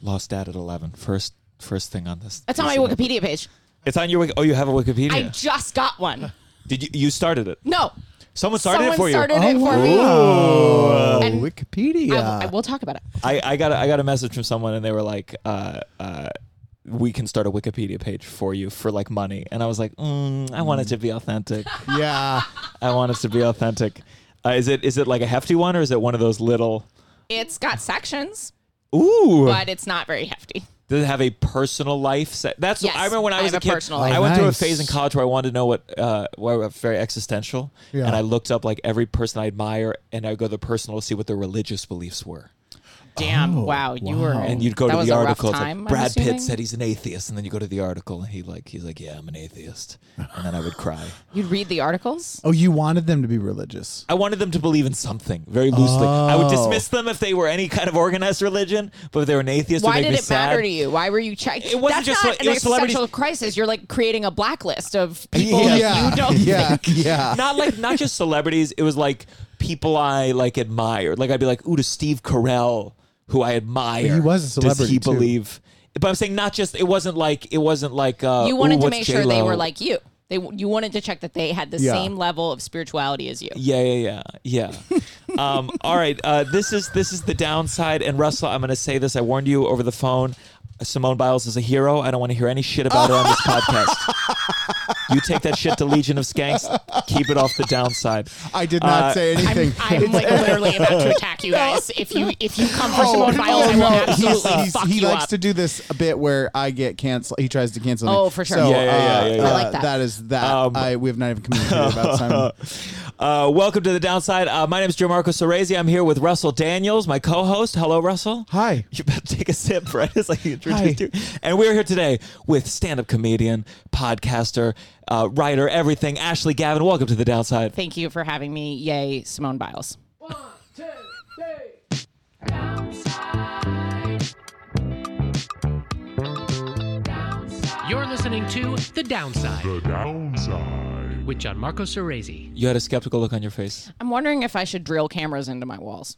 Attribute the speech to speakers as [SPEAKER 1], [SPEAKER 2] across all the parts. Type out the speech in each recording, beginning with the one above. [SPEAKER 1] Lost Dad at 11. First, first thing on this.
[SPEAKER 2] That's on my
[SPEAKER 1] piece of-
[SPEAKER 2] Wikipedia page.
[SPEAKER 1] It's on your wiki. Oh, you have a Wikipedia.
[SPEAKER 2] I just got one.
[SPEAKER 1] Did you? You started it.
[SPEAKER 2] No.
[SPEAKER 1] Someone started
[SPEAKER 2] Someone
[SPEAKER 1] it for
[SPEAKER 2] started
[SPEAKER 1] you.
[SPEAKER 2] it for me.
[SPEAKER 3] Oh,
[SPEAKER 2] And
[SPEAKER 3] Wikipedia.
[SPEAKER 2] I will- I will talk about it.
[SPEAKER 1] I, I got a, I got a message from someone and they were like, uh, uh, we can start a Wikipedia page for you for like money. And I was like, mm, I want it to be authentic.
[SPEAKER 3] yeah.
[SPEAKER 1] I want it to be authentic. Uh, is it is it like a hefty one or is it one of those little?
[SPEAKER 2] It's got sections,
[SPEAKER 1] Ooh,
[SPEAKER 2] but it's not very hefty.
[SPEAKER 1] does it have a personal life? Se- That's
[SPEAKER 2] Yes,
[SPEAKER 1] I remember when I
[SPEAKER 2] I
[SPEAKER 1] was a
[SPEAKER 2] have a
[SPEAKER 1] kid.
[SPEAKER 2] personal
[SPEAKER 3] life.
[SPEAKER 1] I went through a
[SPEAKER 3] Nice.
[SPEAKER 1] phase in college where I wanted to know what, uh, where I was very existential,
[SPEAKER 3] Yeah.
[SPEAKER 1] and I looked up like every person I admire, and I would go to the personal to see what their religious beliefs were.
[SPEAKER 2] Damn! Oh, wow, you were.
[SPEAKER 1] And you'd go
[SPEAKER 2] Oh, that
[SPEAKER 1] to
[SPEAKER 2] was
[SPEAKER 1] the
[SPEAKER 2] a rough
[SPEAKER 1] article. it's
[SPEAKER 2] time, I'm
[SPEAKER 1] like, Brad
[SPEAKER 2] assuming?
[SPEAKER 1] Pitt said he's an atheist, and then you go to the article, and he like he's like, yeah, I'm an atheist, and then I would cry.
[SPEAKER 2] You'd read the articles.
[SPEAKER 3] Oh, you wanted them to be religious.
[SPEAKER 1] I wanted them to believe in something very loosely. I
[SPEAKER 3] Oh.
[SPEAKER 1] would dismiss them if they were any kind of organized religion, but if they were an atheist,
[SPEAKER 2] Why
[SPEAKER 1] it made
[SPEAKER 2] did
[SPEAKER 1] me
[SPEAKER 2] it
[SPEAKER 1] sad.
[SPEAKER 2] matter to you? Why were you checking?
[SPEAKER 1] It wasn't
[SPEAKER 2] That's
[SPEAKER 1] just
[SPEAKER 2] not
[SPEAKER 1] like- it
[SPEAKER 2] an
[SPEAKER 1] was celebrities-
[SPEAKER 2] existential crisis. You're like creating a blacklist of people
[SPEAKER 1] Yeah.
[SPEAKER 2] that Oh, you don't
[SPEAKER 3] yeah, yeah.
[SPEAKER 1] not like not just celebrities. It was like people I like admired. Like I'd be like, ooh, to Steve Carell, who I admire.
[SPEAKER 3] But he was a
[SPEAKER 1] Does
[SPEAKER 3] celebrity,
[SPEAKER 1] he
[SPEAKER 3] too.
[SPEAKER 1] believe? But I'm saying not just. It wasn't like it wasn't like uh,
[SPEAKER 2] you wanted
[SPEAKER 1] ooh,
[SPEAKER 2] to
[SPEAKER 1] what's
[SPEAKER 2] make sure they
[SPEAKER 1] J-Lo?
[SPEAKER 2] were like you. They you wanted to check that they had the
[SPEAKER 3] Yeah.
[SPEAKER 2] same level of spirituality as you.
[SPEAKER 1] Yeah, yeah, yeah, yeah. um, all right, uh, this is this is the downside. And Russell, I'm going to say this. I warned you over the phone. Simone Biles is a hero. I don't want to hear any shit about her on this podcast. You take that shit to Legion of Skanks. Keep it off the downside.
[SPEAKER 3] I did not
[SPEAKER 1] Uh,
[SPEAKER 3] say anything.
[SPEAKER 2] I'm, I'm like literally about to attack you guys. If you if you come for
[SPEAKER 1] Oh,
[SPEAKER 2] Simone Biles, I will absolutely
[SPEAKER 3] he's-
[SPEAKER 2] fuck
[SPEAKER 3] he
[SPEAKER 2] you
[SPEAKER 3] likes
[SPEAKER 2] up.
[SPEAKER 3] to do this a bit where I get canceled. He tries to cancel me.
[SPEAKER 2] Oh, for sure.
[SPEAKER 3] So,
[SPEAKER 1] Yeah, yeah,
[SPEAKER 3] uh,
[SPEAKER 1] yeah, yeah, yeah.
[SPEAKER 2] I like that.
[SPEAKER 3] That is that.
[SPEAKER 1] Um,
[SPEAKER 3] I, we have not even communicated about Simon.
[SPEAKER 1] Uh, welcome to the downside. Uh, my name is Joe Marco Sorese. I'm here with Russell Daniels, my co-host. Hello, Russell.
[SPEAKER 3] Hi.
[SPEAKER 1] You about to take a sip, right? As I introduced
[SPEAKER 3] Hi.
[SPEAKER 1] you. And we're here today with stand-up comedian, podcaster, uh, writer, everything. Ashley Gavin, welcome to the downside.
[SPEAKER 2] Thank you for having me. Yay, Simone Biles.
[SPEAKER 4] You're listening to The Downside
[SPEAKER 5] The downside.
[SPEAKER 4] with Gianmarco Cerezi.
[SPEAKER 1] You had a skeptical look on your face.
[SPEAKER 2] I'm wondering if I should drill cameras into my walls.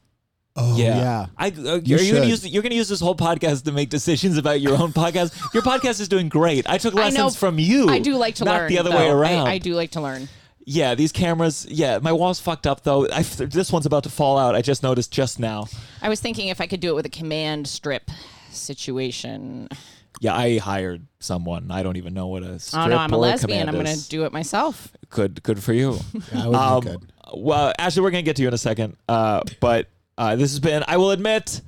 [SPEAKER 3] Oh, yeah.
[SPEAKER 1] I, uh,
[SPEAKER 3] You
[SPEAKER 1] are you gonna
[SPEAKER 3] should.
[SPEAKER 1] use, you're going to use this whole podcast to make decisions about your own podcast. Your podcast is doing great. I took lessons
[SPEAKER 2] I know
[SPEAKER 1] from you.
[SPEAKER 2] I do like to
[SPEAKER 1] not
[SPEAKER 2] learn.
[SPEAKER 1] the other
[SPEAKER 2] though.
[SPEAKER 1] way around.
[SPEAKER 2] I, I do like to learn.
[SPEAKER 1] Yeah, these cameras. Yeah, my wall's fucked up though. I, this one's about to fall out. I just noticed just now.
[SPEAKER 2] I was thinking if I could do it with a command strip situation.
[SPEAKER 1] Yeah, I hired someone. I don't even know what Oh, a strip
[SPEAKER 2] I don't know. I'm a
[SPEAKER 1] or
[SPEAKER 2] lesbian.
[SPEAKER 1] command
[SPEAKER 2] I'm going
[SPEAKER 1] is.
[SPEAKER 2] to do it myself.
[SPEAKER 1] good. Good for you.
[SPEAKER 3] I would
[SPEAKER 1] Um,
[SPEAKER 3] be good.
[SPEAKER 1] Well, Ashley, we're gonna get to you in a second. Uh, but uh, this has been, I will admit,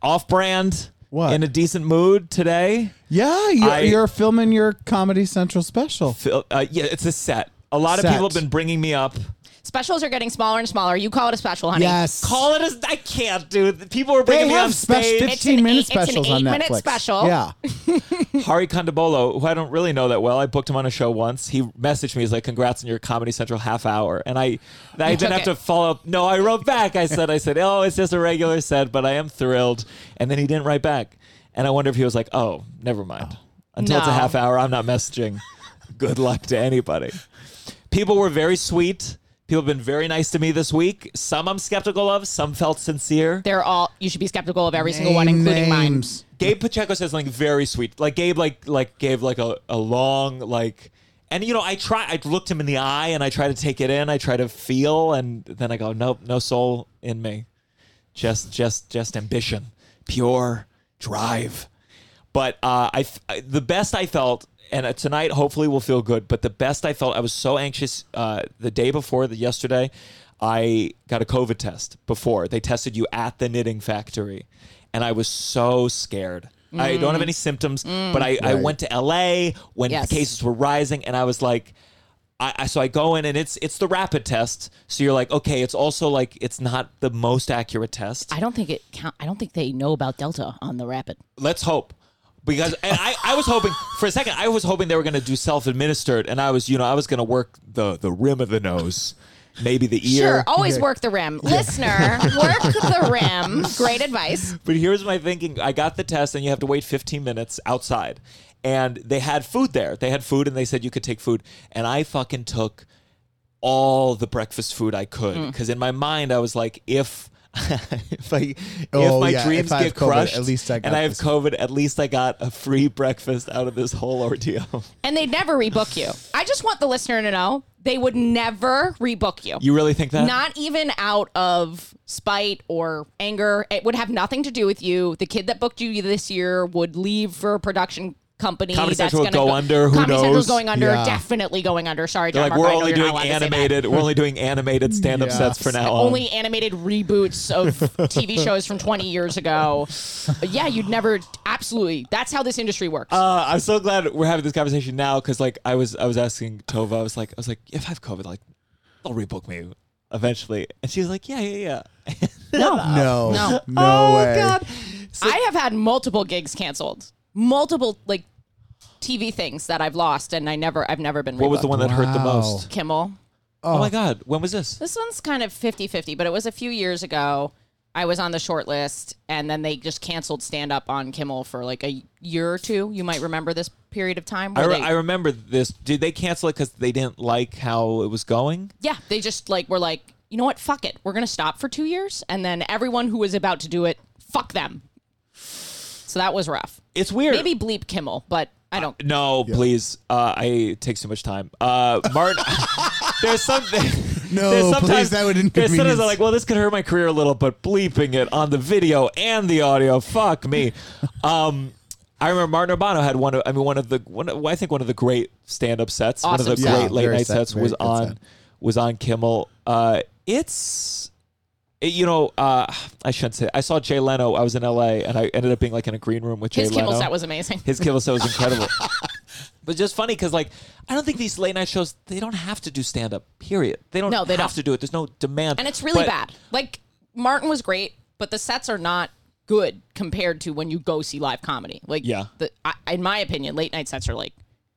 [SPEAKER 1] off-brand.
[SPEAKER 3] What?
[SPEAKER 1] In a decent mood today.
[SPEAKER 3] Yeah, you're,
[SPEAKER 1] I-
[SPEAKER 3] you're filming your Comedy Central special.
[SPEAKER 1] Phil- Uh, yeah, it's a set. A lot of
[SPEAKER 3] Set.
[SPEAKER 1] people have been bringing me up.
[SPEAKER 2] Specials are getting smaller and smaller. You call it a special, honey.
[SPEAKER 3] Yes.
[SPEAKER 1] Call it as I can't, dude. People are
[SPEAKER 3] They
[SPEAKER 1] bringing me
[SPEAKER 3] have
[SPEAKER 1] on
[SPEAKER 3] special
[SPEAKER 1] stage.
[SPEAKER 3] 15 minute
[SPEAKER 2] eight- it's an
[SPEAKER 3] specials on
[SPEAKER 2] eight-minute
[SPEAKER 3] Netflix.
[SPEAKER 2] special.
[SPEAKER 3] Yeah.
[SPEAKER 1] Hari Kondabolo, who I don't really know that well, I booked him on a show once. He messaged me, he's like, "Congrats on your Comedy Central half hour," and I, I
[SPEAKER 2] took
[SPEAKER 1] didn't have
[SPEAKER 2] it.
[SPEAKER 1] to follow up. No, I wrote back. I said, "I said, oh, it's just a regular set, but I am thrilled." And then he didn't write back, and I wonder if he was like, "Oh, never mind." Until it's a
[SPEAKER 2] No.
[SPEAKER 1] half hour, I'm not messaging. Good luck to anybody. People were very sweet. People have been very nice to me this week. Some I'm skeptical of. Some felt sincere.
[SPEAKER 2] They're all, you should be skeptical of every single one, including mine.
[SPEAKER 1] Gabe Pacheco says something very sweet. Like Gabe, like like gave like a, a long like, and you know I try. I looked him in the eye and I try to take it in. I try to feel, and then I go, nope, no soul in me, just just just ambition, pure drive. But uh, I, f- I- the best I felt, and uh, tonight hopefully will feel good. But the best I felt, I was so anxious uh, the day before, the yesterday, I got a COVID test. Before they tested you at the knitting factory, and I was so scared. I don't have any symptoms, but I, I
[SPEAKER 3] Right.
[SPEAKER 1] went to LA when
[SPEAKER 2] Yes.
[SPEAKER 1] cases were rising, and I was like. I, I, so I go in and it's it's the rapid test. So you're like, okay, it's also like it's not the most accurate test.
[SPEAKER 2] I don't think it count. I don't think they know about Delta on the rapid.
[SPEAKER 1] Let's hope. Because and I, I was hoping for a second, I was hoping they were gonna do self administered and I was, you know, I was gonna work the the rim of the nose, maybe the ear.
[SPEAKER 2] Sure, always work the rim. Listener, work the rim. Great advice.
[SPEAKER 1] But here's my thinking. I got the test and you have to wait 15 minutes outside. And they had food there. They had food and they said you could take food. And I fucking
[SPEAKER 3] Hmm.
[SPEAKER 1] took all the breakfast food I could because in my mind I was like, if if I
[SPEAKER 3] Oh,
[SPEAKER 1] if my
[SPEAKER 3] yeah, if
[SPEAKER 1] dreams
[SPEAKER 3] I
[SPEAKER 1] get
[SPEAKER 3] have COVID,
[SPEAKER 1] crushed,
[SPEAKER 3] at least I got
[SPEAKER 1] and I have
[SPEAKER 3] this.
[SPEAKER 1] COVID, at least I got a free breakfast out of this whole ordeal.
[SPEAKER 2] And they'd never rebook you. I just want the listener to know they would never rebook you.
[SPEAKER 1] You really think that?
[SPEAKER 2] Not even out of spite or anger. It would have nothing to do with you. The kid that booked you this year would leave for a production company.
[SPEAKER 1] Comedy
[SPEAKER 2] that's
[SPEAKER 1] Central would
[SPEAKER 2] gonna
[SPEAKER 1] go under. Who
[SPEAKER 2] Comedy Central's
[SPEAKER 1] knows?
[SPEAKER 2] going under.
[SPEAKER 3] Yeah.
[SPEAKER 2] Definitely going under. Sorry,
[SPEAKER 1] They're
[SPEAKER 2] John.
[SPEAKER 1] like
[SPEAKER 2] Marco,
[SPEAKER 1] we're
[SPEAKER 2] I know
[SPEAKER 1] only
[SPEAKER 2] you're not
[SPEAKER 1] doing
[SPEAKER 2] allowed to say that.
[SPEAKER 1] animated. We're only doing animated stand-up
[SPEAKER 3] Yeah.
[SPEAKER 1] sets for now on.
[SPEAKER 2] Only animated reboots of TV shows from 20 years ago. Yeah, you'd never. Absolutely. That's how this industry works.
[SPEAKER 1] Uh, I'm so glad we're having this conversation now because like I was I was asking Tova, I was like I was like if I have COVID, like they'll rebook me eventually, and she was like yeah yeah yeah.
[SPEAKER 3] No,
[SPEAKER 2] No. Oh,
[SPEAKER 3] no, way.
[SPEAKER 2] I have had multiple gigs canceled, multiple like TV things that I've lost, and I never, I've never been.
[SPEAKER 1] what was
[SPEAKER 2] rebooked.
[SPEAKER 1] the one that hurt the
[SPEAKER 3] Wow.
[SPEAKER 1] most?
[SPEAKER 2] Kimmel.
[SPEAKER 1] Oh. my god, when was this?
[SPEAKER 2] This one's kind of 50-50, but it was a few years ago. I was on the short list, and then they just canceled stand up on Kimmel for like a year or two. You might remember this period of time.
[SPEAKER 1] I,
[SPEAKER 2] where
[SPEAKER 1] re-
[SPEAKER 2] they,
[SPEAKER 1] I remember this. Did they cancel it because they didn't like how it was going?
[SPEAKER 2] yeah, they just like were like, you know what? Fuck it. We're gonna stop for two years, and then everyone who was about to do it, fuck them. So that was rough.
[SPEAKER 1] It's weird.
[SPEAKER 2] Maybe bleep Kimmel, but I don't.
[SPEAKER 1] No, please. Uh, I take too much time. Uh, Martin, there's something.
[SPEAKER 3] No,
[SPEAKER 1] there's
[SPEAKER 3] please,
[SPEAKER 1] sometimes-
[SPEAKER 3] that
[SPEAKER 1] There's sometimes
[SPEAKER 3] would inconvenience.
[SPEAKER 1] I'm like, well, this could hurt my career a little, but bleeping it on the video and the audio, fuck me. Um, I remember Martin Urbano had one. Of, I mean, one of the one. of- I think one of the great stand-up sets. One
[SPEAKER 2] Awesome
[SPEAKER 1] of the
[SPEAKER 2] set.
[SPEAKER 1] great
[SPEAKER 3] Yeah,
[SPEAKER 1] late
[SPEAKER 3] very
[SPEAKER 1] night
[SPEAKER 3] set-
[SPEAKER 1] sets
[SPEAKER 3] very
[SPEAKER 1] was
[SPEAKER 3] good
[SPEAKER 1] on
[SPEAKER 3] set.
[SPEAKER 1] was on Kimmel. Uh, it's it- you know, uh, I shouldn't say. I saw Jay Leno. I was in L.A. and I ended up being like in a green room with Jay
[SPEAKER 2] His
[SPEAKER 1] Leno.
[SPEAKER 2] Kimmel set was amazing.
[SPEAKER 1] His Kimmel set was incredible. but just funny because like I don't think these late night shows they don't have to do stand up. Period. They don't.
[SPEAKER 2] No, they
[SPEAKER 1] have
[SPEAKER 2] don't.
[SPEAKER 1] to do it. There's no demand.
[SPEAKER 2] and it's really
[SPEAKER 1] But-
[SPEAKER 2] bad. Like Martin was great, but the sets are not good compared to when you go see live comedy. Like,
[SPEAKER 1] Yeah.
[SPEAKER 2] the, I, in my opinion, late night sets are like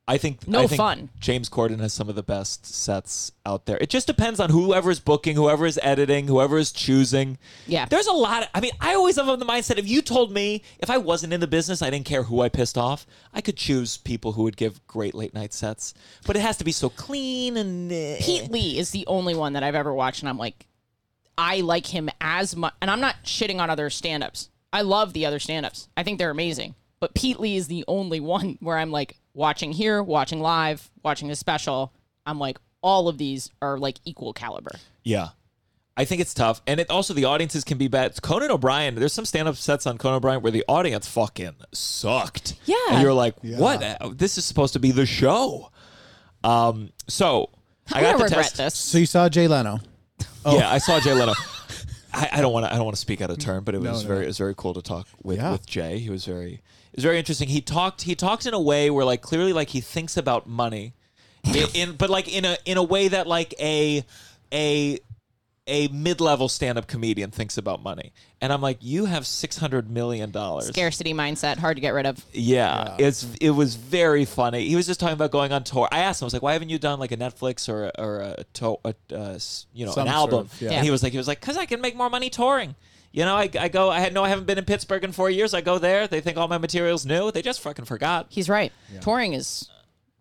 [SPEAKER 1] I think
[SPEAKER 2] No
[SPEAKER 1] I think
[SPEAKER 2] fun.
[SPEAKER 1] James Corden has some of the best sets out there. It just depends on whoever's booking, whoever is editing, whoever is choosing.
[SPEAKER 2] Yeah.
[SPEAKER 1] there's a lot. I mean, I always have the mindset if you told me if I wasn't in the business, I didn't care who I pissed off. I could choose people who would give great late night sets, but it has to be so clean and eh.
[SPEAKER 2] Pete Lee is the only one that I've ever watched, and I'm like, I like him as much. And I'm not shitting on other stand ups. I love the other stand ups, I think they're amazing. But Pete Lee is the only one where I'm like watching here, watching live, watching his special. I'm like, all of these are like equal caliber.
[SPEAKER 1] Yeah. I think it's tough. And it also the audiences can be bad. Conan O'Brien, there's some stand up sets on Conan O'Brien where the audience fucking sucked.
[SPEAKER 2] Yeah.
[SPEAKER 1] And you're like, what? This is supposed to be the show. Um, so I
[SPEAKER 2] I'm
[SPEAKER 1] got
[SPEAKER 2] gonna
[SPEAKER 1] the
[SPEAKER 2] regret
[SPEAKER 1] test.
[SPEAKER 2] this.
[SPEAKER 6] So you saw Jay Leno.
[SPEAKER 1] Yeah, I saw Jay Leno. I, I don't want to. I don't want to speak out of turn, but it was very. It was very cool to talk with
[SPEAKER 3] Yeah.
[SPEAKER 1] with Jay. He was very. It was very interesting. He talked. He talked in a way where, like, clearly, like he thinks about money, in, in but like in a in a way that like a a a mid level stand up comedian thinks about money. And I'm like, you have six hundred million dollars.
[SPEAKER 2] Scarcity mindset, hard to get rid of.
[SPEAKER 1] Yeah, it's it was very funny. He was just talking about going on tour. I asked him, I was like, "Why haven't you done like a Netflix or a, or a, to- a uh, s- you know
[SPEAKER 3] Some
[SPEAKER 1] an
[SPEAKER 3] sort
[SPEAKER 1] album?"
[SPEAKER 3] of, yeah.
[SPEAKER 1] And he was like, "He was like, because I can make more money touring. You know, I, I go. I had no. I haven't been in Pittsburgh in four years. I go there. They think all my materials new. They just fucking forgot.
[SPEAKER 2] He's right. Touring is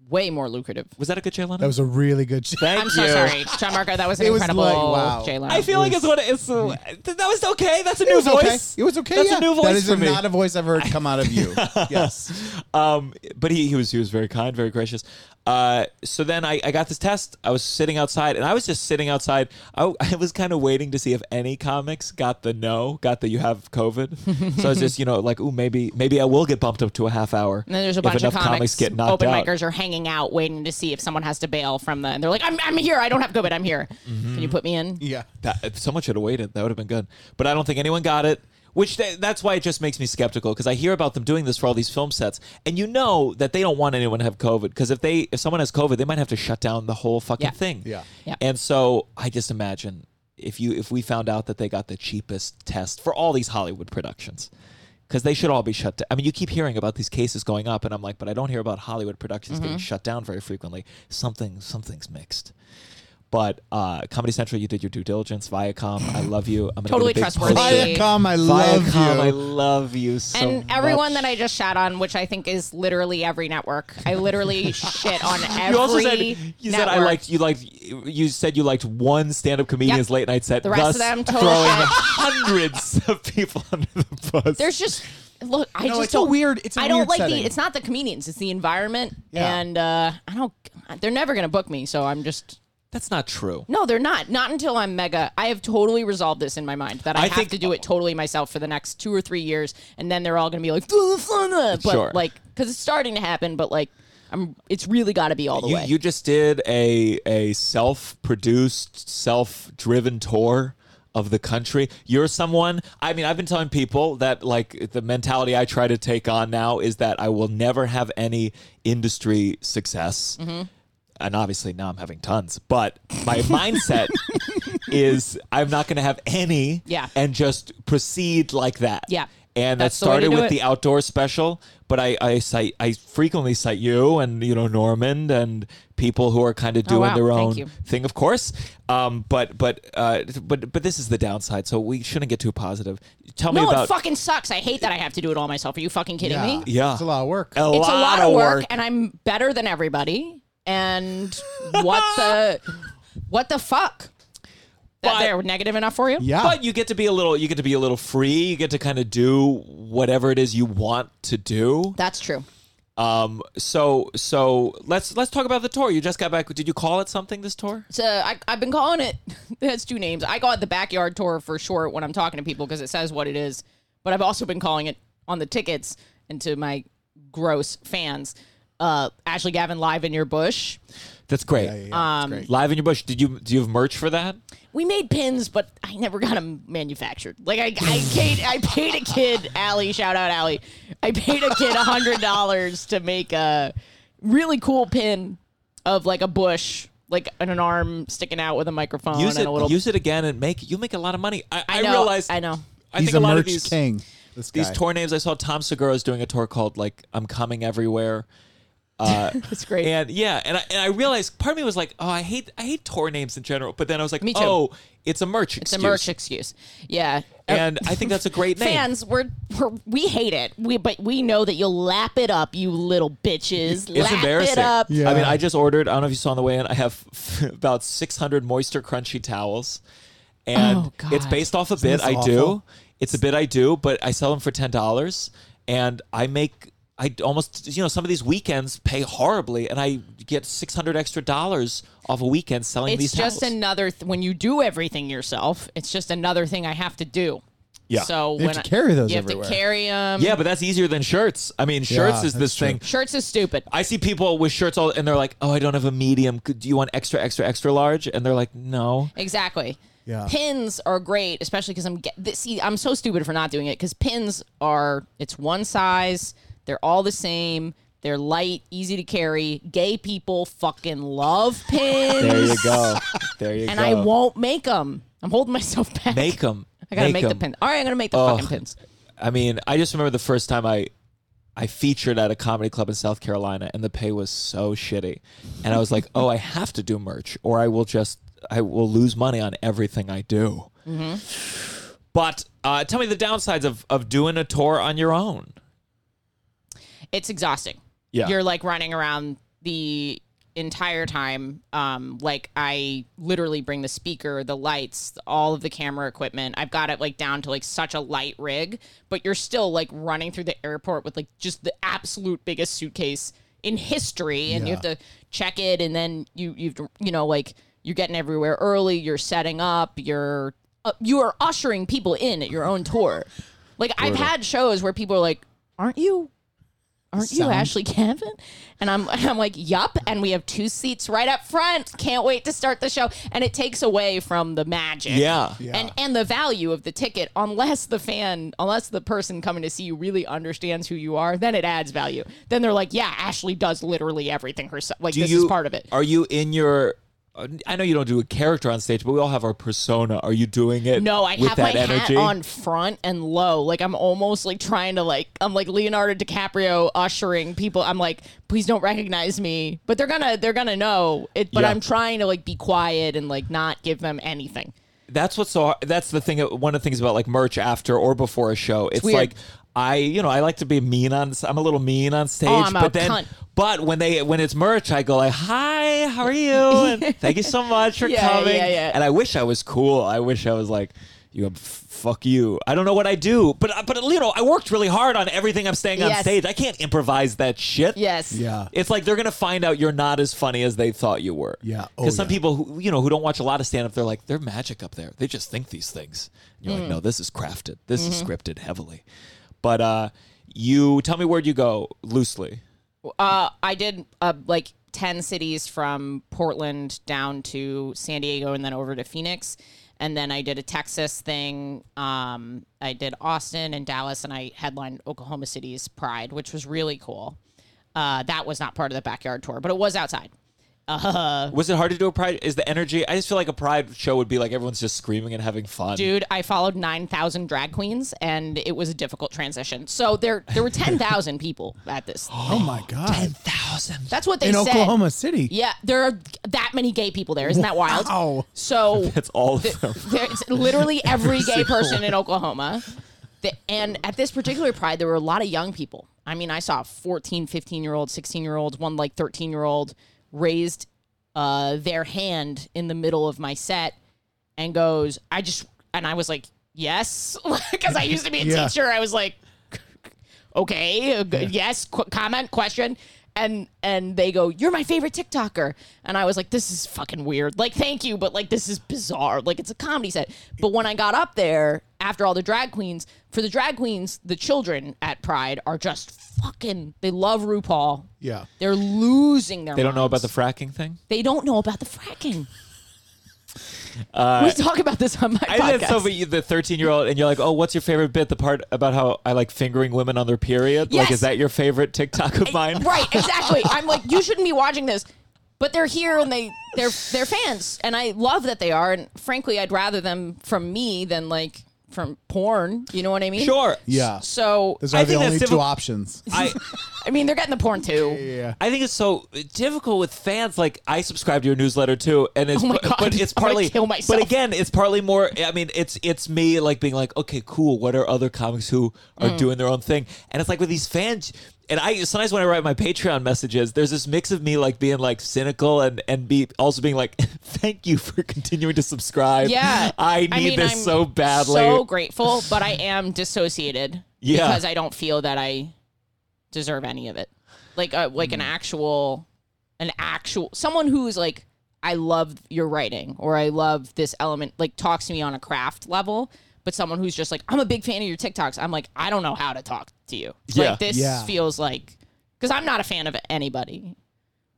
[SPEAKER 2] way more lucrative.
[SPEAKER 1] Was that a good Jay Leno?
[SPEAKER 3] That was a really good show.
[SPEAKER 1] Thank
[SPEAKER 2] I'm so
[SPEAKER 1] you.
[SPEAKER 2] sorry, John Marco. That was an
[SPEAKER 3] It was
[SPEAKER 2] incredible
[SPEAKER 3] like, wow.
[SPEAKER 2] Jay Leno.
[SPEAKER 1] I feel like it's what it is. uh, th- that was okay. That's a new
[SPEAKER 6] It was okay.
[SPEAKER 1] voice.
[SPEAKER 6] It was okay.
[SPEAKER 1] That's
[SPEAKER 6] yeah.
[SPEAKER 1] a new voice
[SPEAKER 6] That is
[SPEAKER 1] for
[SPEAKER 6] a-
[SPEAKER 1] me.
[SPEAKER 6] not a voice I've heard come out of you.
[SPEAKER 3] yes.
[SPEAKER 1] um, but he, he was he was very kind, very gracious. Uh, so then I, I got this test. I was sitting outside, and I was just sitting outside. I, I was kind of waiting to see if any comics got the no, got the you have COVID. so I was just you know like ooh maybe maybe I will get bumped up to a half hour.
[SPEAKER 2] and then there's a
[SPEAKER 1] if
[SPEAKER 2] bunch of
[SPEAKER 1] enough
[SPEAKER 2] comics,
[SPEAKER 1] get knocked
[SPEAKER 2] open
[SPEAKER 1] out.
[SPEAKER 2] micers are hanging out, waiting to see if someone has to bail from the. And they're like, "I'm, I'm here. I don't have COVID. I'm here.
[SPEAKER 1] Mm-hmm.
[SPEAKER 2] Can you put me in?"
[SPEAKER 3] Yeah.
[SPEAKER 1] That, if someone should have waited, that would have been good. But I don't think anyone got it. Which th- that's why it just makes me skeptical because I hear about them doing this for all these film sets, and you know that they don't want anyone to have COVID because if they if someone has COVID, they might have to shut down the whole fucking
[SPEAKER 2] Yeah.
[SPEAKER 1] thing.
[SPEAKER 3] Yeah.
[SPEAKER 2] Yeah.
[SPEAKER 1] And so I just imagine if you if we found out that they got the cheapest test for all these Hollywood productions. Because they should all be shut down. I mean, you keep hearing about these cases going up, and I'm
[SPEAKER 2] Mm-hmm.
[SPEAKER 1] like, but I don't hear about Hollywood productions getting shut down very frequently. Something, something's mixed. But uh, Comedy Central, you did your due diligence. Viacom, I love you. I'm gonna go to
[SPEAKER 2] Totally
[SPEAKER 1] the big
[SPEAKER 2] trustworthy.
[SPEAKER 1] publisher.
[SPEAKER 3] Viacom, I love
[SPEAKER 1] Viacom,
[SPEAKER 3] you.
[SPEAKER 1] I love you so
[SPEAKER 2] and everyone
[SPEAKER 1] much.
[SPEAKER 2] that I just shat on, which I think is literally every network. I literally shit on every.
[SPEAKER 1] You also said you said I
[SPEAKER 2] network.
[SPEAKER 1] liked you liked you said you liked one stand up comedian's
[SPEAKER 2] Yep.
[SPEAKER 1] late night set.
[SPEAKER 2] The rest of
[SPEAKER 1] thus
[SPEAKER 2] them total
[SPEAKER 1] throwing
[SPEAKER 2] shit.
[SPEAKER 1] hundreds of people under the bus.
[SPEAKER 2] There's just look. I
[SPEAKER 3] No,
[SPEAKER 2] just
[SPEAKER 3] it's a
[SPEAKER 2] don't,
[SPEAKER 3] weird- it's a
[SPEAKER 2] I don't
[SPEAKER 3] weird
[SPEAKER 2] like
[SPEAKER 3] setting.
[SPEAKER 2] the. It's not the comedians. It's the environment,
[SPEAKER 3] Yeah.
[SPEAKER 2] and uh, I don't. They're never gonna book me, so I'm just.
[SPEAKER 1] that's not true.
[SPEAKER 2] No, they're not. Not until I'm mega. I have totally resolved this in my mind that I,
[SPEAKER 1] I
[SPEAKER 2] have
[SPEAKER 1] think-
[SPEAKER 2] to do it totally myself for the next two or three years, and then they're all gonna be like, "Do the fun," uh," but
[SPEAKER 1] Sure.
[SPEAKER 2] like, because it's starting to happen, but like, I'm. It's really got to be all the
[SPEAKER 1] You,
[SPEAKER 2] way.
[SPEAKER 1] you just did a a self produced, self driven tour of the country. You're someone. I mean, I've been telling people that like the mentality I try to take on now is that I will never have any industry success.
[SPEAKER 2] Mm-hmm.
[SPEAKER 1] And obviously now I'm having tons, but my mindset is I'm not going to have any
[SPEAKER 2] Yeah.
[SPEAKER 1] and just proceed like that.
[SPEAKER 2] Yeah.
[SPEAKER 1] And that
[SPEAKER 2] That's the way to
[SPEAKER 1] started
[SPEAKER 2] do
[SPEAKER 1] with
[SPEAKER 2] it.
[SPEAKER 1] the outdoor special, but I, I cite I frequently cite you and you know Normand and people who are kind of doing
[SPEAKER 2] wow.
[SPEAKER 1] their
[SPEAKER 2] Thank
[SPEAKER 1] own
[SPEAKER 2] you.
[SPEAKER 1] thing, of course. Um, but but uh, but but this is the downside, so we shouldn't get too positive. Tell me
[SPEAKER 2] no,
[SPEAKER 1] about
[SPEAKER 2] it fucking sucks. I hate that I have to do it all myself. Are you fucking kidding me?
[SPEAKER 1] yeah,
[SPEAKER 3] It's a lot of work.
[SPEAKER 1] A
[SPEAKER 2] it's
[SPEAKER 1] lot,
[SPEAKER 2] a lot of work,
[SPEAKER 1] work.
[SPEAKER 2] and I'm better than everybody. And what the what the
[SPEAKER 1] But-
[SPEAKER 2] fuck? that they're negative enough for you?
[SPEAKER 3] Yeah.
[SPEAKER 1] But you get to be a little you get to be a little free. You get to kind of do whatever it is you want to do.
[SPEAKER 2] That's true.
[SPEAKER 1] Um so so let's let's talk about the tour. You just got back. Did you call it something this tour?
[SPEAKER 2] So I, I've been calling it. It has two names. I call it the backyard tour for short when I'm talking to people because it says what it is. But I've also been calling it on the tickets and to my gross fans. Uh, Ashley Gavin live in your bush.
[SPEAKER 1] That's great. Live in your bush. Did you do you have merch for that?
[SPEAKER 2] We made pins, but I never got them manufactured. Like I, I paid, I paid a kid, Allie, shout out Allie. I paid a kid hundred dollars to make a really cool pin of like a bush, like an, an arm sticking out with a microphone
[SPEAKER 1] use
[SPEAKER 2] and
[SPEAKER 1] it.
[SPEAKER 2] a little.
[SPEAKER 1] Use it again and make you make a lot of money. I, I,
[SPEAKER 2] know,
[SPEAKER 1] realize.
[SPEAKER 2] I know.
[SPEAKER 1] I
[SPEAKER 3] He's
[SPEAKER 1] think a,
[SPEAKER 3] a
[SPEAKER 1] lot of
[SPEAKER 3] merch
[SPEAKER 1] these
[SPEAKER 3] king. This guy.
[SPEAKER 1] these tour names. I saw Tom Segura is doing a tour called like I'm Coming Everywhere.
[SPEAKER 2] It's great.
[SPEAKER 1] And yeah, and I, and I realized part of me was like, oh, I hate I hate tour names in general. But then I was like,
[SPEAKER 2] Me too.
[SPEAKER 1] oh, it's a merch
[SPEAKER 2] it's
[SPEAKER 1] excuse.
[SPEAKER 2] a merch excuse. Yeah. Uh,
[SPEAKER 1] And I think that's a great name.
[SPEAKER 2] Fans, we're, we're we hate it. We but we know that you'll lap it up, you little bitches.
[SPEAKER 1] It's
[SPEAKER 2] lap
[SPEAKER 1] embarrassing.
[SPEAKER 2] it up.
[SPEAKER 3] Yeah.
[SPEAKER 1] I mean, I just ordered. I don't know if you saw on the way in. I have about 600 moisture crunchy towels, and
[SPEAKER 2] Oh, God.
[SPEAKER 1] it's based off a bit
[SPEAKER 3] this
[SPEAKER 1] I do.
[SPEAKER 3] awful?
[SPEAKER 1] It's a bit I do, but I sell them for ten dollars, and I make. I almost, you know, some of these weekends pay horribly, and I get six hundred extra dollars off a weekend selling
[SPEAKER 2] it's
[SPEAKER 1] these
[SPEAKER 2] just
[SPEAKER 1] towels.
[SPEAKER 2] another th- when you do everything yourself it's just another thing i have to do
[SPEAKER 1] Yeah.
[SPEAKER 2] so
[SPEAKER 3] You have
[SPEAKER 2] when
[SPEAKER 3] to
[SPEAKER 2] I-
[SPEAKER 3] carry those
[SPEAKER 2] you have
[SPEAKER 3] everywhere.
[SPEAKER 2] to carry them
[SPEAKER 1] yeah, but that's easier than shirts. I mean, shirts
[SPEAKER 3] Yeah,
[SPEAKER 1] is this
[SPEAKER 3] that's true.
[SPEAKER 1] thing.
[SPEAKER 2] shirts is stupid
[SPEAKER 1] I see people with shirts all, and they're like, "Oh, I don't have a medium. Could, do you want extra, extra, extra large?" And they're like, "No."
[SPEAKER 2] exactly
[SPEAKER 3] Yeah.
[SPEAKER 2] pins are great especially because i'm get, th- see i'm so stupid for not doing it because pins are it's one size they're all the same they're light easy to carry gay people fucking love pins
[SPEAKER 1] There you go. There you
[SPEAKER 2] and
[SPEAKER 1] go.
[SPEAKER 2] i won't make them i'm holding myself back
[SPEAKER 1] Make Oh. them.
[SPEAKER 2] i gotta make, the pins all right i'm gonna make the fucking pins
[SPEAKER 1] I mean, I just remember the first time I I featured at a comedy club in South Carolina, and the pay was so shitty, and I was like, oh, I have to do merch, or I will just I will lose money on everything I do.
[SPEAKER 2] Mm-hmm.
[SPEAKER 1] But uh, tell me the downsides of of doing a tour on your own.
[SPEAKER 2] it's exhausting.
[SPEAKER 1] Yeah.
[SPEAKER 2] You're like running around the entire time. Um, like I literally bring the speaker, the lights, all of the camera equipment. I've got it like down to like such a light rig, but you're still like running through the airport with like just the absolute biggest suitcase in history and you have to check it and then you you've you know like you're getting everywhere early, you're setting up, you're uh, you are ushering people in at your own tour. Like I've had shows where people are like, "Aren't you aren't you Ashley Gavin? And I'm and I'm like, yup. And we have two seats right up front. Can't wait to start the show. And it takes away from the magic.
[SPEAKER 1] Yeah.
[SPEAKER 2] And and the value of the ticket, unless the fan, unless the person coming to see you really understands who you are, then it adds value. Then they're like, yeah, Ashley does literally everything herself. Like
[SPEAKER 1] Do
[SPEAKER 2] this
[SPEAKER 1] you
[SPEAKER 2] is part of it.
[SPEAKER 1] Are you in your uh, I know you don't do a character on stage, but we all have our persona. Are you doing it?
[SPEAKER 2] No, I
[SPEAKER 1] with
[SPEAKER 2] have my
[SPEAKER 1] that energy?
[SPEAKER 2] hat on front and low. Like I'm almost like trying to like I'm like Leonardo DiCaprio ushering people. I'm like, please don't recognize me, but they're gonna they're gonna know it. But
[SPEAKER 1] Yeah.
[SPEAKER 2] I'm trying to like be quiet and like not give them anything.
[SPEAKER 1] that's what's so hard. that's the thing one of the things about like merch after or before a show it's,
[SPEAKER 2] weird.
[SPEAKER 1] like i you know i like to be mean on i'm a little mean on stage
[SPEAKER 2] Oh, I'm a
[SPEAKER 1] but then
[SPEAKER 2] cunt.
[SPEAKER 1] but when they when it's merch i go like hi how are you and thank you so much for
[SPEAKER 2] Yeah,
[SPEAKER 1] coming
[SPEAKER 2] yeah, yeah.
[SPEAKER 1] and i wish i was cool i wish i was like you know, f- fuck you i don't know what i do but uh, but you know i worked really hard on everything i'm saying on
[SPEAKER 2] Yes.
[SPEAKER 1] stage i can't improvise that shit
[SPEAKER 2] Yes.
[SPEAKER 3] Yeah.
[SPEAKER 1] Uh, it's like they're gonna find out you're not as funny as they thought you were.
[SPEAKER 3] Yeah.
[SPEAKER 1] because
[SPEAKER 3] Oh,
[SPEAKER 1] some
[SPEAKER 3] yeah.
[SPEAKER 1] people who you know who don't watch a lot of stand up, they're like they're magic up there. They just think these things. And
[SPEAKER 2] Hmm.
[SPEAKER 1] you're like, no, this is crafted. This is
[SPEAKER 2] Mm-hmm.
[SPEAKER 1] scripted heavily. But uh, you tell me where'd you go loosely?
[SPEAKER 2] Uh, I did uh, like 10 cities from Portland down to San Diego and then over to Phoenix. And then I did a Texas thing. Um, I did Austin and Dallas, and I headlined Oklahoma City's Pride, which was really cool. Uh, that was not part of the backyard tour, but it was outside. Uh.
[SPEAKER 1] Was it hard to do a pride? Is the energy? I just feel like a pride show would be like everyone's just screaming and having fun.
[SPEAKER 2] Dude, I followed 9,000 drag queens, and it was a difficult transition. So there, there were 10,000 people at this.
[SPEAKER 3] Oh my god.
[SPEAKER 1] thousand.
[SPEAKER 2] That's what they
[SPEAKER 3] In
[SPEAKER 2] said.
[SPEAKER 3] Oklahoma City.
[SPEAKER 2] Yeah, there are that many gay people there. Isn't that wild?
[SPEAKER 3] Wow.
[SPEAKER 2] So
[SPEAKER 1] That's all of them.
[SPEAKER 2] there's literally every gay person in Oklahoma. The- and at this particular pride, there were a lot of young people. I mean, I saw 14, 15 year olds, 16 year olds, one like 13 year old raised uh, their hand in the middle of my set and goes, I just, and I was like, yes, because I used to be a
[SPEAKER 3] Yeah.
[SPEAKER 2] teacher. I was like, okay, uh, g- yes, qu- comment, question. And and they go, you're my favorite TikToker, and I was like, this is fucking weird. Like, thank you, but like, this is bizarre. Like, it's a comedy set. But when I got up there after all the drag queens, for the drag queens, the children at Pride are just fucking. They love RuPaul.
[SPEAKER 3] Yeah.
[SPEAKER 2] They're losing their.
[SPEAKER 1] They don't know about
[SPEAKER 2] minds.
[SPEAKER 1] the fracking thing.
[SPEAKER 2] They don't know about the fracking. we talk about this on my
[SPEAKER 1] Uh, I
[SPEAKER 2] podcast.
[SPEAKER 1] did so, but you- the 13 year old, and you're like, oh, what's your favorite bit? The part about how I like fingering women on their period? Like,
[SPEAKER 2] Yes.
[SPEAKER 1] is that your favorite TikTok of mine?
[SPEAKER 2] Right, exactly. I'm like, you shouldn't be watching this. But they're here and they they're they're fans. And I love that they are. And frankly, I'd rather them from me than like from porn. You know what I mean?
[SPEAKER 1] Sure.
[SPEAKER 3] Yeah.
[SPEAKER 2] So
[SPEAKER 3] Those
[SPEAKER 1] I
[SPEAKER 3] are the
[SPEAKER 1] think that's
[SPEAKER 3] only two
[SPEAKER 1] difficult.
[SPEAKER 3] options.
[SPEAKER 1] I
[SPEAKER 2] I mean they're getting the porn too.
[SPEAKER 3] Yeah.
[SPEAKER 1] I think it's so difficult with fans. Like I subscribe to your newsletter too, and it's
[SPEAKER 2] Oh my
[SPEAKER 1] but-
[SPEAKER 2] God,
[SPEAKER 1] but it's
[SPEAKER 2] I'm gonna
[SPEAKER 1] partly
[SPEAKER 2] kill myself.
[SPEAKER 1] But again, it's partly more. I mean, it's it's me like being like, okay, cool. What are other comics who are
[SPEAKER 2] Mm.
[SPEAKER 1] doing their own thing? And it's like with these fans. And I sometimes when I write my Patreon messages, there's this mix of me like being like cynical and and be also being like, thank you for continuing to subscribe.
[SPEAKER 2] Yeah.
[SPEAKER 1] I need
[SPEAKER 2] mean,
[SPEAKER 1] this
[SPEAKER 2] I'm
[SPEAKER 1] so badly.
[SPEAKER 2] So grateful, but I am dissociated
[SPEAKER 1] Yeah.
[SPEAKER 2] because I don't feel that I deserve any of it. Like uh, like
[SPEAKER 1] Mm.
[SPEAKER 2] an actual an actual someone who's like I love your writing or I love this element like talks to me on a craft level, but someone who's just like I'm a big fan of your TikToks. I'm like I don't know how to talk to you.
[SPEAKER 1] Yeah.
[SPEAKER 2] Like this
[SPEAKER 3] Yeah.
[SPEAKER 2] feels like cuz I'm not a fan of anybody.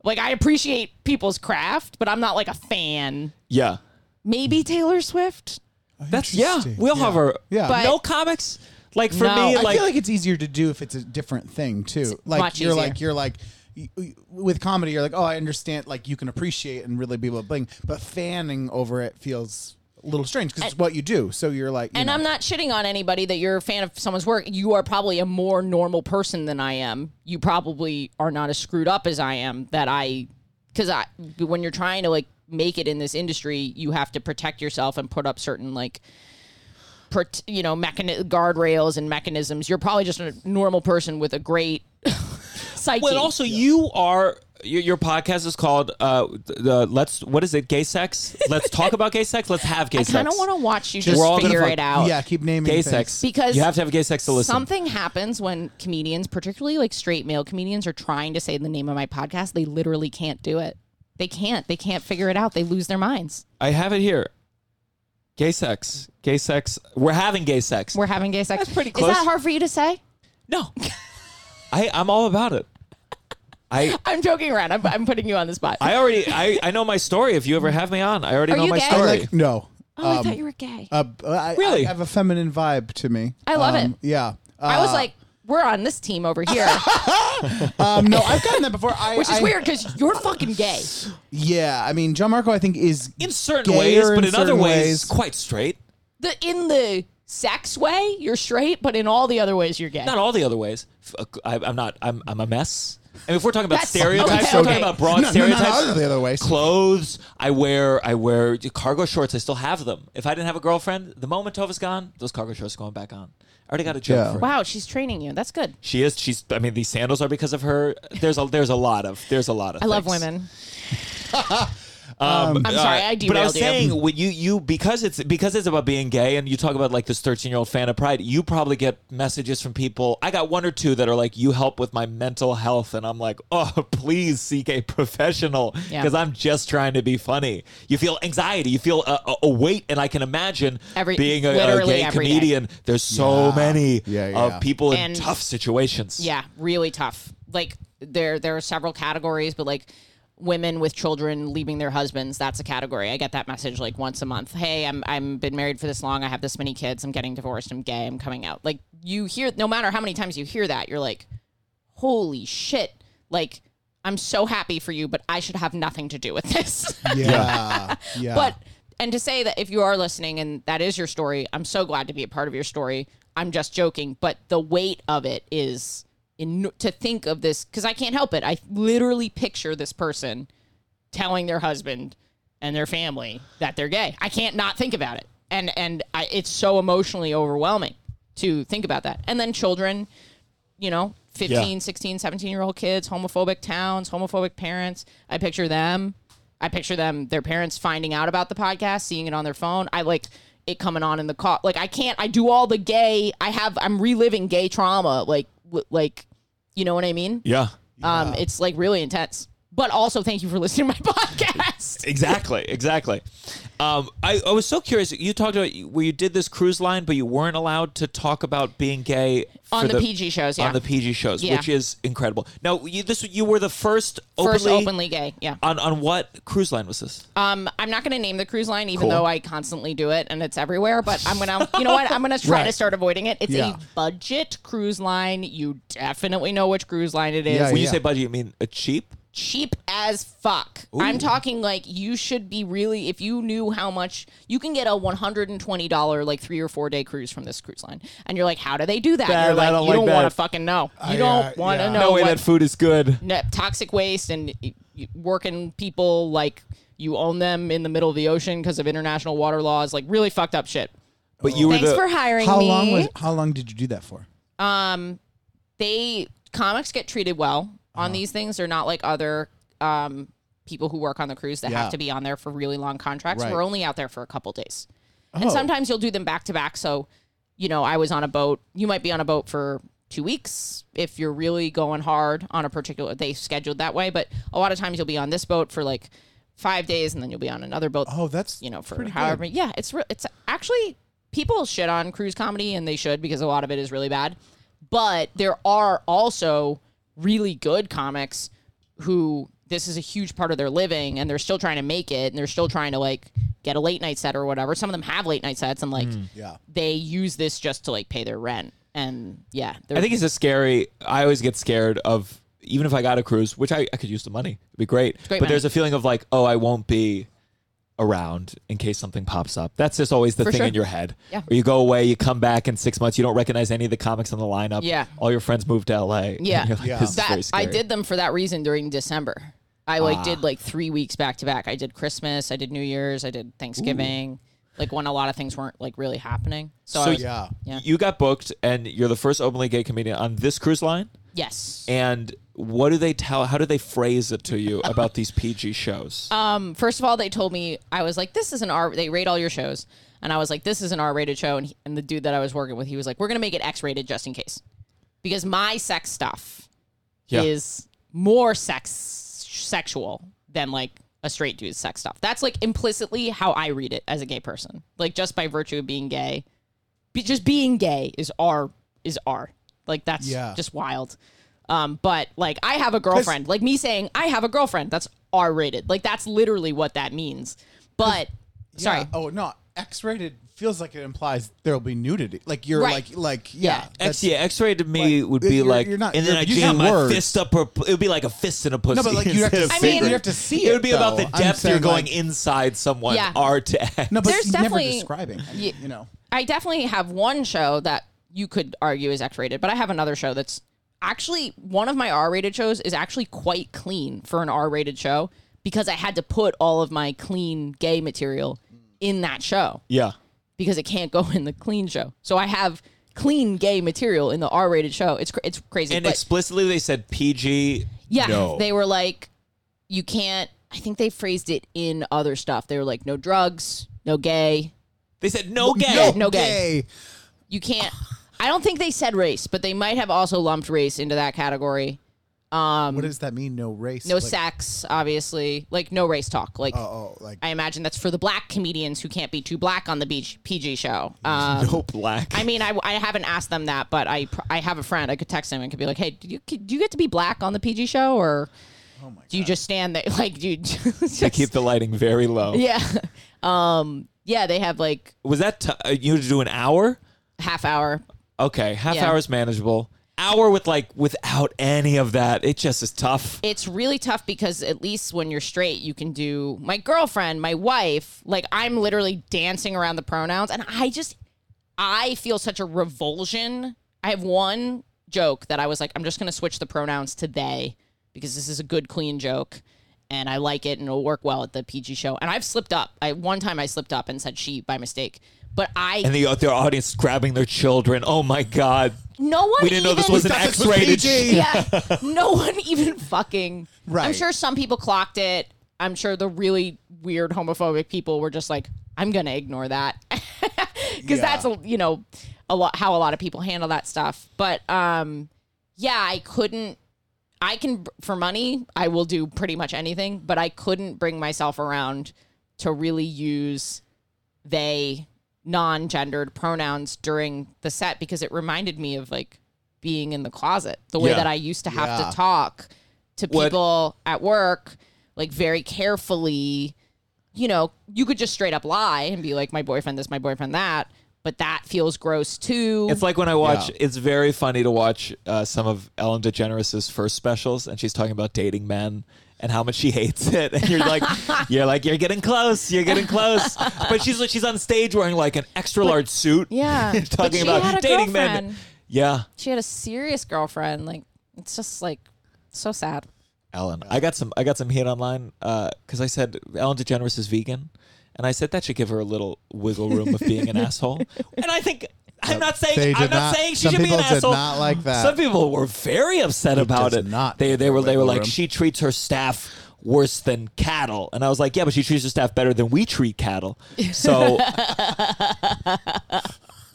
[SPEAKER 2] Like I appreciate people's craft, but I'm not like a fan.
[SPEAKER 1] yeah.
[SPEAKER 2] Maybe Taylor Swift,
[SPEAKER 1] That's yeah. We all have our
[SPEAKER 3] Yeah. But-
[SPEAKER 1] no comics. Like for
[SPEAKER 2] No.
[SPEAKER 1] me,
[SPEAKER 2] I
[SPEAKER 1] like,
[SPEAKER 3] I feel
[SPEAKER 1] like
[SPEAKER 3] like it's easier to do if it's a different thing too. Like
[SPEAKER 2] much
[SPEAKER 3] you're
[SPEAKER 2] easier.
[SPEAKER 3] like you're like y- y- with comedy, you're like, oh, I understand. Like you can appreciate and really be able to bling, but fanning over it feels a little strange because it's what you do. So you're like, you
[SPEAKER 2] and
[SPEAKER 3] know,
[SPEAKER 2] I'm not shitting on anybody that you're a fan of someone's work. You are probably a more normal person than I am. You probably are not as screwed up as I am. That I, because I, when you're trying to like make it in this industry, you have to protect yourself and put up certain like, prot- you know, mechani- guardrails and mechanisms. You're probably just a normal person with a great psyche.
[SPEAKER 1] well, also you are your, your podcast is called uh the let's what is it gay sex? Let's talk about gay sex. Let's have gay
[SPEAKER 2] I
[SPEAKER 1] sex.
[SPEAKER 2] kind of want to watch you just,
[SPEAKER 1] all gonna
[SPEAKER 2] figure
[SPEAKER 1] fuck-
[SPEAKER 2] it out.
[SPEAKER 3] yeah, keep naming
[SPEAKER 1] gay
[SPEAKER 3] things.
[SPEAKER 1] sex
[SPEAKER 2] Because
[SPEAKER 1] you have to have gay sex to listen.
[SPEAKER 2] Something happens when comedians, particularly like straight male comedians, are trying to say the name of my podcast. They literally can't do it. They can't. They can't figure it out. They lose their minds.
[SPEAKER 1] I have it here. Gay sex, gay sex. We're having gay sex.
[SPEAKER 2] We're having gay sex.
[SPEAKER 1] That's pretty
[SPEAKER 2] Is
[SPEAKER 1] close.
[SPEAKER 2] that hard for you to say?
[SPEAKER 1] no, I I'm all about it. I
[SPEAKER 2] I'm joking around. I'm, I'm putting you on the spot.
[SPEAKER 1] I already I I know my story. If you ever have me on, I already
[SPEAKER 2] Are
[SPEAKER 1] know
[SPEAKER 2] you
[SPEAKER 1] my
[SPEAKER 2] gay?
[SPEAKER 1] story.
[SPEAKER 2] Sorry.
[SPEAKER 3] Like no,
[SPEAKER 2] oh, I
[SPEAKER 1] um,
[SPEAKER 2] thought you were gay.
[SPEAKER 3] uh, I,
[SPEAKER 1] Really?
[SPEAKER 3] I have a feminine vibe to me.
[SPEAKER 2] I love
[SPEAKER 3] Um,
[SPEAKER 2] it.
[SPEAKER 3] Yeah,
[SPEAKER 2] I was
[SPEAKER 3] Uh,
[SPEAKER 2] like, we're on this team over here,
[SPEAKER 3] Um, no, I've gotten that before. I,
[SPEAKER 2] which is
[SPEAKER 3] I-
[SPEAKER 2] weird because you're fucking gay.
[SPEAKER 3] Yeah, I mean, John Marco, I think is
[SPEAKER 1] in certain ways,
[SPEAKER 3] gayer
[SPEAKER 1] but in, other
[SPEAKER 3] certain
[SPEAKER 1] ways, quite straight.
[SPEAKER 2] The in the sex way, you're straight, but in all the other ways, you're gay.
[SPEAKER 1] Not all the other ways. F- uh, I, am not. I'm, I'm a mess. And if we're talking about
[SPEAKER 2] That's-
[SPEAKER 1] stereotypes,
[SPEAKER 2] okay,
[SPEAKER 1] we're
[SPEAKER 2] okay.
[SPEAKER 1] talking about broad
[SPEAKER 3] No, no, not
[SPEAKER 1] stereotypes.
[SPEAKER 3] other- the other ways.
[SPEAKER 1] Clothes. I wear. I wear cargo shorts. I still have them. If I didn't have a girlfriend, the moment Tova's gone, those cargo shorts are going back on. I already got a joke
[SPEAKER 3] Yeah.
[SPEAKER 1] for it.
[SPEAKER 2] Wow, she's training you. That's good.
[SPEAKER 1] She is. She's. I mean, these sandals are because of her. There's a. There's a lot of. There's a lot of.
[SPEAKER 2] I love
[SPEAKER 1] things.
[SPEAKER 2] women.
[SPEAKER 1] Um,
[SPEAKER 2] I'm sorry, I
[SPEAKER 1] But I was
[SPEAKER 2] derailed you.
[SPEAKER 1] saying, when you you because it's because it's about being gay, and you talk about like this 13 year old fan of Pride, you probably get messages from people. I got one or two that are like, "You help with my mental health," and I'm like, "Oh, please seek a professional
[SPEAKER 2] Yeah.
[SPEAKER 1] because I'm just trying to be funny." You feel anxiety, you feel a, a, a weight, and I can imagine
[SPEAKER 2] Every-
[SPEAKER 1] being a, a
[SPEAKER 2] literally
[SPEAKER 1] gay
[SPEAKER 2] every day.
[SPEAKER 1] comedian. There's so many
[SPEAKER 3] Yeah, yeah.
[SPEAKER 1] of people in
[SPEAKER 2] And-
[SPEAKER 1] tough situations.
[SPEAKER 2] Yeah, really tough. Like there there are several categories, but like women with children leaving their husbands, that's a category. I get that message like once a month. Hey, I'm I'm been married for this long, I have this many kids, I'm getting divorced, I'm gay, I'm coming out. Like you hear no matter how many times you hear that, you're like, Holy shit. Like I'm so happy for you, but I should have nothing to do with this.
[SPEAKER 3] Yeah, yeah.
[SPEAKER 2] But and to say that if you are listening and that is your story, I'm so glad to be a part of your story. I'm just joking, but the weight of it is in to think of this because I can't help it. I literally picture this person telling their husband and their family that they're gay. I can't not think about it, and and I, it's so emotionally overwhelming to think about that. And then children, you know, 15, 16, 17 year old kids, homophobic towns, homophobic parents. I picture them. I picture them, their parents finding out about the podcast, seeing it on their phone. I like it coming on in the car. Like I can't, I do all the gay, I have, I'm reliving gay trauma. Like, w- like, you know what I mean?
[SPEAKER 1] yeah,
[SPEAKER 2] Um, it's like really intense, but also thank you for listening to my podcast.
[SPEAKER 1] exactly, exactly. Um, I, I was so curious. You talked about where you did this cruise line, but you weren't allowed to talk about being gay
[SPEAKER 2] On
[SPEAKER 1] for
[SPEAKER 2] the PG shows, yeah.
[SPEAKER 1] on the PG shows,
[SPEAKER 2] Yeah.
[SPEAKER 1] which is incredible. Now, you, this you were the first openly, Uh,
[SPEAKER 2] First openly gay. Yeah.
[SPEAKER 1] on on what cruise line was this?
[SPEAKER 2] Um, I'm not going to name the cruise line,
[SPEAKER 1] Cool.
[SPEAKER 2] even though I constantly do it and it's everywhere. But I'm gonna, you know what? I'm gonna try to start avoiding it. It's
[SPEAKER 3] Yeah.
[SPEAKER 2] a budget cruise line. You definitely know which cruise line it is.
[SPEAKER 3] Yeah,
[SPEAKER 1] when you
[SPEAKER 3] yeah.
[SPEAKER 1] say budget, you mean a cheap?
[SPEAKER 2] Cheap as fuck. I'm talking like you should be really. If you knew how much you can get a 120 dollar like three or four day cruise from this cruise line, and you're like, how do they do that?
[SPEAKER 1] Bad,
[SPEAKER 2] And you're
[SPEAKER 1] I
[SPEAKER 2] like,
[SPEAKER 1] don't
[SPEAKER 2] you
[SPEAKER 1] like
[SPEAKER 2] don't want to
[SPEAKER 1] that.
[SPEAKER 2] fucking know. You
[SPEAKER 3] I,
[SPEAKER 2] don't
[SPEAKER 3] uh,
[SPEAKER 2] want to
[SPEAKER 3] yeah.
[SPEAKER 2] know.
[SPEAKER 1] no way,
[SPEAKER 2] what-
[SPEAKER 1] Oh, that food is good.
[SPEAKER 2] ne- toxic waste and y- y- working people like you own them in the middle of the ocean because of international water laws, like really fucked up shit.
[SPEAKER 1] But you were
[SPEAKER 7] Thanks
[SPEAKER 1] the
[SPEAKER 7] for hiring
[SPEAKER 3] how
[SPEAKER 7] me.
[SPEAKER 3] long was? How long did you do that for?
[SPEAKER 2] They comics get treated well
[SPEAKER 3] Uh-huh.
[SPEAKER 2] on these things. They're not like other um, people who work on the cruise that
[SPEAKER 3] Yeah.
[SPEAKER 2] have to be on there for really long contracts.
[SPEAKER 3] Right. Oh.
[SPEAKER 2] We're only out there for a couple days, and sometimes you'll do them back to back. So, you know, I was on a boat. You might be on a boat for two weeks if you're really going hard on a particular. They scheduled that way, but a lot of times you'll be on this boat for like five days, and then you'll be on another boat.
[SPEAKER 3] Oh, that's
[SPEAKER 2] you know, for
[SPEAKER 3] pretty
[SPEAKER 2] however.
[SPEAKER 3] good.
[SPEAKER 2] Yeah, it's re- it's actually people shit on cruise comedy, and they should because a lot of it is really bad. But there are also really good comics who this is a huge part of their living, and they're still trying to make it, and they're still trying to like get a late night set or whatever. Some of them have late night sets, and like
[SPEAKER 1] Hmm.
[SPEAKER 3] Yeah.
[SPEAKER 2] they use this just to like pay their rent. And yeah, they're-
[SPEAKER 1] I think it's a scary. I always get scared of even if I got a cruise, which I, I could use the money. It'd be great.
[SPEAKER 2] great
[SPEAKER 1] but
[SPEAKER 2] money.
[SPEAKER 1] there's a feeling of like, oh, I won't be around in case something pops up. That's just always the
[SPEAKER 2] For
[SPEAKER 1] thing
[SPEAKER 2] sure.
[SPEAKER 1] in your head.
[SPEAKER 2] Yeah.
[SPEAKER 1] Or you go away, you come back in six months, you don't recognize any of the comics on the lineup.
[SPEAKER 2] Yeah.
[SPEAKER 1] All your friends moved to LA.
[SPEAKER 2] Yeah.
[SPEAKER 1] And you're like,
[SPEAKER 3] Yeah.
[SPEAKER 1] This is very
[SPEAKER 2] that I
[SPEAKER 1] scary.
[SPEAKER 2] did them for that reason during December. I like did like three weeks back to back. I did Christmas, I did New Year's, I did Thanksgiving. Like when a lot of things weren't like really happening. So, I was-
[SPEAKER 3] yeah.
[SPEAKER 2] Yeah.
[SPEAKER 1] You got booked, and you're the first openly gay comedian on this cruise line.
[SPEAKER 2] yes.
[SPEAKER 1] And what do they tell? How do they phrase it to you about these PG shows?
[SPEAKER 2] Um, first of all, they told me I was like, this is an R. They rate all your shows, and I was like, this is an R-rated show. And, he, and the dude that I was working with, he was like, we're gonna make it X-rated just in case, because my sex stuff
[SPEAKER 1] Yeah.
[SPEAKER 2] is more sex sexual than like a straight dude's sex stuff. That's like implicitly how I read it as a gay person, like just by virtue of being gay. Be, just being gay is R is R. Like that's
[SPEAKER 3] Yeah.
[SPEAKER 2] just wild. Um, but like I have a girlfriend. Like me saying I have a girlfriend. That's R rated. Like that's literally what that means. But sorry,
[SPEAKER 3] Yeah. Oh no. X-rated feels like it implies there will be nudity. Like you're
[SPEAKER 2] Right.
[SPEAKER 3] like like yeah.
[SPEAKER 1] X,
[SPEAKER 3] that's-
[SPEAKER 1] yeah, X-ray to me
[SPEAKER 3] like,
[SPEAKER 1] would be
[SPEAKER 3] you're-
[SPEAKER 1] like,
[SPEAKER 3] you're not-
[SPEAKER 1] and then
[SPEAKER 3] you're
[SPEAKER 1] I
[SPEAKER 3] using
[SPEAKER 1] jam my
[SPEAKER 3] words.
[SPEAKER 1] fist up her. It would be like a fist in a pussy.
[SPEAKER 3] No, but, like, you'd have to
[SPEAKER 1] instead of
[SPEAKER 3] see
[SPEAKER 2] it.
[SPEAKER 1] finger.
[SPEAKER 2] You'd
[SPEAKER 3] have to see
[SPEAKER 1] It
[SPEAKER 3] it,
[SPEAKER 1] would be about
[SPEAKER 3] though.
[SPEAKER 1] the
[SPEAKER 3] I'm
[SPEAKER 1] depth you're
[SPEAKER 3] saying,
[SPEAKER 1] going
[SPEAKER 3] like-
[SPEAKER 1] inside someone.
[SPEAKER 2] Yeah.
[SPEAKER 1] R to X.
[SPEAKER 3] No, but
[SPEAKER 2] There's
[SPEAKER 3] he's never
[SPEAKER 2] definitely-
[SPEAKER 3] describing. I mean,
[SPEAKER 2] Ye-
[SPEAKER 3] you know,
[SPEAKER 2] I definitely have one show that you could argue is X-rated, but I have another show that's actually one of my R-rated shows is actually quite clean for an R-rated show because I had to put all of my clean gay material in that show
[SPEAKER 1] yeah.
[SPEAKER 2] because it can't go in the clean show. So I have clean gay material in the R-rated show. It's cr- it's crazy.
[SPEAKER 1] And
[SPEAKER 2] but-
[SPEAKER 1] explicitly they said PG.
[SPEAKER 2] yeah,
[SPEAKER 1] no.
[SPEAKER 2] they were like, you can't. I think they phrased it in other stuff. They were like, no drugs, no gay,
[SPEAKER 1] They said no gay.
[SPEAKER 2] no, no gay.
[SPEAKER 3] hey,
[SPEAKER 2] You can't. I don't think they said race, but they might have also lumped race into that category. Um,
[SPEAKER 3] what does that mean? No race.
[SPEAKER 2] no
[SPEAKER 3] like,
[SPEAKER 2] sex, obviously. Like no race talk. Like
[SPEAKER 3] Oh, like
[SPEAKER 2] I imagine that's for the black comedians who can't be too black on the beach PG show. Um,
[SPEAKER 1] No black.
[SPEAKER 2] I mean, I, I haven't asked them that, but I pr- I have a friend. I could text him and could be like, hey, do you do you get to be black on the PG show or
[SPEAKER 3] Oh
[SPEAKER 2] do you just stand there like do you
[SPEAKER 1] They
[SPEAKER 2] just,
[SPEAKER 1] keep the lighting very low.
[SPEAKER 2] yeah um yeah they have like
[SPEAKER 1] Was that t- uh, you had to do an hour?
[SPEAKER 2] half hour
[SPEAKER 1] Okay, half
[SPEAKER 2] Yeah.
[SPEAKER 1] hour is manageable. Hour with like without any of that, it just is tough.
[SPEAKER 2] it's really tough because at least when you're straight, you can do my girlfriend, my wife. Like I'm literally dancing around the pronouns, and I just I feel such a revulsion. I have one joke that I was like, I'm just gonna switch the pronouns to they because this is a good clean joke, and I like it, and it'll work well at the PG show. And I've slipped up. I one time I slipped up and said she by mistake, but I
[SPEAKER 1] And the their audience grabbing their children. Oh my god,
[SPEAKER 2] no one
[SPEAKER 1] we didn't know
[SPEAKER 2] even-
[SPEAKER 1] this was an
[SPEAKER 3] thought this was
[SPEAKER 1] X-rated.
[SPEAKER 3] PG.
[SPEAKER 1] sh-
[SPEAKER 2] yeah. No one even fucking. I'm
[SPEAKER 3] Right.
[SPEAKER 2] sure some people clocked it. I'm sure the really weird homophobic people were just like, I'm gonna ignore that because that's a, you know a lot how a lot of people handle that stuff. But um, yeah, I couldn't. I can for money, I will do pretty much anything, but I couldn't bring myself around to really use they non-gendered pronouns during the set because it reminded me of like being in the closet the way
[SPEAKER 1] Yeah.
[SPEAKER 2] that i used to have to talk to
[SPEAKER 1] What-
[SPEAKER 2] people at work like very carefully you know you could just straight up lie and be like my boyfriend this my boyfriend that but that feels gross too
[SPEAKER 1] It's like when I watch. It's very funny to watch uh, some of Ellen DeGeneres' first specials, and she's talking about dating men and how much she hates it. And you're like, you're like, you're getting close, you're getting close. But she's like, she's on stage wearing like an extra large suit.
[SPEAKER 2] yeah.
[SPEAKER 1] talking
[SPEAKER 2] But she
[SPEAKER 1] about
[SPEAKER 2] had a
[SPEAKER 1] dating men.
[SPEAKER 2] girlfriend.
[SPEAKER 1] Yeah,
[SPEAKER 2] she had a serious girlfriend like it's just like so sad
[SPEAKER 1] Ellen. I got some. I got some hate online because I said Ellen DeGeneres is vegan, and I said that should give her a little wiggle room of being an asshole. And I think. I'm not
[SPEAKER 6] They
[SPEAKER 1] saying
[SPEAKER 6] did
[SPEAKER 1] I'm not,
[SPEAKER 6] not-
[SPEAKER 1] saying she
[SPEAKER 6] some
[SPEAKER 1] should be an
[SPEAKER 6] people did
[SPEAKER 1] asshole.
[SPEAKER 6] not like that.
[SPEAKER 1] Some people were very upset about
[SPEAKER 6] does
[SPEAKER 1] it.
[SPEAKER 6] not
[SPEAKER 1] they
[SPEAKER 6] give
[SPEAKER 1] they
[SPEAKER 6] her
[SPEAKER 1] were they were
[SPEAKER 6] wiggle
[SPEAKER 1] like
[SPEAKER 6] room.
[SPEAKER 1] she treats her staff worse than cattle, and I was like, yeah, but she treats her staff better than we treat cattle. So,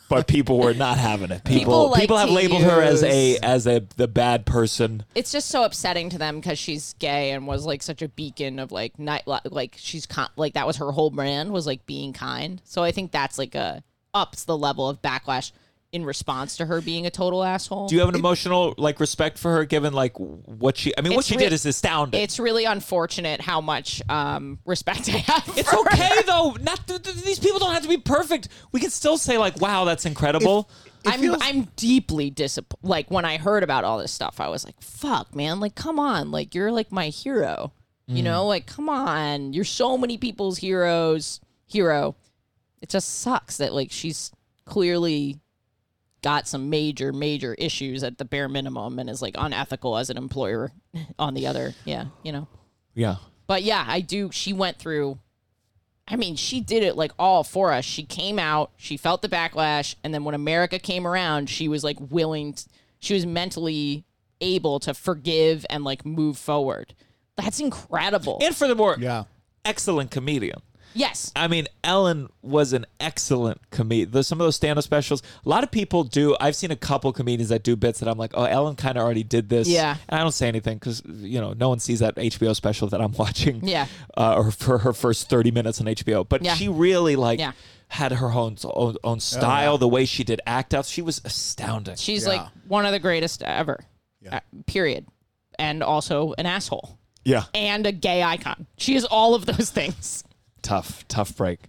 [SPEAKER 1] but people were not having it. People
[SPEAKER 2] People
[SPEAKER 1] people,
[SPEAKER 2] like
[SPEAKER 1] have
[SPEAKER 2] to
[SPEAKER 1] labeled her as a
[SPEAKER 2] use-
[SPEAKER 1] as a the bad person.
[SPEAKER 2] it's just so upsetting to them because she's gay and was like such a beacon of like night li- like she's con- like that was her whole brand was like being kind so i think that's like a ups the level of backlash in response to her being a total asshole
[SPEAKER 1] Do you have an emotional like respect for her, given like what she? I mean, what
[SPEAKER 2] It's
[SPEAKER 1] she
[SPEAKER 2] re-
[SPEAKER 1] did is astounding.
[SPEAKER 2] it's really unfortunate how much um respect i have
[SPEAKER 1] It's
[SPEAKER 2] for her.
[SPEAKER 1] okay though. Not th- th- these people don't have to be perfect. We can still say like, "Wow, that's incredible."
[SPEAKER 2] I'm I'm deeply disappointed. Like when I heard about all this stuff, I was like, "Fuck, man! Like, come on! Like, you're like my hero. You know, like, come on! You're so many people's heroes. Hero. It just sucks that like she's clearly got some major major issues at the bare minimum and is like unethical as an employer. on the other, yeah, you know.
[SPEAKER 1] yeah.
[SPEAKER 2] But yeah, I do. She went through. I mean, she did it like all for us. She came out, she felt the backlash, and then when America came around, she was like willing. t- she was mentally able to forgive and like move forward. That's incredible.
[SPEAKER 1] And furthermore,
[SPEAKER 3] yeah.
[SPEAKER 1] excellent comedian.
[SPEAKER 2] yes,
[SPEAKER 1] I mean, Ellen was an excellent comedian. Some of those stand-up specials, a lot of people do. I've seen a couple comedians that do bits that I'm like, oh, Ellen kind of already did this.
[SPEAKER 2] Yeah.
[SPEAKER 1] And I don't say anything because you know no one sees that HBO special that I'm watching.
[SPEAKER 2] Yeah.
[SPEAKER 1] Uh, or for her first 30 minutes on HBO, but
[SPEAKER 2] Yeah.
[SPEAKER 1] she really like
[SPEAKER 2] Yeah.
[SPEAKER 1] had her own own, own style. The way she did act outs, she was astounding.
[SPEAKER 2] she's like one of the greatest ever. Uh, period. And also an asshole
[SPEAKER 1] yeah.
[SPEAKER 2] and a gay icon. She is all of those things.
[SPEAKER 1] tough, tough break.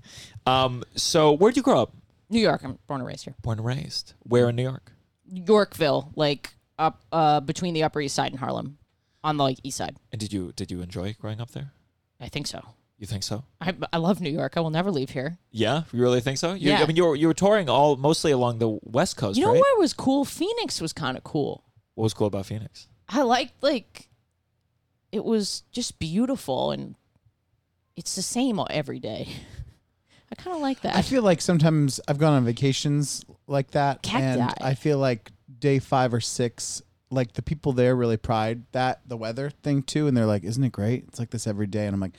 [SPEAKER 1] Um, so where'd you grow up?
[SPEAKER 2] New York. I'm born and raised here.
[SPEAKER 1] Born and raised. Where in New York?
[SPEAKER 2] Yorkville, like up uh, between the Upper East Side and Harlem, on the like East Side.
[SPEAKER 1] And did you did you enjoy growing up there?
[SPEAKER 2] I think so.
[SPEAKER 1] You think so?
[SPEAKER 2] I, I love New York. I will never leave here.
[SPEAKER 1] Yeah, you really think so? You,
[SPEAKER 2] Yeah.
[SPEAKER 1] I mean, you were you were touring all mostly along the West Coast,
[SPEAKER 2] You know
[SPEAKER 1] right?
[SPEAKER 2] where was cool? Phoenix was kind of cool.
[SPEAKER 1] What was cool about Phoenix?
[SPEAKER 2] I liked like it was just beautiful and it's the same every day. I kind of like that.
[SPEAKER 3] I feel like sometimes I've gone on vacations like that, and
[SPEAKER 2] Cacti.
[SPEAKER 3] I feel like day five or six, like the people there really pride that the weather thing too, and they're like, "Isn't it great? It's like this every day." And I'm like,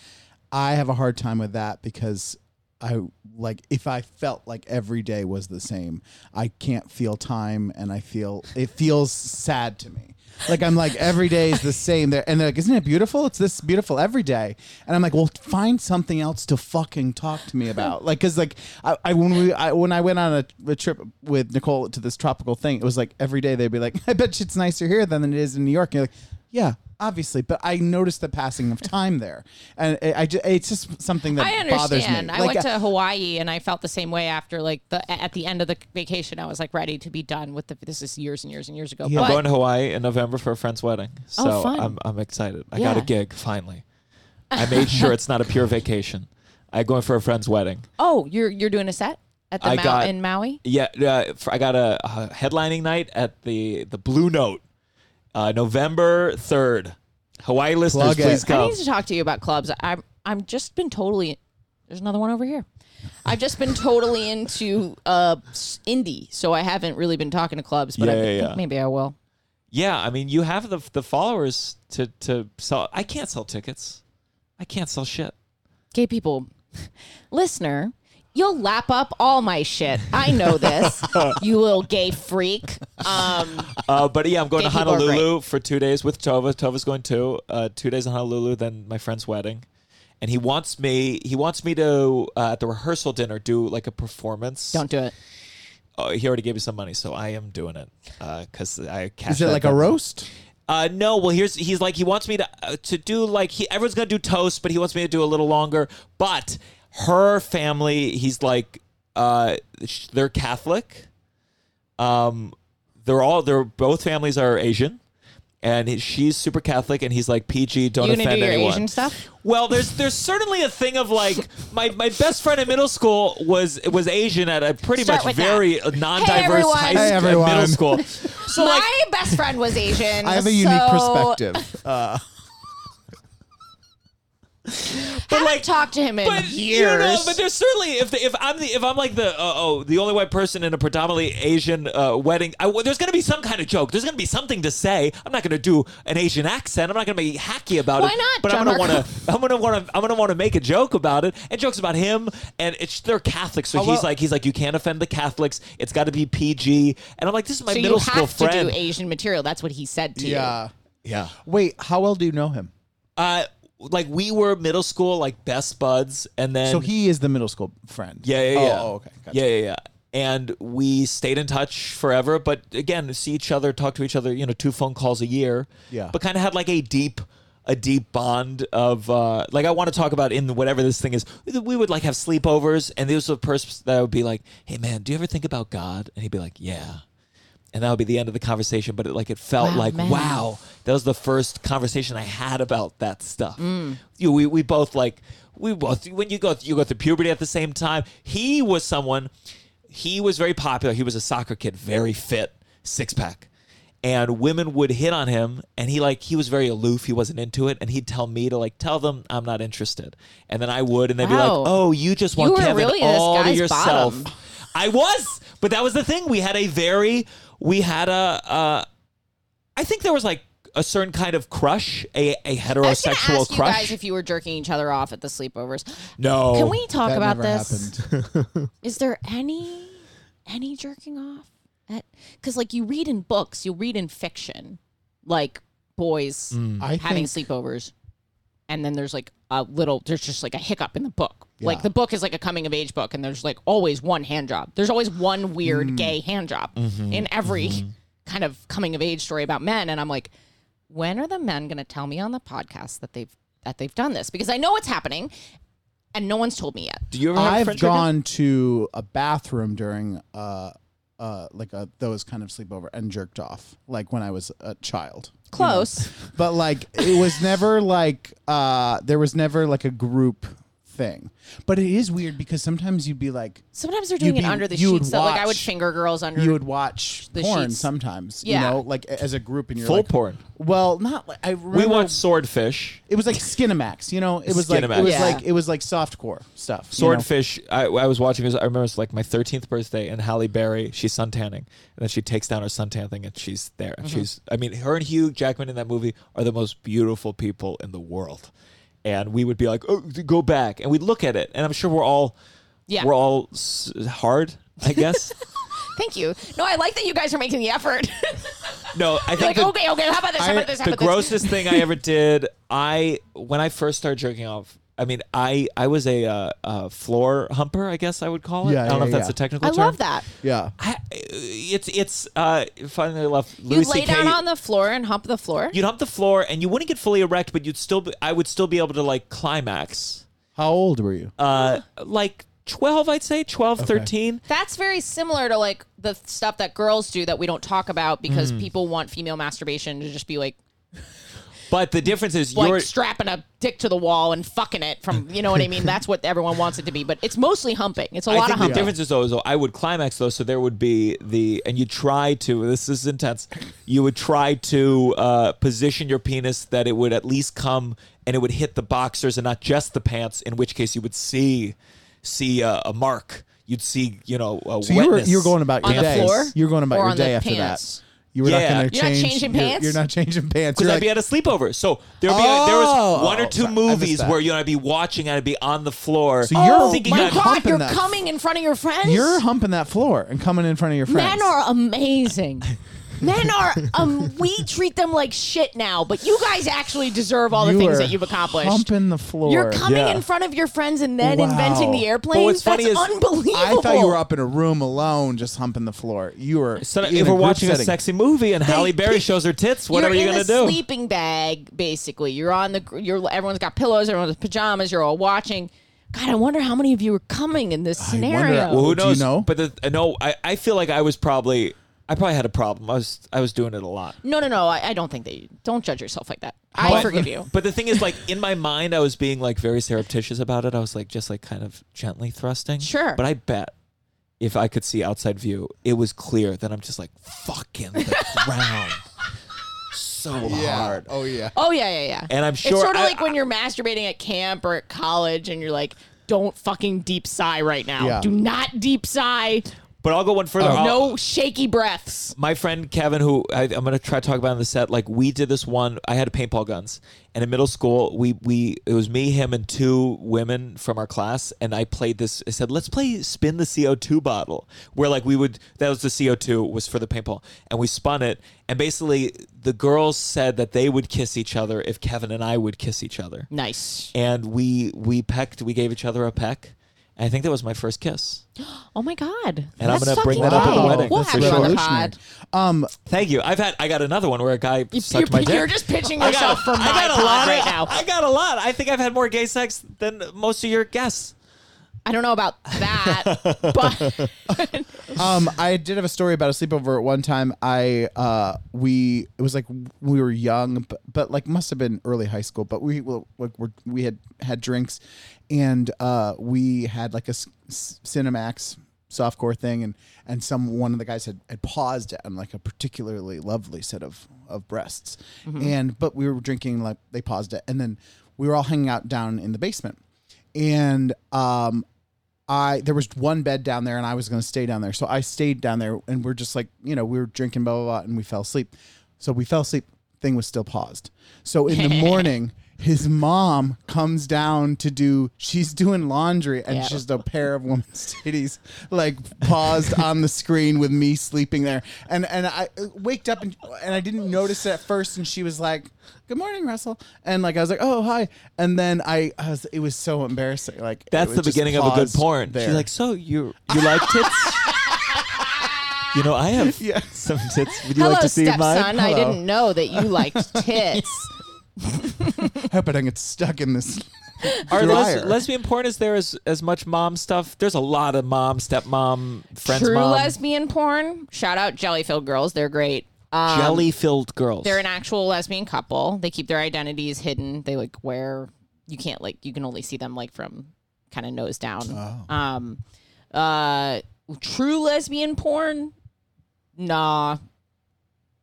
[SPEAKER 3] I have a hard time with that because I like if I felt like every day was the same, I can't feel time, and I feel it feels sad to me. Like I'm like every day is the same there, and they're like, "Isn't it beautiful? It's this beautiful every day." And I'm like, "Well, find something else to fucking talk to me about." Like, cause like I, I when we I, when I went on a, a trip with Nicole to this tropical thing, it was like every day they'd be like, "I bet you it's nicer here than it is in New York." And you're like, "Yeah." Obviously, but I noticed the passing of time there, and I, I ju- it's just something that
[SPEAKER 2] I
[SPEAKER 3] bothers me.
[SPEAKER 2] understand. I
[SPEAKER 3] Like, uh,
[SPEAKER 2] went to Hawaii and I felt the same way after like the at the end of the vacation. I was like ready to be done with the. This is years and years and years ago.
[SPEAKER 1] I'm
[SPEAKER 2] but
[SPEAKER 1] going to Hawaii in November for a friend's wedding, so
[SPEAKER 2] Oh, fun.
[SPEAKER 1] I'm I'm excited. I got
[SPEAKER 2] Yeah.
[SPEAKER 1] a gig finally. I made sure it's not a pure vacation. I'm going for a friend's wedding.
[SPEAKER 2] oh, you're you're doing a set at the
[SPEAKER 1] I
[SPEAKER 2] Mau-
[SPEAKER 1] got-
[SPEAKER 2] in Maui.
[SPEAKER 1] Yeah, uh, for, I got a, a headlining night at the the Blue Note, uh, November third. Hawaii listeners,
[SPEAKER 3] Plug it.
[SPEAKER 1] please
[SPEAKER 2] I
[SPEAKER 1] come.
[SPEAKER 2] need to talk to you about clubs. I'm I'm just been totally. There's another one over here. I've just been totally into uh s- indie, so I haven't really been talking to clubs, but I
[SPEAKER 1] Yeah, yeah,
[SPEAKER 2] think
[SPEAKER 1] yeah.
[SPEAKER 2] maybe I will.
[SPEAKER 1] Yeah, I mean, you have the the followers to to sell. I can't sell tickets. I can't sell shit.
[SPEAKER 2] gay people listener you'll lap up all my shit i know this you little gay freak um
[SPEAKER 1] Uh, but yeah, I'm going
[SPEAKER 2] Gay
[SPEAKER 1] to
[SPEAKER 2] people are
[SPEAKER 1] Honolulu for two days with Tova. Tova's going too. Uh, two days in Honolulu, then my friend's wedding, and he wants me. He wants me to uh, at the rehearsal dinner do like a performance.
[SPEAKER 2] don't do it
[SPEAKER 1] Uh, he already gave me some money, so I am doing it because I cashed.
[SPEAKER 3] is it
[SPEAKER 1] that
[SPEAKER 3] like a
[SPEAKER 1] bet.
[SPEAKER 3] roast?
[SPEAKER 1] Uh, no, well, here's he's like he wants me to uh, to do like he, everyone's gonna do toast, but he wants me to do a little longer. But her family, he's like, uh, sh- they're Catholic. Um, they're all they're both families are Asian, and he, she's super Catholic, and he's like PG, don't
[SPEAKER 2] you gonna
[SPEAKER 1] offend
[SPEAKER 2] do your
[SPEAKER 1] anyone.
[SPEAKER 2] asian stuff
[SPEAKER 1] Well, there's there's certainly a thing of like my, my best friend in middle school was was Asian at a pretty
[SPEAKER 2] Start
[SPEAKER 1] much
[SPEAKER 2] with
[SPEAKER 1] very non-diverse
[SPEAKER 2] everyone.
[SPEAKER 1] high
[SPEAKER 2] Hey,
[SPEAKER 1] school
[SPEAKER 3] everyone.
[SPEAKER 1] middle school. So like
[SPEAKER 2] my best friend was asian
[SPEAKER 3] I have a unique
[SPEAKER 2] so
[SPEAKER 3] perspective.
[SPEAKER 2] haven't
[SPEAKER 1] like-
[SPEAKER 2] talked to him in
[SPEAKER 1] you
[SPEAKER 2] years
[SPEAKER 1] know, but there's certainly if the, if I'm the if I'm like the uh, oh the only white person in a predominantly Asian uh, wedding, I, well, there's going to be some kind of joke. There's going to be something to say. I'm not going to do an Asian accent. I'm not going to be hacky about
[SPEAKER 2] Why
[SPEAKER 1] it.
[SPEAKER 2] not,
[SPEAKER 1] But I'm
[SPEAKER 2] John
[SPEAKER 1] going to want
[SPEAKER 2] Marco?
[SPEAKER 1] to I'm going to want to I'm going to want to make a joke about it and jokes about him and it's they're Catholic, so he's
[SPEAKER 3] Oh, well-
[SPEAKER 1] like he's like you can't offend the Catholics. It's got to be PG. And I'm like this is my
[SPEAKER 2] so
[SPEAKER 1] middle
[SPEAKER 2] you
[SPEAKER 1] school
[SPEAKER 2] have to
[SPEAKER 1] friend.
[SPEAKER 2] do asian material that's what he said to you
[SPEAKER 3] yeah.
[SPEAKER 1] yeah.
[SPEAKER 3] Wait, how well do you know him?
[SPEAKER 1] Uh, like we were middle school like best buds, and then
[SPEAKER 3] So he is the middle school friend.
[SPEAKER 1] Yeah, yeah,
[SPEAKER 3] Oh,
[SPEAKER 1] yeah.
[SPEAKER 3] oh, okay. Gotcha.
[SPEAKER 1] Yeah, yeah, yeah. And we stayed in touch forever, but again, see each other, talk to each other, you know, two phone calls a year.
[SPEAKER 3] Yeah.
[SPEAKER 1] But kind of had like a deep, a deep bond of uh, like I want to talk about in whatever this thing is. We would like have sleepovers, and there was a person that would be like, "Hey, man, do you ever think about God?" And he'd be like, "Yeah." And that would be the end of the conversation. But it like it felt
[SPEAKER 2] Wow,
[SPEAKER 1] like,
[SPEAKER 2] man.
[SPEAKER 1] wow, that was the first conversation I had about that stuff.
[SPEAKER 2] Mm.
[SPEAKER 1] You, we, we both like we both when you go you go through puberty at the same time. He was someone. He was very popular. He was a soccer kid, very fit, six pack, and women would hit on him. And he like he was very aloof. He wasn't into it. And he'd tell me to like tell them I'm not interested. And then I would, and they'd be
[SPEAKER 2] Wow.
[SPEAKER 1] like, "Oh, you just want
[SPEAKER 2] You were
[SPEAKER 1] Kevin
[SPEAKER 2] really this
[SPEAKER 1] all to
[SPEAKER 2] guy's
[SPEAKER 1] yourself."
[SPEAKER 2] bottom.
[SPEAKER 1] I was, but that was the thing. We had a very, we had a, uh, I think there was like a certain kind of crush, a, a
[SPEAKER 2] I was gonna
[SPEAKER 1] heterosexual
[SPEAKER 2] ask you
[SPEAKER 1] crush.
[SPEAKER 2] guys if you were jerking each other off at the sleepovers.
[SPEAKER 1] no,
[SPEAKER 2] Can we talk
[SPEAKER 3] That
[SPEAKER 2] about
[SPEAKER 3] never
[SPEAKER 2] this?
[SPEAKER 3] happened.
[SPEAKER 2] is there any any jerking off at because like you read in books you read in fiction like boys
[SPEAKER 3] I
[SPEAKER 2] having
[SPEAKER 3] think
[SPEAKER 2] sleepovers and then there's like a little there's just like a hiccup in the book like
[SPEAKER 3] Yeah.
[SPEAKER 2] the book is like a coming of age book and there's like always one hand job there's always one
[SPEAKER 3] Mm.
[SPEAKER 2] weird gay hand job
[SPEAKER 3] Mm-hmm.
[SPEAKER 2] in every kind of coming of age story about men and i'm like when are the men going to tell me on the podcast that they've that they've done this because i know it's happening and no one's told me yet.
[SPEAKER 1] Do you ever have
[SPEAKER 3] I've
[SPEAKER 1] French
[SPEAKER 3] gone to a bathroom during uh uh like a those kind of sleepover and jerked off like when I was a child. you know?
[SPEAKER 2] Close.
[SPEAKER 3] But like it was never like uh there was never like a group thing. But it is weird because sometimes you'd be like
[SPEAKER 2] Sometimes they're
[SPEAKER 3] You'd
[SPEAKER 2] doing it
[SPEAKER 3] be-
[SPEAKER 2] under the
[SPEAKER 3] you would
[SPEAKER 2] sheets. Though, like I would
[SPEAKER 3] watch-
[SPEAKER 2] finger girls under.
[SPEAKER 3] you would watch
[SPEAKER 2] The
[SPEAKER 3] porn
[SPEAKER 2] sheets.
[SPEAKER 3] sometimes,
[SPEAKER 2] Yeah.
[SPEAKER 3] you know, like a- as a group and you're
[SPEAKER 1] Full
[SPEAKER 3] like,
[SPEAKER 1] porn.
[SPEAKER 3] Well, not like I remember
[SPEAKER 1] We watch Swordfish.
[SPEAKER 3] it was like Skinamax, you know. It was like
[SPEAKER 1] Skinamax.
[SPEAKER 3] it was
[SPEAKER 2] Yeah.
[SPEAKER 3] like it was like softcore stuff. you know?
[SPEAKER 1] Swordfish. I, I was watching this. I remember it's like my 13th birthday, and Halle Berry. She's suntanning, and then she takes down her suntan thing, and she's there. And She's. I mean, her and Hugh Jackman in that movie are the most beautiful people in the world. And we would be like, "Oh, go back," and we'd look at it, and I'm sure we're all,
[SPEAKER 2] Yeah.
[SPEAKER 1] we're all s- hard, I guess.
[SPEAKER 2] Thank you. No, I like that you guys are making the effort.
[SPEAKER 1] no, I
[SPEAKER 2] like "Oh,
[SPEAKER 1] think the-
[SPEAKER 2] okay, okay. How about this? How
[SPEAKER 1] I-
[SPEAKER 2] about this? How
[SPEAKER 1] the
[SPEAKER 2] about this?
[SPEAKER 1] grossest thing I ever did, I when I first started jerking off. I mean, I I was a, uh, uh floor humper, I guess I would call it.
[SPEAKER 3] Yeah,
[SPEAKER 1] I don't know
[SPEAKER 3] yeah,
[SPEAKER 1] if that's
[SPEAKER 3] yeah.
[SPEAKER 1] a technical
[SPEAKER 2] I
[SPEAKER 1] term.
[SPEAKER 2] love that.
[SPEAKER 3] yeah.
[SPEAKER 1] I, it's it's uh finally left
[SPEAKER 2] You
[SPEAKER 1] Louis
[SPEAKER 2] lay
[SPEAKER 1] CK
[SPEAKER 2] down on the floor and hump the floor.
[SPEAKER 1] you'd hump the floor and you wouldn't get fully erect, but you'd still be, I would still be able to like climax.
[SPEAKER 3] How old were you?
[SPEAKER 1] Uh, like. 12 i'd say 12 13
[SPEAKER 2] That's very similar to like the stuff that girls do that we don't talk about because
[SPEAKER 3] Hmm.
[SPEAKER 2] people want female masturbation to just be like
[SPEAKER 1] but the difference is
[SPEAKER 2] like
[SPEAKER 1] you're
[SPEAKER 2] strapping a dick to the wall and fucking it from you know what I mean. That's what everyone wants it to be, but it's mostly humping. It's a
[SPEAKER 1] I
[SPEAKER 2] lot of
[SPEAKER 1] think the
[SPEAKER 2] humping.
[SPEAKER 1] difference is though, is though I would climax though, so there would be the and you try to this is intense. You would try to uh, position your penis that it would at least come and it would hit the boxers and not just the pants. In which case, you would see see uh, a mark. You'd see you know a
[SPEAKER 3] So you were
[SPEAKER 1] wetness.
[SPEAKER 3] you were going about your
[SPEAKER 2] On the
[SPEAKER 3] day.
[SPEAKER 2] floor
[SPEAKER 3] You were going about
[SPEAKER 2] or
[SPEAKER 3] your
[SPEAKER 2] on the
[SPEAKER 3] day after
[SPEAKER 2] pants?
[SPEAKER 3] that. You were
[SPEAKER 1] Yeah.
[SPEAKER 3] not going to
[SPEAKER 2] You're not
[SPEAKER 3] change.
[SPEAKER 2] changing
[SPEAKER 3] you're-
[SPEAKER 2] pants?
[SPEAKER 3] You're, not changing pants.
[SPEAKER 1] Because
[SPEAKER 3] You're
[SPEAKER 1] I'd be
[SPEAKER 3] like,
[SPEAKER 1] at a sleepover, so there'd be a, there
[SPEAKER 3] Oh!
[SPEAKER 1] was one or two
[SPEAKER 3] Sorry, I missed
[SPEAKER 1] movies
[SPEAKER 3] that.
[SPEAKER 1] where you know I'd be watching and I'd be on the floor.
[SPEAKER 3] So you're-
[SPEAKER 1] I'm thinking
[SPEAKER 3] my
[SPEAKER 1] about-
[SPEAKER 3] God,
[SPEAKER 2] Oh God,
[SPEAKER 3] humping
[SPEAKER 2] you're
[SPEAKER 3] that.
[SPEAKER 2] coming in front of your friends.
[SPEAKER 3] you're humping that floor and coming in front of your friends.
[SPEAKER 2] Men are amazing. Men are um we treat them like shit now, but you guys actually deserve all the
[SPEAKER 3] You
[SPEAKER 2] things
[SPEAKER 3] are
[SPEAKER 2] that you've accomplished.
[SPEAKER 3] Humping the floor.
[SPEAKER 2] You're coming
[SPEAKER 1] Yeah.
[SPEAKER 2] in front of your friends and then
[SPEAKER 3] Wow.
[SPEAKER 2] inventing the airplane.
[SPEAKER 1] But what's funny
[SPEAKER 2] That's
[SPEAKER 1] is-
[SPEAKER 2] unbelievable.
[SPEAKER 3] I thought you were up in a room alone, just humping the floor. You were.
[SPEAKER 1] So
[SPEAKER 3] in
[SPEAKER 1] if
[SPEAKER 3] a
[SPEAKER 1] we're
[SPEAKER 3] group
[SPEAKER 1] watching
[SPEAKER 3] setting.
[SPEAKER 1] a sexy movie and Halle Berry shows her tits, what
[SPEAKER 2] you're
[SPEAKER 1] are you
[SPEAKER 2] in
[SPEAKER 1] gonna
[SPEAKER 2] a
[SPEAKER 1] do?
[SPEAKER 2] sleeping bag, basically. You're on the. You're everyone's got pillows. Everyone's pajamas. You're all watching. God, I wonder how many of you are coming in this
[SPEAKER 3] wonder-
[SPEAKER 2] scenario.
[SPEAKER 1] Well, who
[SPEAKER 3] Oh, Do you
[SPEAKER 1] knows?
[SPEAKER 3] know?
[SPEAKER 1] But the, uh, no, I, I feel like I was probably I probably had a problem. I was I was doing it a lot.
[SPEAKER 2] no, no, no. I, I don't think that. You, don't judge yourself like that. I
[SPEAKER 1] But-
[SPEAKER 2] forgive you.
[SPEAKER 1] But the thing is, like in my mind, I was being like very surreptitious about it. I was like just like kind of gently thrusting.
[SPEAKER 2] Sure.
[SPEAKER 1] But I bet if I could see outside view, it was clear that I'm just like fucking the ground so
[SPEAKER 3] Yeah.
[SPEAKER 1] hard.
[SPEAKER 3] Oh yeah.
[SPEAKER 2] Oh yeah, yeah, yeah.
[SPEAKER 1] And I'm sure
[SPEAKER 2] it's sort of
[SPEAKER 1] I-
[SPEAKER 2] like when you're masturbating at camp or at college, and you're like, "Don't fucking deep sigh right now.
[SPEAKER 3] Yeah.
[SPEAKER 2] Do not deep sigh.
[SPEAKER 1] But I'll go one
[SPEAKER 3] Oh.
[SPEAKER 1] further. I'll-
[SPEAKER 2] No shaky breaths."
[SPEAKER 1] my friend Kevin, who I, I'm gonna try to talk about in the set, like we did this one. I had paintball guns, and in middle school, we we it was me, him, and two women from our class, and I played this. I said, let's play spin the CO2 bottle, where like we would that was the CO2 was for the paintball, and we spun it, and basically the girls said that they would kiss each other if Kevin and I would kiss each other,
[SPEAKER 2] Nice.
[SPEAKER 1] and we we pecked, we gave each other a peck. And I think that was my first kiss.
[SPEAKER 2] Oh my god.
[SPEAKER 1] And I'm
[SPEAKER 2] That's
[SPEAKER 1] gonna bring that
[SPEAKER 2] fucking
[SPEAKER 1] up at the
[SPEAKER 2] great.
[SPEAKER 1] wedding.
[SPEAKER 2] We'll
[SPEAKER 1] That's
[SPEAKER 2] have you on the
[SPEAKER 3] revolutionary. Um,
[SPEAKER 2] pod.
[SPEAKER 1] Thank you. I've had I got another one where a guy
[SPEAKER 2] You're,
[SPEAKER 1] sucked my dick.
[SPEAKER 2] you're just pitching
[SPEAKER 1] I got,
[SPEAKER 2] yourself for
[SPEAKER 1] I
[SPEAKER 2] my
[SPEAKER 1] got
[SPEAKER 2] pod
[SPEAKER 1] a lot
[SPEAKER 2] right
[SPEAKER 1] of-
[SPEAKER 2] now.
[SPEAKER 1] I got a lot. I think I've had more gay sex than most of your guests.
[SPEAKER 2] I don't know about that, but
[SPEAKER 3] Um, I did have a story about a sleepover at one time. I uh, we it was like we were young, but, but like must have been early high school. But we were- like were, we had had drinks, and uh, we had like a s- s- Cinemax softcore thing, and and some one of the guys had, had paused on like a particularly lovely set of of breasts, and but we were drinking like they paused it, and then we were all hanging out down in the basement, and um I there was one bed down there and I was going to stay down there. So I stayed down there and we're just like, you know, we were drinking blah blah blah and we fell asleep. So we fell asleep, thing was still paused. So in the morning, his mom comes down to do she's doing laundry and
[SPEAKER 2] Yeah.
[SPEAKER 3] she's just a pair of women's titties like paused on the screen with me sleeping there. And and I uh, waked up and and I didn't notice it at first and she was like, "Good morning, Russell." And like I was like, "Oh, hi." And then I, I was it was so embarrassing. Like it
[SPEAKER 1] That's
[SPEAKER 3] was
[SPEAKER 1] the
[SPEAKER 3] just
[SPEAKER 1] beginning of a good
[SPEAKER 3] paused
[SPEAKER 1] porn.
[SPEAKER 3] there.
[SPEAKER 1] She's like, so you you like tits? you know, I have some tits. Would you
[SPEAKER 2] hello,
[SPEAKER 1] like to see mine?
[SPEAKER 2] stepson. I
[SPEAKER 3] Hello.
[SPEAKER 2] didn't know that you liked tits.
[SPEAKER 3] I hope I don't get stuck in this
[SPEAKER 1] Are les-
[SPEAKER 3] Dryer.
[SPEAKER 1] lesbian porn is there as as much mom stuff? There's a lot of mom, stepmom, friends,
[SPEAKER 2] True
[SPEAKER 1] mom,
[SPEAKER 2] lesbian porn. Shout out Jellyfield Girls. They're great. Um,
[SPEAKER 1] jelly filled girls.
[SPEAKER 2] They're an actual lesbian couple. They keep their identities hidden. They like wear you can't like you can only see them like from kind of nose down. Um uh true lesbian porn? Nah.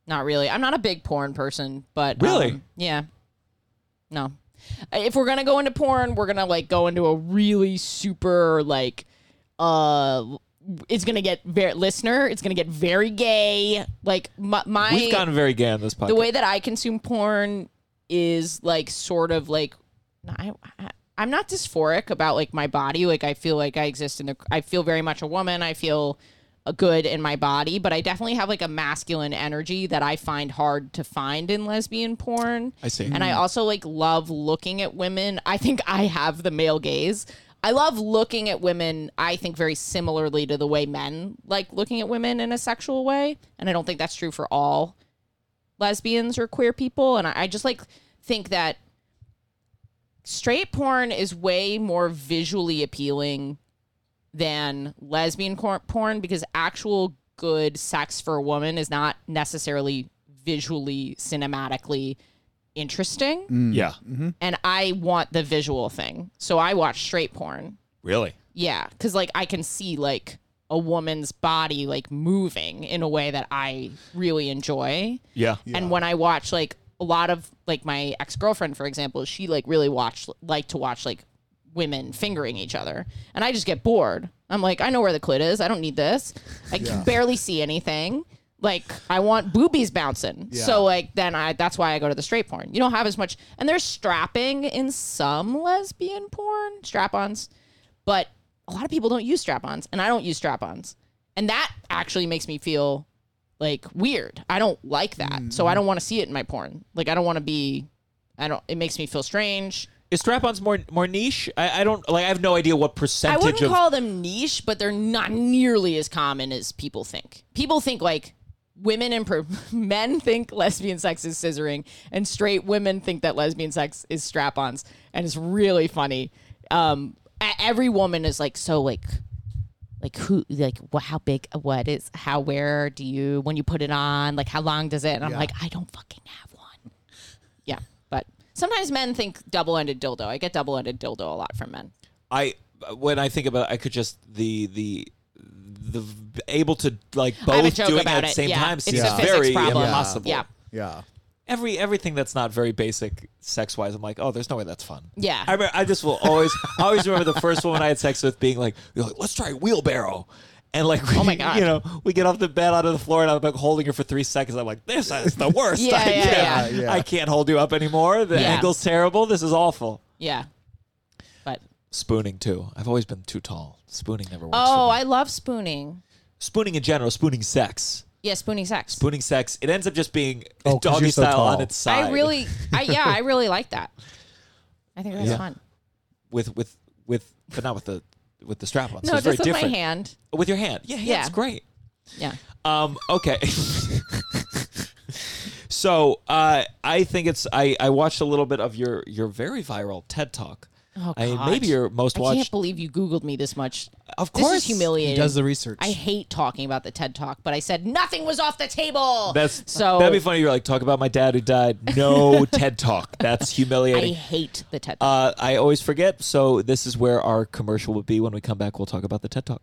[SPEAKER 2] Not really. I'm not a big porn person, but um,
[SPEAKER 1] Really?
[SPEAKER 2] yeah. No. Uh, If we're going to go into porn, we're going to like go into a really super like uh it's going to get very listener, it's going to get very gay. Like my, my
[SPEAKER 1] We've gotten very gay on this podcast.
[SPEAKER 2] the way that I consume porn is like sort of like I, I I'm not dysphoric about like my body. Like I feel like I exist in the I feel very much a woman. I feel uh, good in my body, but I definitely have like a masculine energy that I find hard to find in lesbian porn.
[SPEAKER 6] I see. Mm.
[SPEAKER 2] And I also like love looking at women. I think I have the male gaze. I love looking at women, I think very similarly to the way men like looking at women in a sexual way, and I don't think that's true for all lesbians or queer people and I, I just like think that straight porn is way more visually appealing than lesbian cor- porn because actual good sex for a woman is not necessarily visually cinematically interesting
[SPEAKER 1] yeah,
[SPEAKER 2] and I want the visual thing so I watch straight porn
[SPEAKER 1] really.
[SPEAKER 2] yeah cuz like I can see like a woman's body like moving in a way that I really enjoy
[SPEAKER 1] Yeah.
[SPEAKER 2] and when I watch like a lot of like my ex girlfriend, for example, she like really watched like to watch like women fingering each other, and I just get bored. I'm like, I know where the clit is. I don't need this. I can barely see anything. Like I want boobies bouncing. So like then I that's why I go to the straight porn. You don't have as much, and there's strapping in some lesbian porn strap-ons, but a lot of people don't use strap-ons, and I don't use strap-ons, and that actually makes me feel like weird. I don't like that. So I don't want to see it in my porn. Like I don't want to be I don't it makes me feel strange.
[SPEAKER 1] Is strap-ons more more niche? I, I don't like. I have no idea what
[SPEAKER 2] I
[SPEAKER 1] percentage
[SPEAKER 2] wouldn't
[SPEAKER 1] of
[SPEAKER 2] call them niche, but they're not nearly as common as people think. People think like women and per- men think lesbian sex is scissoring and straight women think that lesbian sex is strap-ons and it's really funny. Um e- every woman is like so like like who like wh- how big what is how where do you when you put it on like how long does it and i'm like i don't fucking have one yeah but sometimes men think double-ended dildo i get double-ended dildo a lot from men
[SPEAKER 1] I when I think about it, I could just the the the v- able to like
[SPEAKER 2] i have a
[SPEAKER 1] both
[SPEAKER 2] joke
[SPEAKER 1] doing
[SPEAKER 2] about
[SPEAKER 1] it at the
[SPEAKER 2] it
[SPEAKER 1] same
[SPEAKER 2] yeah
[SPEAKER 1] time
[SPEAKER 2] it's
[SPEAKER 1] seems
[SPEAKER 2] a physics
[SPEAKER 1] very
[SPEAKER 2] problem
[SPEAKER 1] impossible.
[SPEAKER 2] yeah
[SPEAKER 3] Yeah.
[SPEAKER 1] Every everything that's not very basic sex wise, I'm like, oh, there's no way that's fun.
[SPEAKER 2] Yeah.
[SPEAKER 1] I remember, I just will always I always remember the first woman I had sex with being like, you're like let's try wheelbarrow. And like, we, oh
[SPEAKER 2] my God.
[SPEAKER 1] you know, we get off the bed onto the floor, and I'm like holding her for three seconds. I'm like, this is the worst.
[SPEAKER 2] Yeah,
[SPEAKER 1] I,
[SPEAKER 2] yeah,
[SPEAKER 1] can't,
[SPEAKER 3] yeah.
[SPEAKER 1] I can't hold you up anymore. The
[SPEAKER 2] Yeah.
[SPEAKER 1] angle's terrible. This is awful.
[SPEAKER 2] yeah but
[SPEAKER 1] Spooning too. I've always been too tall. Spooning never works.
[SPEAKER 2] oh
[SPEAKER 1] for me.
[SPEAKER 2] i love spooning
[SPEAKER 1] spooning in general, spooning sex,
[SPEAKER 2] yeah spooning sex
[SPEAKER 1] spooning sex. It ends up just being
[SPEAKER 3] Oh, 'cause
[SPEAKER 1] doggy
[SPEAKER 3] you're so
[SPEAKER 1] style
[SPEAKER 3] tall.
[SPEAKER 1] on its side.
[SPEAKER 2] i really i yeah i really like that i think that's fun
[SPEAKER 1] with with with, but not with the with the strap on.
[SPEAKER 2] no
[SPEAKER 1] so it's
[SPEAKER 2] just with
[SPEAKER 1] very different.
[SPEAKER 2] my hand
[SPEAKER 1] With your hand, yeah, yeah,
[SPEAKER 2] Yeah.
[SPEAKER 1] it's great.
[SPEAKER 2] yeah
[SPEAKER 1] Um, okay. so uh, I think it's I I watched a little bit of your your very viral TED talk.
[SPEAKER 2] Oh,
[SPEAKER 1] I mean,
[SPEAKER 2] God.
[SPEAKER 1] maybe your most
[SPEAKER 2] I can't
[SPEAKER 1] watched.
[SPEAKER 2] believe you Googled me this much.
[SPEAKER 1] Of
[SPEAKER 2] This
[SPEAKER 1] course.
[SPEAKER 2] is humiliating.
[SPEAKER 3] He does the research.
[SPEAKER 2] I hate talking about the TED Talk, but I said nothing was off the table.
[SPEAKER 1] That's
[SPEAKER 2] so
[SPEAKER 1] that'd be funny. You're like talk about my dad who died. No TED talk. That's
[SPEAKER 2] I
[SPEAKER 1] humiliating.
[SPEAKER 2] hate the TED Talk.
[SPEAKER 1] Uh, I always forget. So this is where our commercial will be. When we come back, we'll talk about the TED Talk.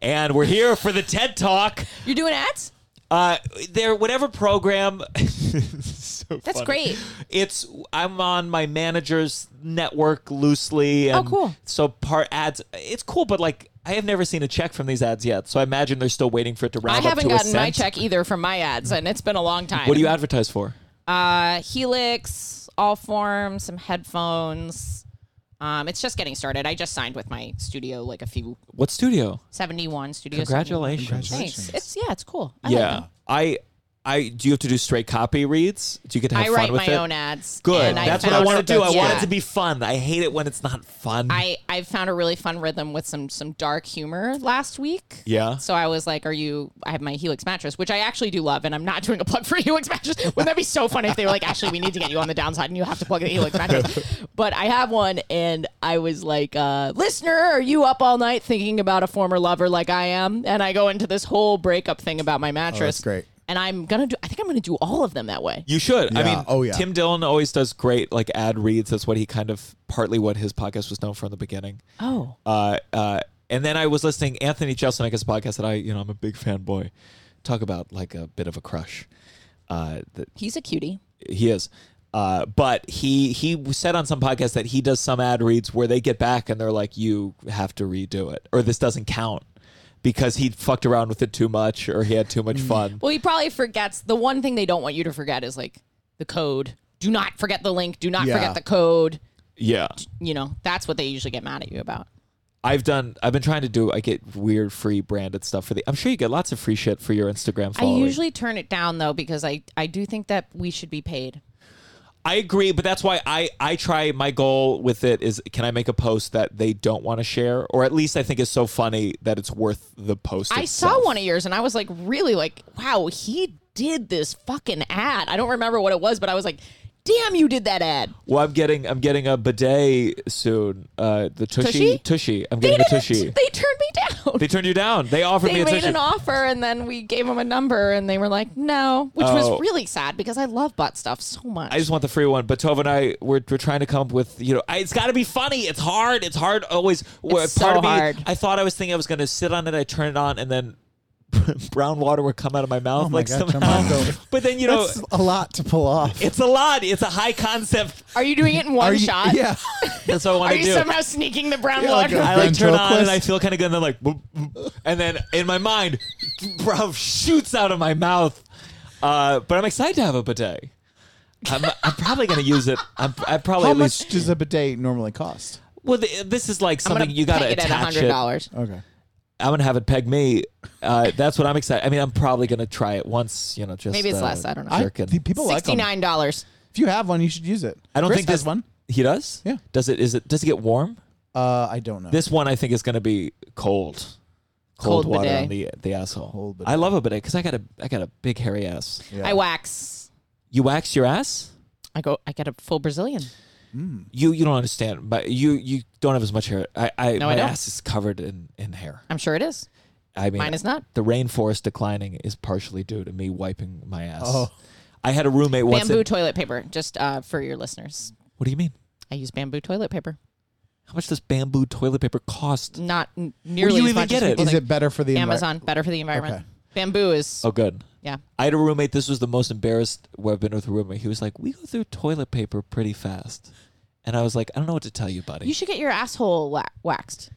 [SPEAKER 1] And we're here for the TED Talk.
[SPEAKER 2] You're doing ads?
[SPEAKER 1] Uh, there, whatever program. so
[SPEAKER 2] That's
[SPEAKER 1] funny.
[SPEAKER 2] great.
[SPEAKER 1] It's I'm on my manager's network loosely. And
[SPEAKER 2] Oh, cool.
[SPEAKER 1] So part ads, it's cool, but like I have never seen a check from these ads yet. So I imagine they're still waiting for it to round
[SPEAKER 2] I
[SPEAKER 1] up
[SPEAKER 2] haven't
[SPEAKER 1] to a
[SPEAKER 2] gotten my
[SPEAKER 1] cent.
[SPEAKER 2] check either from my ads, and it's been a long time.
[SPEAKER 1] What do you advertise for?
[SPEAKER 2] Uh, Helix, All Form, some headphones, Um, it's just getting started. I just signed with my studio like a few
[SPEAKER 1] What studio?
[SPEAKER 2] 71 studio. 71.
[SPEAKER 1] Congratulations.
[SPEAKER 2] Thanks. It's yeah, it's cool. I like
[SPEAKER 1] Yeah.
[SPEAKER 2] them.
[SPEAKER 1] I I do you have to do straight copy reads? Do you get to have
[SPEAKER 2] I
[SPEAKER 1] fun
[SPEAKER 2] write
[SPEAKER 1] with
[SPEAKER 2] my
[SPEAKER 1] it?
[SPEAKER 2] own ads.
[SPEAKER 1] Good.
[SPEAKER 2] and
[SPEAKER 1] That's what I
[SPEAKER 2] found-
[SPEAKER 1] want to do. I want
[SPEAKER 2] Yeah.
[SPEAKER 1] it to be fun. I hate it when it's not fun.
[SPEAKER 2] I I found a really fun rhythm with some some dark humor last week.
[SPEAKER 1] Yeah.
[SPEAKER 2] So I was like, "Are you?" I have my Helix mattress, which I actually do love, and I'm not doing a plug for Helix mattress. Wouldn't that be so funny if they were like, "Actually, we need to get you on the downside, and you have to plug the Helix mattress." but I have one, and I was like, uh, "Listener, are you up all night thinking about a former lover like I am?" And I go into this whole breakup thing about my mattress.
[SPEAKER 3] Oh, great.
[SPEAKER 2] And I'm gonna do. I think I'm gonna do all of them that way.
[SPEAKER 1] you should. I
[SPEAKER 3] Yeah.
[SPEAKER 1] mean,
[SPEAKER 3] Oh, yeah.
[SPEAKER 1] Tim Dillon always does great like ad reads. That's what he kind of partly what his podcast was known for in the beginning.
[SPEAKER 2] Oh.
[SPEAKER 1] uh, uh, and then I was listening Anthony Jeselnik's podcast that I, you know, I'm a big fanboy. Talk about like a bit of a crush. Uh, that
[SPEAKER 2] He's a cutie.
[SPEAKER 1] he is. Uh, but he he said on some podcast that he does some ad reads where they get back and they're like, you have to redo it, or this doesn't count because he fucked around with it too much, or he had too much fun.
[SPEAKER 2] Mm. Well, he probably forgets. The one thing they don't want you to forget is like the code. Do not forget the link. Do not
[SPEAKER 3] Yeah.
[SPEAKER 2] forget the code.
[SPEAKER 1] yeah,
[SPEAKER 2] You know, that's what they usually get mad at you about.
[SPEAKER 1] I've done. I've been trying to do. I get weird free branded stuff for the. I'm sure you get lots of free shit for your Instagram.
[SPEAKER 2] I
[SPEAKER 1] Following.
[SPEAKER 2] usually turn it down though because I I do think that we should be paid.
[SPEAKER 1] I agree, but that's why I I try. My goal with it is, can I make a post that they don't want to share, or at least I think is so funny that it's worth the post.
[SPEAKER 2] I saw one of yours and I was like really like, wow, he did this fucking ad. I don't remember what it was, but I was like, damn, you did that ad.
[SPEAKER 1] Well, I'm getting I'm getting a bidet soon. Uh, the tushy
[SPEAKER 2] Tushy?
[SPEAKER 1] tushy. I'm
[SPEAKER 2] They
[SPEAKER 1] getting a
[SPEAKER 2] didn't-
[SPEAKER 1] tushy.
[SPEAKER 2] They turned me down.
[SPEAKER 1] They turned you down. They offered me
[SPEAKER 2] they
[SPEAKER 1] a
[SPEAKER 2] made
[SPEAKER 1] tushy.
[SPEAKER 2] an offer and then we gave them a number and they were like, no, which
[SPEAKER 1] Oh.
[SPEAKER 2] was really sad because I love butt stuff so much.
[SPEAKER 1] I just want the free one. But Tova and I, we're, we're trying to come up with, you know, I, it's got to be funny. It's hard. It's hard always. Well,
[SPEAKER 2] It's so
[SPEAKER 1] of me,
[SPEAKER 2] hard.
[SPEAKER 1] I thought I was thinking I was going to sit on it. I turn it on and then brown water would come out of my mouth
[SPEAKER 3] Oh my
[SPEAKER 1] like
[SPEAKER 3] God,
[SPEAKER 1] somehow.
[SPEAKER 3] Tomato.
[SPEAKER 1] But then, you know,
[SPEAKER 3] That's a lot to pull off.
[SPEAKER 1] it's a lot. It's a high concept.
[SPEAKER 2] Are you doing it in one
[SPEAKER 3] Are you-
[SPEAKER 2] shot?
[SPEAKER 3] Yeah.
[SPEAKER 1] That's what I want
[SPEAKER 2] Are
[SPEAKER 1] to
[SPEAKER 2] you
[SPEAKER 1] do.
[SPEAKER 2] somehow sneaking the brown
[SPEAKER 3] like
[SPEAKER 2] water?
[SPEAKER 3] a-
[SPEAKER 1] I like turn on and
[SPEAKER 3] Ventriloquist?
[SPEAKER 1] I feel kind of good. And then like, boop, boop, and then in my mind, bro shoots out of my mouth. Uh, but I'm excited to have a bidet. I'm, I'm probably going to use it. I'm, I probably
[SPEAKER 3] How
[SPEAKER 1] at least
[SPEAKER 3] much does a bidet normally cost?
[SPEAKER 1] Well, th- this is like
[SPEAKER 2] I'm
[SPEAKER 1] something
[SPEAKER 2] gonna
[SPEAKER 1] you got to
[SPEAKER 2] peg it at
[SPEAKER 1] attach
[SPEAKER 2] hundred
[SPEAKER 1] it.
[SPEAKER 2] dollars.
[SPEAKER 3] Okay.
[SPEAKER 1] I'm gonna have it peg me. Uh, that's what I'm excited. I mean, I'm probably gonna try it once. You know, just
[SPEAKER 2] Maybe it's
[SPEAKER 1] uh,
[SPEAKER 2] less, I don't know.
[SPEAKER 3] I,
[SPEAKER 1] jerking.
[SPEAKER 3] the people like
[SPEAKER 2] Sixty
[SPEAKER 3] them.
[SPEAKER 2] nine dollars.
[SPEAKER 3] If you have one, you should use it.
[SPEAKER 1] I don't
[SPEAKER 3] Chris
[SPEAKER 1] think
[SPEAKER 3] has
[SPEAKER 1] this
[SPEAKER 3] one.
[SPEAKER 1] He does.
[SPEAKER 3] Yeah.
[SPEAKER 1] Does it? Is it? Does it get warm?
[SPEAKER 3] Uh, I don't know.
[SPEAKER 1] This one I think is gonna be cold. Cold,
[SPEAKER 2] Cold
[SPEAKER 1] water
[SPEAKER 2] bidet.
[SPEAKER 1] on the the asshole.
[SPEAKER 3] Cold bidet.
[SPEAKER 1] I love a bidet because I got a I got a big hairy ass.
[SPEAKER 3] Yeah.
[SPEAKER 2] I wax.
[SPEAKER 1] You wax your ass.
[SPEAKER 2] I go. I get a full Brazilian.
[SPEAKER 1] You you don't understand, but you you don't have as much hair. I, I
[SPEAKER 2] No,
[SPEAKER 1] my
[SPEAKER 2] I don't.
[SPEAKER 1] ass is covered in in hair.
[SPEAKER 2] I'm sure it is.
[SPEAKER 1] I mean,
[SPEAKER 2] Mine is not.
[SPEAKER 1] The rainforest declining is partially due to me wiping my ass.
[SPEAKER 3] Oh.
[SPEAKER 1] I had a roommate once.
[SPEAKER 2] Bamboo
[SPEAKER 1] that-
[SPEAKER 2] toilet paper, just uh, for your listeners.
[SPEAKER 1] what do you mean?
[SPEAKER 2] I use bamboo toilet paper.
[SPEAKER 1] How much does bamboo toilet paper cost?
[SPEAKER 2] Not n- nearly
[SPEAKER 1] you
[SPEAKER 2] as
[SPEAKER 1] even
[SPEAKER 2] much
[SPEAKER 1] get
[SPEAKER 2] as
[SPEAKER 1] it?
[SPEAKER 2] people
[SPEAKER 3] Is
[SPEAKER 2] think.
[SPEAKER 3] it better for the envi-
[SPEAKER 2] Amazon better for the environment.
[SPEAKER 3] Okay.
[SPEAKER 2] Bamboo is
[SPEAKER 1] Oh, good.
[SPEAKER 2] yeah.
[SPEAKER 1] I had a roommate. This was the most embarrassed where I've been with a roommate. He was like, "We go through toilet paper pretty fast," and I was like, "I don't know what to tell you, buddy."
[SPEAKER 2] You should get your asshole wa- waxed.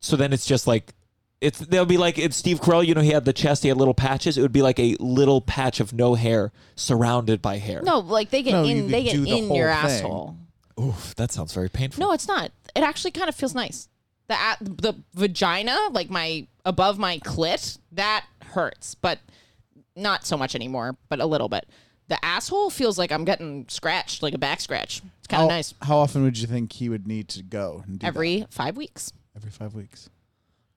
[SPEAKER 1] so then it's just like. It's they'll be like it's Steve Carell, you know he had the chest, he had little patches. It would be like a little patch of no hair surrounded by hair.
[SPEAKER 2] No, like they get
[SPEAKER 3] No, you
[SPEAKER 2] in. They
[SPEAKER 3] could
[SPEAKER 2] get
[SPEAKER 3] do the
[SPEAKER 2] in
[SPEAKER 3] whole
[SPEAKER 2] your
[SPEAKER 3] thing.
[SPEAKER 2] asshole.
[SPEAKER 1] Oof, that sounds very painful.
[SPEAKER 2] No, it's not. It actually kind of feels nice. The a- the vagina, like my above my clit, that hurts, but not so much anymore, but a little bit. The asshole feels like I'm getting scratched, like a back scratch. It's kind
[SPEAKER 3] how,
[SPEAKER 2] of nice.
[SPEAKER 3] How often would you think he would need to go? And Oh. do
[SPEAKER 2] Every five weeks,
[SPEAKER 3] that? every five weeks.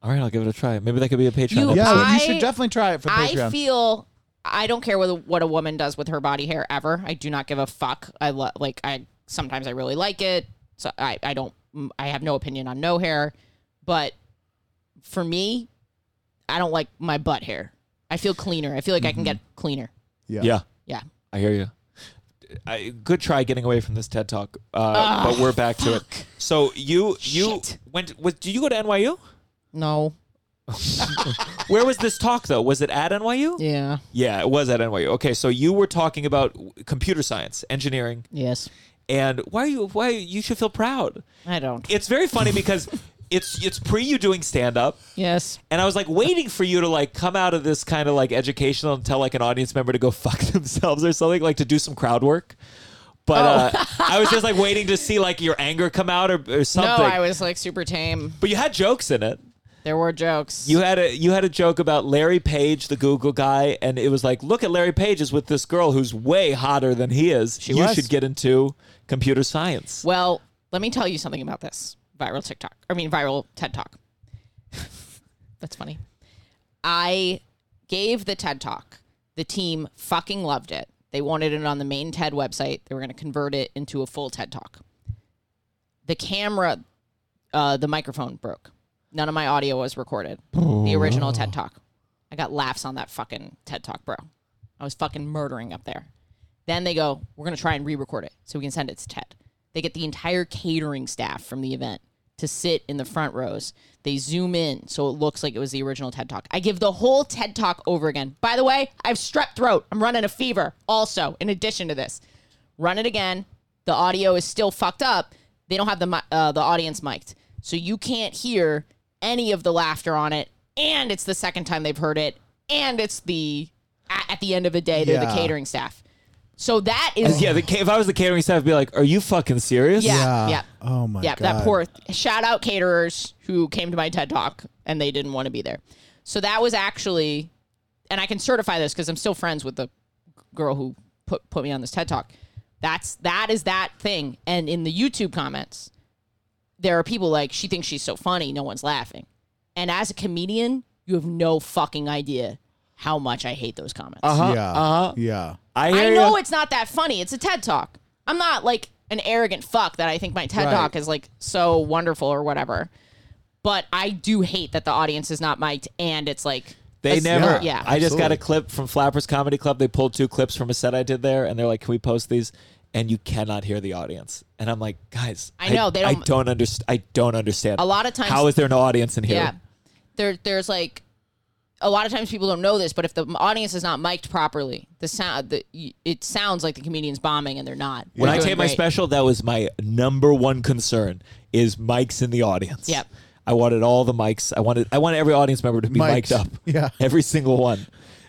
[SPEAKER 1] All right, I'll give it a try. Maybe that could be a Patreon.
[SPEAKER 2] You-
[SPEAKER 1] episode.
[SPEAKER 3] Yeah,
[SPEAKER 2] I-
[SPEAKER 3] you should definitely try it for
[SPEAKER 2] I
[SPEAKER 3] Patreon.
[SPEAKER 2] feel. I don't care what a, what a woman does with her body hair ever. I do not give a fuck. I lo- like. I sometimes I really like it. So I I don't. I have no opinion on no hair, but for me, I don't like my butt hair. I feel cleaner. I feel like I can get cleaner.
[SPEAKER 3] yeah.
[SPEAKER 1] yeah.
[SPEAKER 2] Yeah.
[SPEAKER 1] I hear you. I, good try getting away from this TED talk, uh, but we're back to it. So you you
[SPEAKER 2] Ah, Shit.
[SPEAKER 1] went. Was, did you go to NYU?
[SPEAKER 2] No.
[SPEAKER 1] Where was this talk though? Was it at NYU?
[SPEAKER 2] Yeah.
[SPEAKER 1] Yeah, it was at NYU. Okay, so you were talking about w- computer science, engineering,
[SPEAKER 2] Yes.
[SPEAKER 1] and why you why you should feel proud.
[SPEAKER 2] I don't.
[SPEAKER 1] It's very funny because it's it's pre you doing stand up.
[SPEAKER 2] yes.
[SPEAKER 1] And I was like waiting for you to like come out of this kind of like educational and tell like an audience member to go fuck themselves or something, like to do some crowd work. But uh, I was just like waiting to see like your anger come out or, or
[SPEAKER 2] Oh. No,
[SPEAKER 1] something.
[SPEAKER 2] I was like super tame.
[SPEAKER 1] but you had jokes in it.
[SPEAKER 2] There were jokes.
[SPEAKER 1] You had a you had a joke about Larry Page, the Google guy, and it was like, look at Larry Page is with this girl who's way hotter than he is. you
[SPEAKER 2] was.
[SPEAKER 1] should get into computer science.
[SPEAKER 2] Well, let me tell you something about this viral TikTok. I mean, viral TED Talk. That's funny. I gave the TED Talk. The team fucking loved it. They wanted it on the main TED website. They were going to convert it into a full TED Talk. The camera, uh, the microphone broke. None of my audio was recorded. The original TED Talk. I got laughs on that fucking TED Talk, bro. I was fucking murdering up there. Then they go, we're going to try and re record it so we can send it to TED. They get the entire catering staff from the event to sit in the front rows. They zoom in so it looks like it was the original TED Talk. I give the whole TED Talk over again. By the way, I have strep throat. I'm running a fever also, in addition to this. Run it again. The audio is still fucked up. They don't have the, mi- uh, the audience mic'd. So you can't hear any of the laughter on it. And it's the second time they've heard it. And it's the, at at the end of the day, they're the
[SPEAKER 3] Yeah.
[SPEAKER 2] catering staff. So that is
[SPEAKER 1] yeah, the, ca- if I was the catering staff, I'd be like, are you fucking serious?
[SPEAKER 2] yeah, yeah.
[SPEAKER 3] Yeah. Oh my
[SPEAKER 2] yeah,
[SPEAKER 3] God.
[SPEAKER 2] that poor shout out caterers who came to my TED talk and they didn't want to be there. So that was actually, and I can certify this because I'm still friends with the girl who put put me on this TED talk. That's that is that thing. And in the YouTube comments, there are people like she thinks she's so funny, no one's laughing. And as a comedian, you have no fucking idea how much I hate those comments.
[SPEAKER 3] yeah.
[SPEAKER 1] Uh-huh.
[SPEAKER 3] Yeah.
[SPEAKER 1] I, hear
[SPEAKER 2] I know
[SPEAKER 1] ya.
[SPEAKER 2] it's not that funny. It's a TED talk. I'm not like an arrogant fuck that I think my TED talk is like so wonderful or whatever. But I do hate that the audience is not mic'd and it's like
[SPEAKER 1] They
[SPEAKER 2] it's-
[SPEAKER 1] never.
[SPEAKER 2] Yeah.
[SPEAKER 1] I just got a
[SPEAKER 3] absolutely.
[SPEAKER 1] clip from Flappers Comedy Club. They pulled two clips from a set I did there, and they're like, "Can we post these?" And you cannot hear the audience. And I'm like, guys,
[SPEAKER 2] I know, they
[SPEAKER 1] I
[SPEAKER 2] don't-
[SPEAKER 1] don't understand. I don't understand.
[SPEAKER 2] A lot of times-
[SPEAKER 1] how is there no audience in here?
[SPEAKER 2] yeah. There there's like a lot of times people don't know this, but if the audience is not mic'd properly, the sound the y- it sounds like the comedian's bombing and they're not.
[SPEAKER 1] When
[SPEAKER 2] They're
[SPEAKER 1] I
[SPEAKER 2] doing
[SPEAKER 1] taped my
[SPEAKER 2] great.
[SPEAKER 1] special, that was my number one concern: is mics in the audience.
[SPEAKER 2] Yep.
[SPEAKER 1] I wanted all the mics. I wanted I wanted every audience member to be
[SPEAKER 3] Mics.
[SPEAKER 1] mic'd up.
[SPEAKER 3] Yeah.
[SPEAKER 1] Every single one.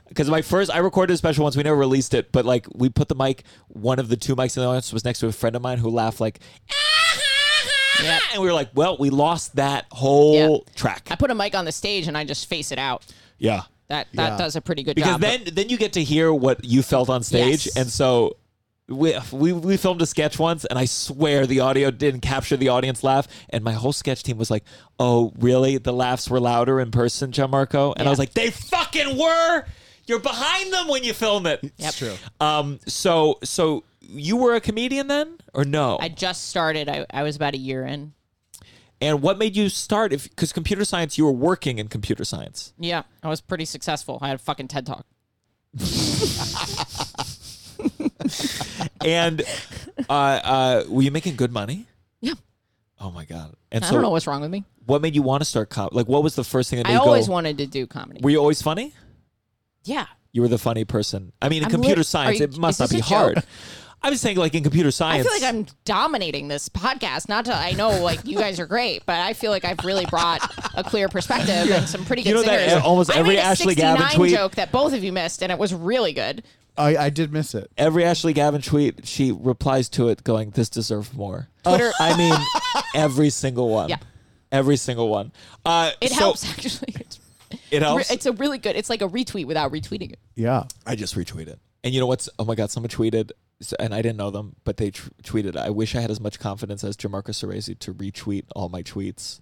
[SPEAKER 1] Because my first, I recorded a special once. We never released it, but like we put the mic. One of the two mics in the audience was next to a friend of mine who laughed like, "Ah,
[SPEAKER 2] Yep.
[SPEAKER 1] and we were like, well, we lost that whole
[SPEAKER 2] Yeah.
[SPEAKER 1] track.
[SPEAKER 2] I put a mic on the stage and I just face it out.
[SPEAKER 1] yeah.
[SPEAKER 2] That that
[SPEAKER 3] Yeah.
[SPEAKER 2] does a pretty good
[SPEAKER 1] Because
[SPEAKER 2] job.
[SPEAKER 1] then, then you get to hear what you felt on stage,
[SPEAKER 2] Yes.
[SPEAKER 1] and so we, we we filmed a sketch once, and I swear the audio didn't capture the audience laugh, and my whole sketch team was like, "Oh, really? The laughs were louder in person, John Marco?" And I was like, "They fucking were. You're behind them when you film it."
[SPEAKER 2] That's true.
[SPEAKER 1] Um. So so you were a comedian then, or no?
[SPEAKER 2] I just started. I, I was about a year in.
[SPEAKER 1] and what made you start? If because computer science, you were working in computer science.
[SPEAKER 2] Yeah, I was pretty successful. I had a fucking TED talk.
[SPEAKER 1] and uh, uh, were you making good money?
[SPEAKER 2] Yeah.
[SPEAKER 1] Oh my god! And
[SPEAKER 2] I
[SPEAKER 1] so,
[SPEAKER 2] don't know what's wrong with me.
[SPEAKER 1] what made you want to start comedy? Like, what was the first thing that made
[SPEAKER 2] I
[SPEAKER 1] you
[SPEAKER 2] always
[SPEAKER 1] go?
[SPEAKER 2] wanted to do comedy.
[SPEAKER 1] were you always funny?
[SPEAKER 2] yeah.
[SPEAKER 1] You were the funny person. I mean, in
[SPEAKER 2] I'm
[SPEAKER 1] computer
[SPEAKER 2] lit-
[SPEAKER 1] science,
[SPEAKER 2] are you-
[SPEAKER 1] it must not
[SPEAKER 2] is
[SPEAKER 1] be
[SPEAKER 2] this a
[SPEAKER 1] hard.
[SPEAKER 2] joke?
[SPEAKER 1] I'm just saying, like in computer
[SPEAKER 2] I
[SPEAKER 1] science,
[SPEAKER 2] feel like I'm dominating this podcast. Not to, I know like you guys are great, but I feel like I've really brought a clear perspective and some pretty good
[SPEAKER 1] You know that
[SPEAKER 2] singers.
[SPEAKER 1] almost
[SPEAKER 2] I
[SPEAKER 1] every
[SPEAKER 2] made a
[SPEAKER 1] Ashley
[SPEAKER 2] 69
[SPEAKER 1] Gavin tweet-
[SPEAKER 2] joke that both of you missed, and it was really good.
[SPEAKER 3] I, I did miss it.
[SPEAKER 1] every Ashley Gavin tweet, she replies to it, going, "This deserved more."
[SPEAKER 2] Twitter-
[SPEAKER 1] I mean, every single one.
[SPEAKER 2] Yeah.
[SPEAKER 1] Every single one. Uh,
[SPEAKER 2] It
[SPEAKER 1] so-
[SPEAKER 2] helps actually. It's,
[SPEAKER 1] It helps.
[SPEAKER 2] it's a really good. It's like a retweet without retweeting it.
[SPEAKER 3] Yeah.
[SPEAKER 1] I just retweeted. And you know what's? Oh my God! Someone tweeted, s- and I didn't know them, but they tr- tweeted. I wish I had as much confidence as Jamarcus Cerezi to retweet all my tweets.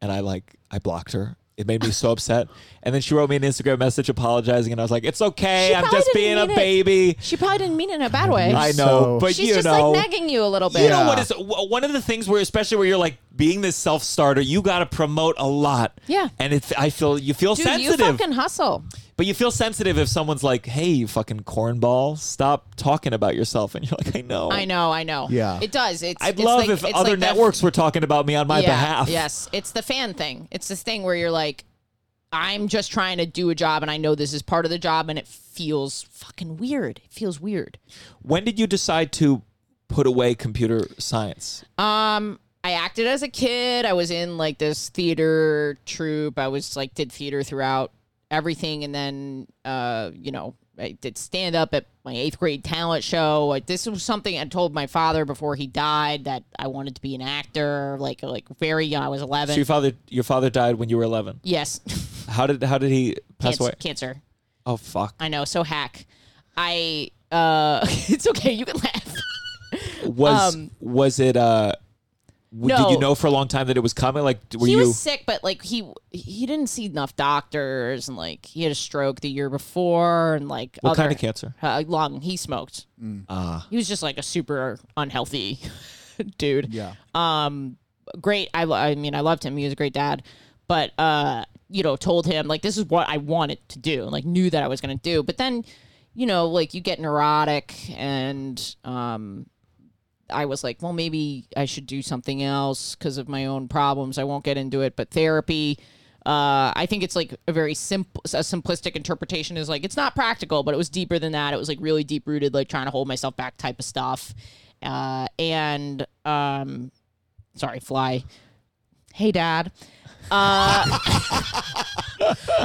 [SPEAKER 1] And I like, I blocked her. It made me so upset. And then she wrote me an Instagram message apologizing, and I was like, "It's okay.
[SPEAKER 2] She
[SPEAKER 1] I'm
[SPEAKER 2] probably
[SPEAKER 1] just being
[SPEAKER 2] didn't
[SPEAKER 1] a
[SPEAKER 2] mean it.
[SPEAKER 1] baby.
[SPEAKER 2] She probably didn't mean it in a bad way.
[SPEAKER 1] I know,
[SPEAKER 3] So-
[SPEAKER 1] but
[SPEAKER 2] She's
[SPEAKER 1] you
[SPEAKER 2] just
[SPEAKER 1] know,
[SPEAKER 2] like nagging you a little bit.
[SPEAKER 1] you know what is w- one of the things where, especially where you're like being this self starter, you got to promote a lot.
[SPEAKER 2] Yeah.
[SPEAKER 1] And it's I feel you feel
[SPEAKER 2] Dude,
[SPEAKER 1] sensitive.
[SPEAKER 2] you fucking hustle.
[SPEAKER 1] But you feel sensitive if someone's like, "Hey, you fucking cornball, stop talking about yourself," and you're like, "I know."
[SPEAKER 2] I know, I know.
[SPEAKER 3] Yeah.
[SPEAKER 2] it does. It's.
[SPEAKER 1] I'd
[SPEAKER 2] it's
[SPEAKER 1] love
[SPEAKER 2] like-
[SPEAKER 1] if
[SPEAKER 2] it's
[SPEAKER 1] other
[SPEAKER 2] like the-
[SPEAKER 1] networks were talking about me on my
[SPEAKER 2] yeah,
[SPEAKER 1] behalf.
[SPEAKER 2] Yes, it's the fan thing. It's this thing where you're like, I'm just trying to do a job, and I know this is part of the job, and it feels fucking weird. It feels weird.
[SPEAKER 1] When did you decide to put away computer science?
[SPEAKER 2] Um, I acted as a kid. I was in like this theater troupe. I was like did theater throughout everything, and then uh, you know, I did stand up at my eighth grade talent show. Like, this was something I told my father before he died that I wanted to be an actor. Like like very young, I was eleven.
[SPEAKER 1] So your father, your father died when you were 11.
[SPEAKER 2] yes,
[SPEAKER 1] How did how did he pass
[SPEAKER 2] cancer,
[SPEAKER 1] away?
[SPEAKER 2] cancer.
[SPEAKER 1] Oh fuck!
[SPEAKER 2] I know, so hack. I uh, it's okay. You can laugh.
[SPEAKER 1] Was
[SPEAKER 2] um,
[SPEAKER 1] was it? uh w- Did
[SPEAKER 2] No.
[SPEAKER 1] you know for a long time that it was coming? Like, d- were
[SPEAKER 2] he
[SPEAKER 1] you?
[SPEAKER 2] was sick, but like he he didn't see enough doctors, and like he had a stroke the year before, and like
[SPEAKER 1] what
[SPEAKER 2] other,
[SPEAKER 1] kind of cancer?
[SPEAKER 2] Uh, lung. He smoked.
[SPEAKER 1] Ah.
[SPEAKER 2] He was just like a super unhealthy dude.
[SPEAKER 3] Yeah.
[SPEAKER 2] Um, great. I lo- I mean, I loved him. He was a great dad, but uh, you know, told him like this is what I wanted to do, and like knew that I was gonna do. But then, you know, like you get neurotic, and um, I was like, well, maybe I should do something else because of my own problems. I won't get into it, but therapy. Uh, I think it's like a very simple, a simplistic interpretation is like it's not practical, but it was deeper than that. It was like really deep rooted, like trying to hold myself back type of stuff. Uh, and um, sorry, fly. Hey, dad. Uh,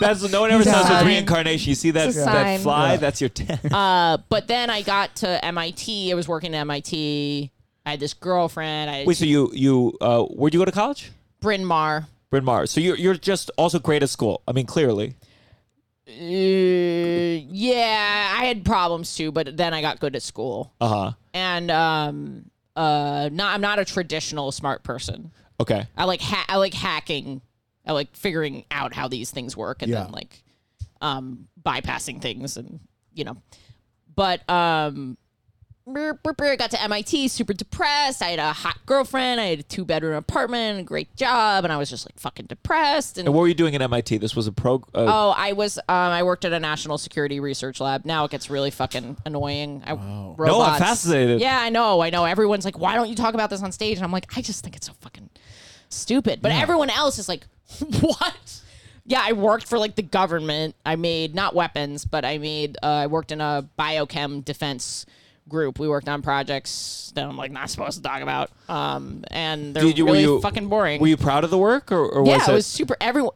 [SPEAKER 1] That's no one ever says with
[SPEAKER 2] sign.
[SPEAKER 1] reincarnation. You see that
[SPEAKER 8] It's a
[SPEAKER 1] that
[SPEAKER 8] sign.
[SPEAKER 1] fly? That's your ten.
[SPEAKER 2] uh, but then I got to MIT. I was working at MIT. I had this girlfriend. I
[SPEAKER 1] Wait, so you you uh, where'd you go to college?
[SPEAKER 2] Bryn Mawr.
[SPEAKER 1] Bryn Mawr. So you're you're just also great at school. I mean, clearly.
[SPEAKER 2] Uh, yeah, I had problems too, but then I got good at school.
[SPEAKER 1] Uh huh.
[SPEAKER 2] and um uh not I'm not a traditional smart person.
[SPEAKER 1] Okay.
[SPEAKER 2] I like ha- I like hacking. I like figuring out how these things work and then
[SPEAKER 3] Yeah.
[SPEAKER 2] like um bypassing things and you know. But um brr, brr, brr, got to MIT super depressed. I had a hot girlfriend, I had a two bedroom apartment, a great job, and I was just like fucking depressed and
[SPEAKER 1] And what were you doing at MIT? This was a pro. Uh,
[SPEAKER 2] Oh, I was. Um, I worked at a national security research lab. Now it gets really fucking annoying. I, robots.
[SPEAKER 1] No, I'm fascinated.
[SPEAKER 2] Yeah, I know. I know. Everyone's like, "Why don't you talk about this on stage?" And I'm like, "I just think it's so fucking stupid." But everyone else is like, "What?" Yeah, I worked for like the government. I made not weapons, but I made. Uh, I worked in a biochem defense group. We worked on projects that I'm like not supposed to talk about. Um, and they're
[SPEAKER 1] Did you- were
[SPEAKER 2] really
[SPEAKER 1] you-
[SPEAKER 2] fucking boring
[SPEAKER 1] Were you proud of the work, or, or
[SPEAKER 2] yeah,
[SPEAKER 1] was
[SPEAKER 2] it
[SPEAKER 1] it?
[SPEAKER 2] was super. Everyone,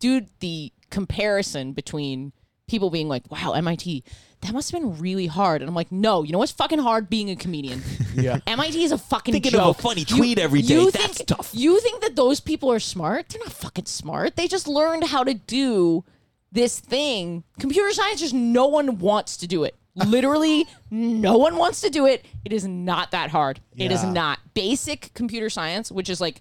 [SPEAKER 2] dude, the comparison between people being like, "Wow, MIT, that must have been really hard," and I'm like, "No, you know what's fucking hard? Being a comedian. yeah, MIT is a fucking
[SPEAKER 1] Thinking of a
[SPEAKER 2] joke.
[SPEAKER 1] funny tweet every day,
[SPEAKER 2] You
[SPEAKER 1] that's
[SPEAKER 2] think,
[SPEAKER 1] tough.
[SPEAKER 2] You think that those people are smart? They're not fucking smart. They just learned how to do this thing. Computer science, just no one wants to do it. Literally, no one wants to do it. It is not that hard. It is
[SPEAKER 3] Yeah.
[SPEAKER 2] not basic computer science, which is like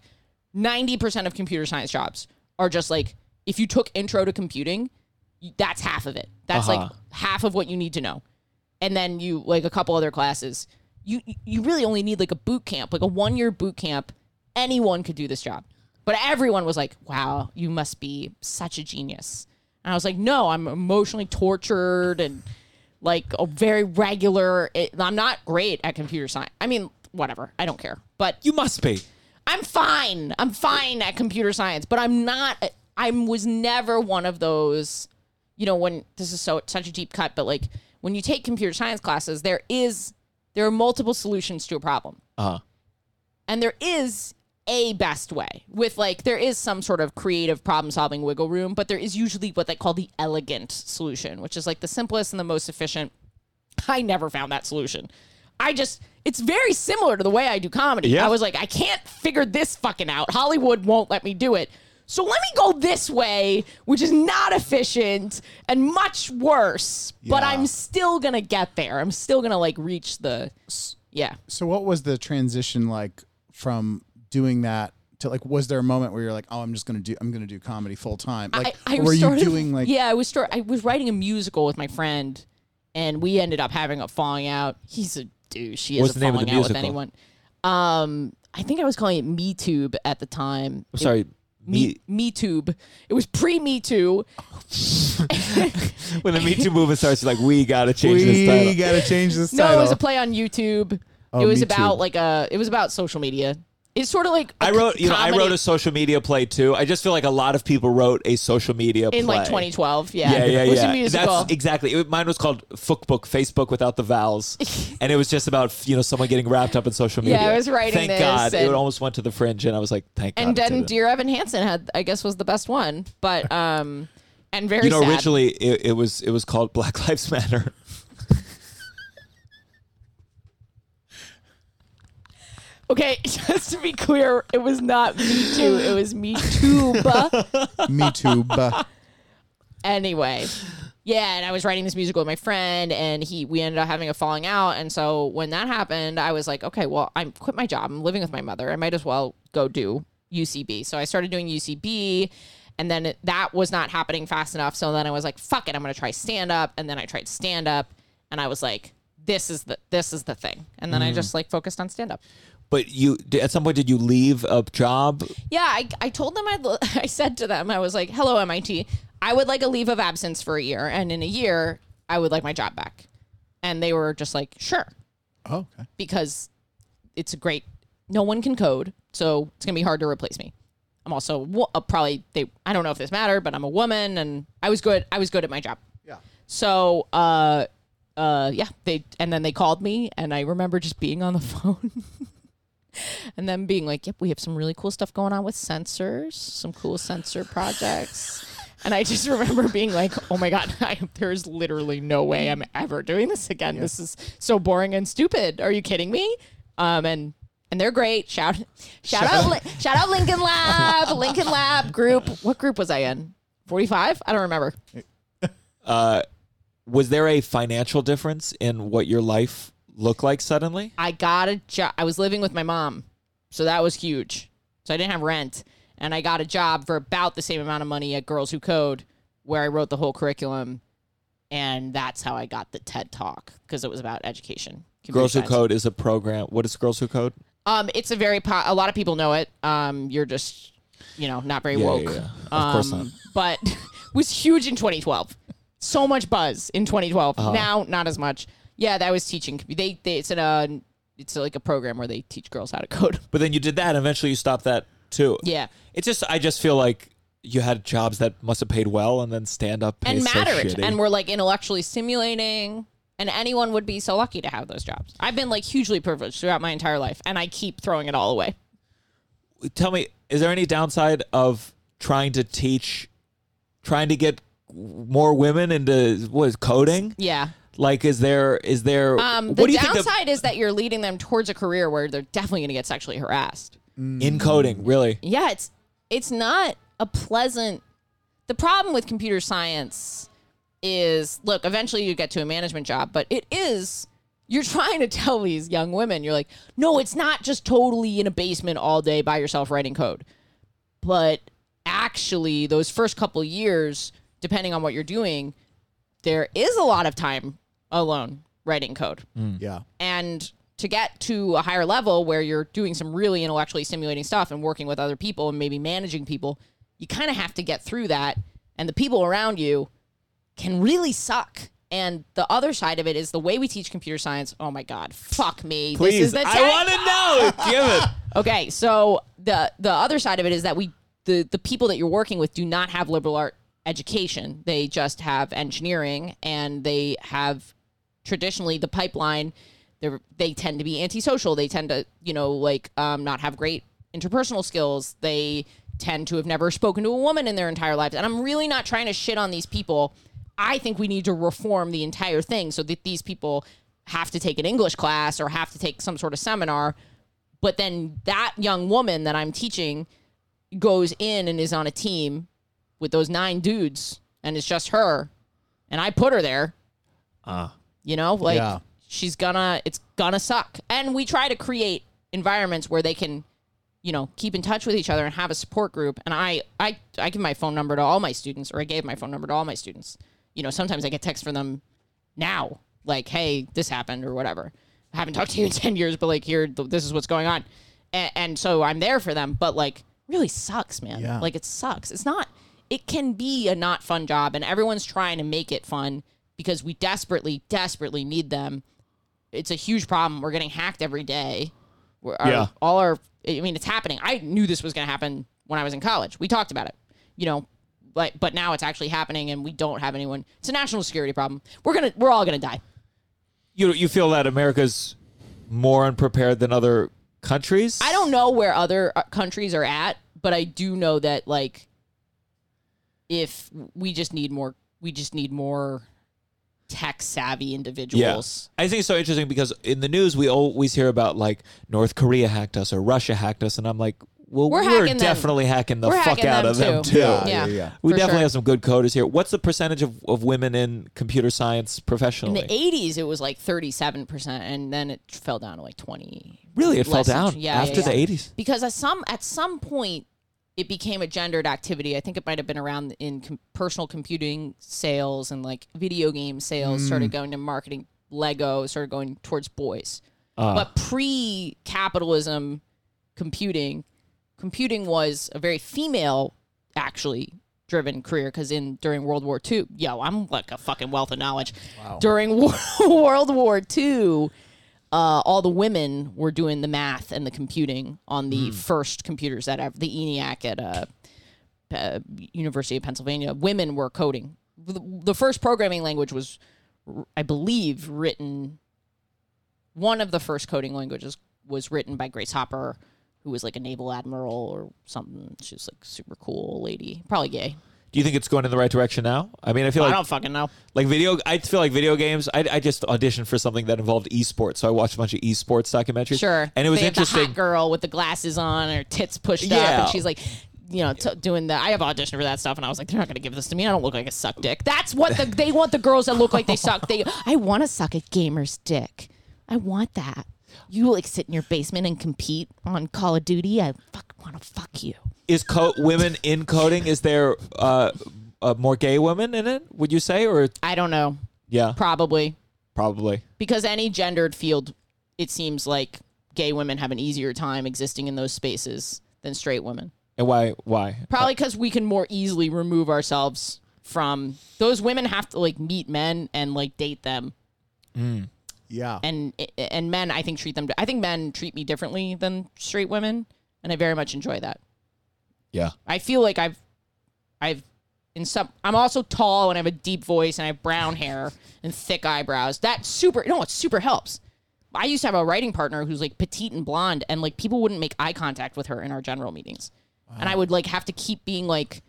[SPEAKER 2] 90% of computer science jobs are just like if you took intro to computing, y- that's half of it. That's like
[SPEAKER 1] Uh-huh.
[SPEAKER 2] half of what you need to know. And then you like a couple other classes. You you really only need like a boot camp, like a one-year boot camp. Anyone could do this job. But everyone was like, "Wow, you must be such a genius." And I was like, "No, I'm emotionally tortured and like a very regular. It, I'm not great at computer science. I mean, whatever. I don't care. But
[SPEAKER 1] you must be.
[SPEAKER 2] I'm fine. I'm fine at computer science, but I'm not. I was never one of those. You know, when this is so such a deep cut, but like when you take computer science classes, there is there are multiple solutions to a problem,
[SPEAKER 1] Uh-huh.
[SPEAKER 2] and there is a best way with like there is some sort of creative problem solving wiggle room, but there is usually what they call the elegant solution, which is like the simplest and the most efficient. I never found that solution. I just it's very similar to the way I do comedy.
[SPEAKER 1] Yeah.
[SPEAKER 2] I was like, I can't figure this fucking out. Hollywood won't let me do it. So let me go this way, which is not efficient and much worse, but I'm still going to get there. I'm still going to like reach the yeah.
[SPEAKER 3] So what was the transition like from doing that to like was there a moment where you're like, "Oh, I'm just going to do I'm going to do comedy full time." Like
[SPEAKER 2] I, I
[SPEAKER 3] were
[SPEAKER 2] started-
[SPEAKER 3] you doing like
[SPEAKER 2] yeah i was start, i was writing a musical with my friend and we ended up having a falling out he's a douche he
[SPEAKER 1] What's
[SPEAKER 2] has a
[SPEAKER 1] the name of
[SPEAKER 2] falling
[SPEAKER 1] the
[SPEAKER 2] out with
[SPEAKER 1] musical?
[SPEAKER 2] anyone um i think i was calling it me tube at the time
[SPEAKER 1] I'm Oh, sorry.
[SPEAKER 2] me, me tube it was pre me too
[SPEAKER 1] Me- when the Me Too movement starts, you're like, we gotta change this
[SPEAKER 3] we
[SPEAKER 1] title.
[SPEAKER 3] got to change this
[SPEAKER 2] no
[SPEAKER 3] title.
[SPEAKER 2] it was a play on youtube
[SPEAKER 3] Oh,
[SPEAKER 2] it was
[SPEAKER 3] Me
[SPEAKER 2] about
[SPEAKER 3] Tube.
[SPEAKER 2] like a it was about social media it's sort of like a
[SPEAKER 1] I wrote, you know, I
[SPEAKER 2] comedy
[SPEAKER 1] wrote a social media play too. I just feel like a lot of people wrote a social media play
[SPEAKER 2] in like 2012 yeah
[SPEAKER 1] Yeah, yeah,
[SPEAKER 2] it was
[SPEAKER 1] yeah.
[SPEAKER 2] a musical
[SPEAKER 1] That's exactly. It, mine was called Fuckbook, Facebook without the vowels, and it was just about you know someone getting wrapped up in social media.
[SPEAKER 2] Yeah, I was writing
[SPEAKER 1] Thank
[SPEAKER 2] this
[SPEAKER 1] God, it
[SPEAKER 2] and-
[SPEAKER 1] almost went to the fringe, and I was like, thank God.
[SPEAKER 2] and
[SPEAKER 1] it
[SPEAKER 2] then
[SPEAKER 1] didn't.
[SPEAKER 2] dear evan hansen had i guess was the best one but um and very
[SPEAKER 1] you know,
[SPEAKER 2] sad.
[SPEAKER 1] originally it, it was it was called Black Lives Matter.
[SPEAKER 2] Okay, just to be clear, it was not Me Too. It was Me Too.
[SPEAKER 3] Me too. But
[SPEAKER 2] anyway, yeah, and I was writing this musical with my friend, and he we ended up having a falling out. And so when that happened, I was like, okay, well, I quit my job. I'm living with my mother. I might as well go do UCB. So I started doing UCB. And then it- that was not happening fast enough. So then I was like, fuck it, I'm gonna try stand up. And then I tried stand up and I was like, this is the this is the thing. And then I just like focused on stand up.
[SPEAKER 1] But you did- at some point did you leave a job?
[SPEAKER 2] Yeah, I, I told them I would I said to them I was like, "Hello MIT, I would like a leave of absence for a year, and in a year I would like my job back." And they were just like, "Sure,"
[SPEAKER 3] oh, okay.
[SPEAKER 2] because it's a great. No one can code, so it's gonna be hard to replace me. I'm also wo- uh, probably they. I don't know if this mattered, but I'm a woman, and I was good. I was good at my job. Yeah. So, uh, uh, yeah. They and then they called me, and I remember just being on the phone. and then being like, "Yep, we have some really cool stuff going on with sensors, some cool sensor projects." And I just remember being like, "Oh my god, I, there's literally no way I'm ever doing this again. This is so boring and stupid. Are you kidding me?" Um, and and they're great. Shout shout out Lin- shout out Lincoln Lab, Lincoln Lab group. What group was I in? Forty five? I don't remember.
[SPEAKER 1] Uh, Was there a financial difference in what your life looked like suddenly?
[SPEAKER 2] I got a job. I was living with my mom, so that was huge. So I didn't have rent, and I got a job for about the same amount of money at Girls Who Code, where I wrote the whole curriculum, and that's how I got the TED Talk because it was about education. computer
[SPEAKER 1] Girls Who
[SPEAKER 2] science.
[SPEAKER 1] Code is a program. What is Girls Who Code?
[SPEAKER 2] Um, it's a very po- a lot of people know it. Um, you're just you know not very
[SPEAKER 1] Yeah,
[SPEAKER 2] woke.
[SPEAKER 1] yeah, yeah. Of course
[SPEAKER 2] Um, But was huge in 2012. So much buzz in 2012.
[SPEAKER 1] Uh-huh.
[SPEAKER 2] Now not as much. Yeah, that was teaching. They, they it's an uh, it's like a program where they teach girls how to code.
[SPEAKER 1] But then you did that, and eventually you stopped that too.
[SPEAKER 2] Yeah.
[SPEAKER 1] It's just I just feel like you had jobs that must have paid well, and then stand up
[SPEAKER 2] and
[SPEAKER 1] pays so
[SPEAKER 2] mattered
[SPEAKER 1] shitty.
[SPEAKER 2] and were like intellectually stimulating and anyone would be so lucky to have those jobs i've been like hugely privileged throughout my entire life and i keep throwing it all away
[SPEAKER 1] tell me, is there any downside of trying to teach, trying to get more women into what is coding?
[SPEAKER 2] yeah
[SPEAKER 1] Like, is there is there
[SPEAKER 2] um,
[SPEAKER 1] what
[SPEAKER 2] the
[SPEAKER 1] do you
[SPEAKER 2] downside
[SPEAKER 1] think
[SPEAKER 2] is that you're leading them towards a career where they're definitely going to get sexually harassed
[SPEAKER 1] of in coding? Really,
[SPEAKER 2] yeah it's it's not a pleasant the problem with computer science is look eventually you get to a management job but it is you're trying to tell these young women you're like no it's not just totally in a basement all day by yourself writing code but actually those first couple years depending on what you're doing there is a lot of time alone writing code
[SPEAKER 3] Yeah.
[SPEAKER 2] and to get to a higher level where you're doing some really intellectually stimulating stuff and working with other people and maybe managing people, you kind of have to get through that. And the people around you can really suck. And the other side of it is the way we teach computer science. Oh my God, fuck me. this is
[SPEAKER 1] please,
[SPEAKER 2] the
[SPEAKER 1] I
[SPEAKER 2] tech-
[SPEAKER 1] want to know. Give it.
[SPEAKER 2] Okay, so the the other side of it is that we the the people that you're working with do not have liberal art education. They just have engineering, and they have traditionally the pipeline. They they tend to be antisocial. They tend to you know like um, not have great interpersonal skills. They tend to have never spoken to a woman in their entire lives. And I'm really not trying to shit on these people. I think we need to reform the entire thing so that these people have to take an English class or have to take some sort of seminar but then that young woman that I'm teaching goes in and is on a team with those nine dudes, and it's just her, and I put her there. you know, like
[SPEAKER 3] Yeah.
[SPEAKER 2] she's gonna, it's gonna suck. And we try to create environments where they can, you know, keep in touch with each other and have a support group. And I, I, I give my phone number to all my students, or I gave my phone number to all my students. You know, sometimes I get texts from them now like hey this happened or whatever i haven't talked to you in 10 years but like here th- this is what's going on and, and so i'm there for them but like really sucks man
[SPEAKER 3] Yeah.
[SPEAKER 2] like it sucks it's not it can be a not fun job and everyone's trying to make it fun because we desperately desperately need them it's a huge problem we're getting hacked every day We're, our,
[SPEAKER 1] Yeah.
[SPEAKER 2] all our i mean it's happening i knew this was going to happen when i was in college we talked about it you know but but now it's actually happening and we don't have anyone it's a national security problem we're gonna we're all gonna die
[SPEAKER 1] You you feel that America's more unprepared than other countries?
[SPEAKER 2] I don't know where other uh, countries are at, but I do know that like if we just need more we just need more tech savvy individuals.
[SPEAKER 1] I think it's so interesting because in the news we always hear about like North Korea hacked us or Russia hacked us, and I'm like, well,
[SPEAKER 2] We're
[SPEAKER 1] we're,
[SPEAKER 2] hacking them.
[SPEAKER 1] definitely hacking the
[SPEAKER 2] We're
[SPEAKER 1] fuck
[SPEAKER 2] hacking
[SPEAKER 1] out
[SPEAKER 2] them
[SPEAKER 1] of them
[SPEAKER 2] too.
[SPEAKER 1] too.
[SPEAKER 2] Yeah.
[SPEAKER 1] We definitely
[SPEAKER 2] For sure.
[SPEAKER 1] have some good coders here. What's the percentage of, of women in computer science
[SPEAKER 2] In
[SPEAKER 1] professionally?
[SPEAKER 2] the 80s it was like 37% and then it fell down to like 20.
[SPEAKER 1] really, it fell
[SPEAKER 2] less than-
[SPEAKER 1] down
[SPEAKER 2] yeah, yeah,
[SPEAKER 1] after
[SPEAKER 2] yeah.
[SPEAKER 1] the 80s.
[SPEAKER 2] Because at some at some point it became a gendered activity. I think it might have been around in com- personal computing sales and like video game sales started going to marketing Lego started going towards boys. but pre-capitalism computing computing was a very female actually driven career because in during world war ii yo i'm like a fucking wealth of knowledge during Wo- world war ii uh, all the women were doing the math and the computing on the first computers that ever, the ENIAC at uh, uh, University of Pennsylvania. Women were coding. The, the first programming language was, r- I believe, written. One of the first coding languages was written by Grace Hopper, who was like a naval admiral or something. She was like super cool lady, probably gay.
[SPEAKER 1] Do you think it's going in the right direction now? I mean, I feel
[SPEAKER 2] I
[SPEAKER 1] like
[SPEAKER 2] don't fucking know.
[SPEAKER 1] like video. I feel like video games. I, I just auditioned for something that involved esports, so I watched a bunch of esports documentaries.
[SPEAKER 2] Sure.
[SPEAKER 1] and it was
[SPEAKER 2] They had The
[SPEAKER 1] interesting.
[SPEAKER 2] hot girl with the glasses on, her tits pushed up,
[SPEAKER 1] Yeah.
[SPEAKER 2] and she's like, you know, t- doing the. I have auditioned for that stuff, and I was like, they're not going to give this to me. I don't look like a suck dick. That's what the, they want. The girls that look like they suck. They. I want to suck a gamer's dick. I want that. You like sit in your basement and compete on Call of Duty. I fuck want to fuck you.
[SPEAKER 1] is co- women in coding? Is there uh, uh, more gay women in it? Would you say or
[SPEAKER 2] I don't know.
[SPEAKER 1] yeah,
[SPEAKER 2] Probably
[SPEAKER 1] probably.
[SPEAKER 2] because any gendered field, it seems like gay women have an easier time existing in those spaces than straight women.
[SPEAKER 1] And why? Why?
[SPEAKER 2] Probably because we can more easily remove ourselves from those women have to like meet men and like date them,
[SPEAKER 3] Yeah.
[SPEAKER 2] and and men I think treat them. I think men treat me differently than straight women, and I very much enjoy that.
[SPEAKER 1] Yeah.
[SPEAKER 2] I feel like I've, I've, in some. I'm also tall and I have a deep voice and I have brown hair and thick eyebrows. That super. No, it super helps. I used to have a writing partner who's like petite and blonde, and like people wouldn't make eye contact with her in our general meetings, and I would like have to keep being like.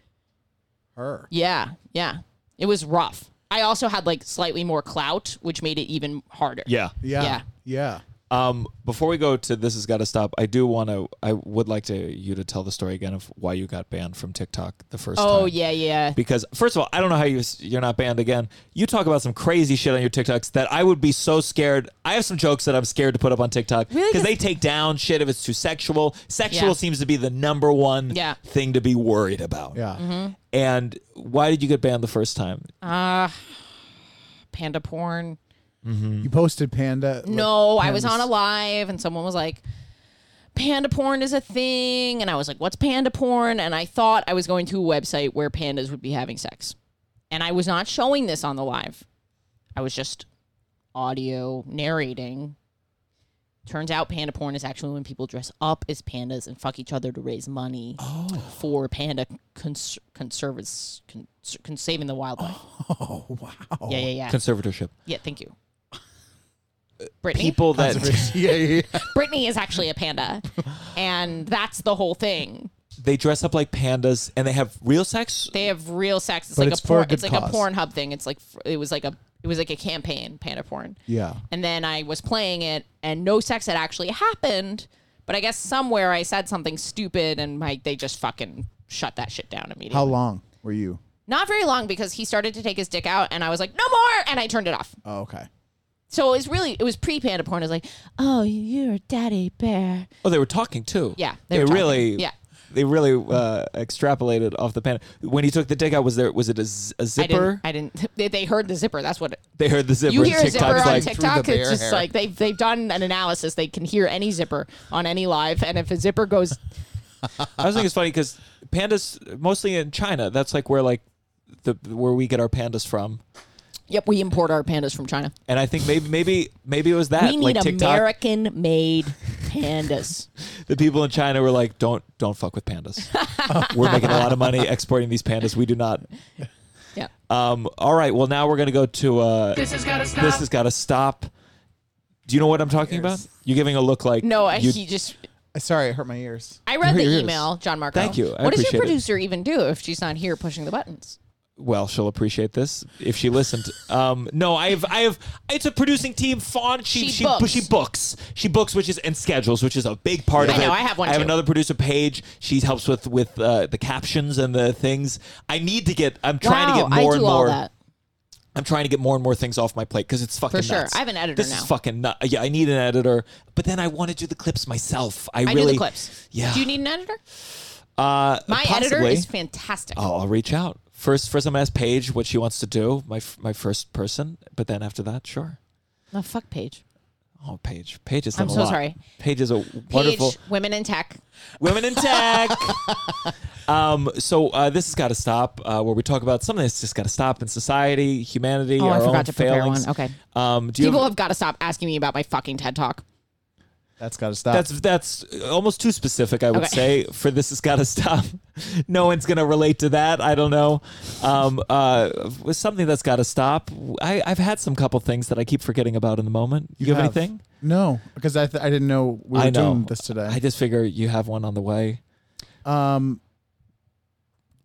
[SPEAKER 3] Her.
[SPEAKER 2] Yeah, yeah. It was rough. I also had like slightly more clout, which made it even harder.
[SPEAKER 1] Yeah.
[SPEAKER 3] Yeah.
[SPEAKER 2] Yeah.
[SPEAKER 3] Yeah.
[SPEAKER 1] Um, before we go to this has got to stop. I do want to. I would like to you to tell the story again of why you got banned from TikTok the first time.
[SPEAKER 2] Oh yeah, yeah.
[SPEAKER 1] Because first of all, I don't know how you s- you're not banned again. You talk about some crazy shit on your TikToks that I would be so scared. I have some jokes that I'm scared to put up on TikTok because they take down shit if it's too sexual. Sexual
[SPEAKER 2] Yeah.
[SPEAKER 1] seems to be the number one
[SPEAKER 2] Yeah. Mm-hmm.
[SPEAKER 1] thing to be worried about.
[SPEAKER 3] Yeah.
[SPEAKER 1] And why did you get banned the first time?
[SPEAKER 2] Uh panda porn.
[SPEAKER 3] You posted Panda. like,
[SPEAKER 2] No, I was on
[SPEAKER 3] pandas.
[SPEAKER 2] a live and someone was like, Panda porn is a thing. And I was like, what's panda porn? And I thought I was going to a website where pandas would be having sex. And I was not showing this on the live. I was just audio narrating. Turns out panda porn is actually when people dress up as pandas and fuck each other to raise money for panda cons- conservas con- con- saving the wildlife. Oh, wow. Yeah, yeah, yeah.
[SPEAKER 1] Conservatorship.
[SPEAKER 2] yeah, thank you. Brittany.
[SPEAKER 1] People that
[SPEAKER 3] yeah, yeah, yeah.
[SPEAKER 2] Brittany is actually a panda, and that's the whole thing.
[SPEAKER 1] they dress up like pandas and they have real sex.
[SPEAKER 2] They have real sex. It's
[SPEAKER 3] But
[SPEAKER 2] like
[SPEAKER 3] it's
[SPEAKER 2] a
[SPEAKER 3] for a
[SPEAKER 2] porn.
[SPEAKER 3] good
[SPEAKER 2] It's like a
[SPEAKER 3] cause.
[SPEAKER 2] Pornhub thing. It's like f- it was like a it was like a campaign panda porn.
[SPEAKER 3] Yeah.
[SPEAKER 2] And then I was playing it, and no sex had actually happened. But I guess somewhere I said something stupid, and my they just fucking shut that shit down immediately.
[SPEAKER 3] How long were you?
[SPEAKER 2] Not very long because he started to take his dick out, and I was like, no more, and I turned it off.
[SPEAKER 3] Oh, okay.
[SPEAKER 2] So it was really it was pre panda porn. It was like, oh, you're a daddy bear.
[SPEAKER 1] Oh, they were talking too.
[SPEAKER 2] Yeah, they
[SPEAKER 1] they,
[SPEAKER 2] were talking.
[SPEAKER 1] really.
[SPEAKER 2] Yeah.
[SPEAKER 1] They really uh, extrapolated off the panda. When he took the dick out, was there was it a, z- a
[SPEAKER 2] I didn't.
[SPEAKER 1] zipper?
[SPEAKER 2] I didn't. They, they heard the zipper. That's what. It,
[SPEAKER 1] they heard the zipper.
[SPEAKER 2] you hear a
[SPEAKER 1] TikTok's
[SPEAKER 2] zipper on
[SPEAKER 1] like,
[SPEAKER 2] TikTok,
[SPEAKER 6] the
[SPEAKER 2] it's
[SPEAKER 6] bear
[SPEAKER 2] just
[SPEAKER 6] hair.
[SPEAKER 2] like they've they've done an analysis. They can hear any zipper on any live, and if a zipper goes,
[SPEAKER 1] I was thinking it's funny because pandas mostly in China. That's like where like the where we get our pandas from.
[SPEAKER 2] yep, we import our pandas from China.
[SPEAKER 1] And I think maybe maybe maybe it was that
[SPEAKER 2] We need
[SPEAKER 1] like TikTok.
[SPEAKER 2] American-made pandas.
[SPEAKER 1] The people in China were like, don't don't fuck with pandas. we're making a lot of money exporting these pandas. We do not.
[SPEAKER 2] yeah,
[SPEAKER 1] Um. All right. Well, now we're gonna go to uh,
[SPEAKER 4] This has got to stop.
[SPEAKER 1] this has got to stop. Do you know what I'm talking about? You're giving a look like
[SPEAKER 2] no, I
[SPEAKER 1] you-
[SPEAKER 2] he just
[SPEAKER 3] Uh, Sorry, I hurt my ears.
[SPEAKER 2] I read the
[SPEAKER 1] Here it is.
[SPEAKER 2] email, John Marco.
[SPEAKER 1] Thank you. I
[SPEAKER 2] what does
[SPEAKER 1] appreciate
[SPEAKER 2] your
[SPEAKER 1] it.
[SPEAKER 2] producer even do if she's not here pushing the buttons?
[SPEAKER 1] well, she'll appreciate this if she listened. Um, no, I have, I have. It's a producing team. Fawn, she
[SPEAKER 2] She
[SPEAKER 1] she,
[SPEAKER 2] books.
[SPEAKER 1] she books, she books, which is and schedules, which is a big part
[SPEAKER 2] I
[SPEAKER 1] of it.
[SPEAKER 2] know, I have one
[SPEAKER 1] I have
[SPEAKER 2] too.
[SPEAKER 1] another producer, Paige. She helps with with uh, the captions and the things. I need to get. I'm trying to
[SPEAKER 2] wow,
[SPEAKER 1] get more
[SPEAKER 2] I do
[SPEAKER 1] and more.
[SPEAKER 2] all that.
[SPEAKER 1] I'm trying to get more and more things off my plate because it's fucking
[SPEAKER 2] sure.
[SPEAKER 1] nuts.
[SPEAKER 2] I have an editor
[SPEAKER 1] this
[SPEAKER 2] now.
[SPEAKER 1] is fucking nut. Yeah, I need an editor, but then I want to do the clips myself. I,
[SPEAKER 2] I
[SPEAKER 1] really
[SPEAKER 2] do the clips.
[SPEAKER 1] Yeah.
[SPEAKER 2] Do you need an editor?
[SPEAKER 1] Uh,
[SPEAKER 2] My editor
[SPEAKER 1] possibly. Oh.
[SPEAKER 2] is fantastic.
[SPEAKER 1] I'll, I'll reach out first. First, I'm gonna ask Paige what she wants to do. My f- my first person, but then after that, sure.
[SPEAKER 2] No, fuck Paige.
[SPEAKER 1] Oh, Paige. Paige has done
[SPEAKER 2] I'm
[SPEAKER 1] a
[SPEAKER 2] so
[SPEAKER 1] lot.
[SPEAKER 2] sorry.
[SPEAKER 1] Paige is a wonderful
[SPEAKER 2] Paige, women in tech.
[SPEAKER 1] women in tech. um, so uh, this has got to stop. Uh, where we talk about something that's just got to stop in society, humanity.
[SPEAKER 2] Oh, I
[SPEAKER 1] our
[SPEAKER 2] forgot
[SPEAKER 1] own
[SPEAKER 2] to prepare
[SPEAKER 1] failings.
[SPEAKER 2] one. Okay.
[SPEAKER 1] Um, do you
[SPEAKER 2] People
[SPEAKER 1] have-
[SPEAKER 2] have got to stop asking me about my fucking TED Talk.
[SPEAKER 3] That's got to stop.
[SPEAKER 1] that's that's almost too specific, I would
[SPEAKER 2] Okay.
[SPEAKER 1] say. For this has got to stop. no one's gonna relate to that. I don't know. Um, uh, with something that's got to stop. I, I've had some couple things that I keep forgetting about in the moment. You, have, anything?
[SPEAKER 3] No, because I, th- I didn't know we were
[SPEAKER 1] I know
[SPEAKER 3] doing this today.
[SPEAKER 1] I just figure you have one on the way.
[SPEAKER 3] um,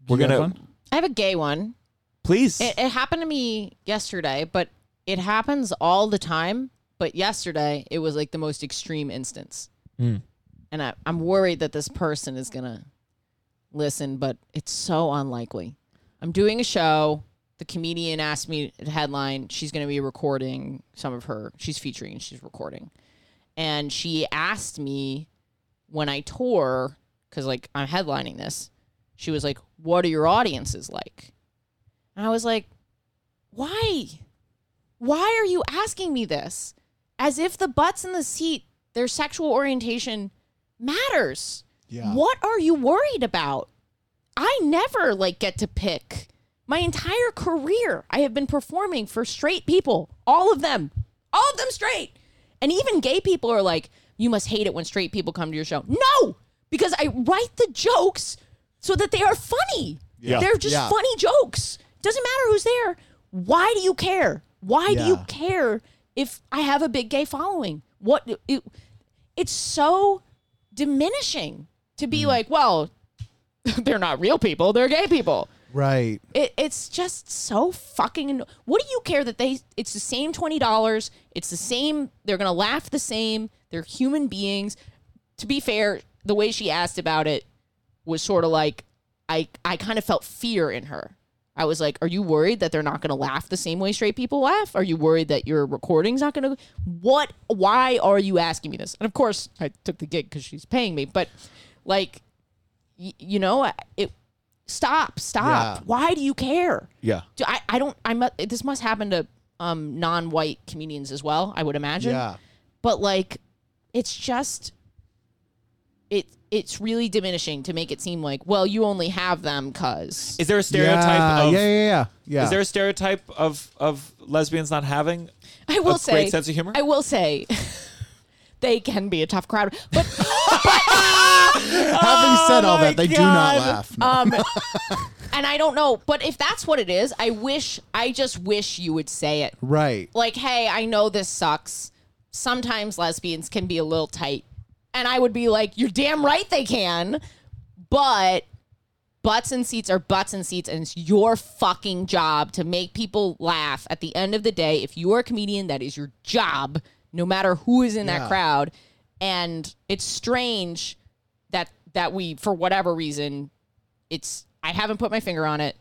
[SPEAKER 1] We're
[SPEAKER 3] you have
[SPEAKER 1] gonna
[SPEAKER 3] one?
[SPEAKER 2] I have a gay one.
[SPEAKER 1] please.
[SPEAKER 2] It, it happened to me yesterday, but it happens all the time. But yesterday, it was like the most extreme instance.
[SPEAKER 1] Mm.
[SPEAKER 2] And I, I'm worried that this person is going to listen, but it's so unlikely. I'm doing a show. The comedian asked me the headline. She's going to be recording some of her, she's featuring and she's recording. And she asked me when I tour, because like I'm headlining this, she was like, What are your audiences like? And I was like, why? Why are you asking me this? As if the butts in the seat, their sexual orientation matters.
[SPEAKER 3] Yeah.
[SPEAKER 2] What are you worried about? I never like get to pick. My entire career, I have been performing for straight people, all of them, all of them straight. And even gay people are like, you must hate it when straight people come to your show. No, because I write the jokes so that they are funny.
[SPEAKER 1] Yeah.
[SPEAKER 2] They're just
[SPEAKER 3] Yeah.
[SPEAKER 2] funny jokes. Doesn't matter who's there. Why do you care? Why do you
[SPEAKER 3] Yeah.
[SPEAKER 2] care if I have a big gay following? What it, it's so diminishing to be like, well, they're not real people, they're gay people.
[SPEAKER 3] Right.
[SPEAKER 2] It, it's just so fucking. anno- What do you care that they? It's the same twenty dollars. It's the same. They're gonna laugh the same. They're human beings. To be fair, the way she asked about it was sort of like, I I kind of felt fear in her. I was like, Are you worried that they're not gonna laugh the same way straight people laugh? Are you worried that your recording's not gonna? What? Why are you asking me this? And of course, I took the gig because she's paying me. But like, y- you know, I- it. Stop! Stop!
[SPEAKER 3] Yeah.
[SPEAKER 2] Why do you care?
[SPEAKER 1] yeah.
[SPEAKER 2] Do I, I don't I mu- this must happen to um non-white comedians as well, I would imagine.
[SPEAKER 3] Yeah.
[SPEAKER 2] But like it's just it it's really diminishing to make it seem like well you only have them cuz
[SPEAKER 1] Is there a stereotype
[SPEAKER 3] yeah,
[SPEAKER 1] of
[SPEAKER 3] yeah, yeah, yeah, yeah.
[SPEAKER 1] Is there a stereotype of of lesbians not having?
[SPEAKER 2] I will
[SPEAKER 1] a
[SPEAKER 2] say
[SPEAKER 1] great sense of humor?
[SPEAKER 2] I will say they can be a tough crowd. But
[SPEAKER 3] Having said all
[SPEAKER 1] Oh my
[SPEAKER 3] that, they do not
[SPEAKER 1] God.
[SPEAKER 3] laugh. No.
[SPEAKER 2] um and I don't know, but if that's what it is, I wish I just wish you would say it.
[SPEAKER 3] right.
[SPEAKER 2] like, hey, I know this sucks. Sometimes lesbians can be a little tight. And I would be like, you're damn right they can. But butts and seats are butts and seats. And it's your fucking job to make people laugh. At the end of the day, if you are a comedian, that is your job, no matter who is in that crowd. And it's strange that that we for whatever reason it's I haven't put my finger on it,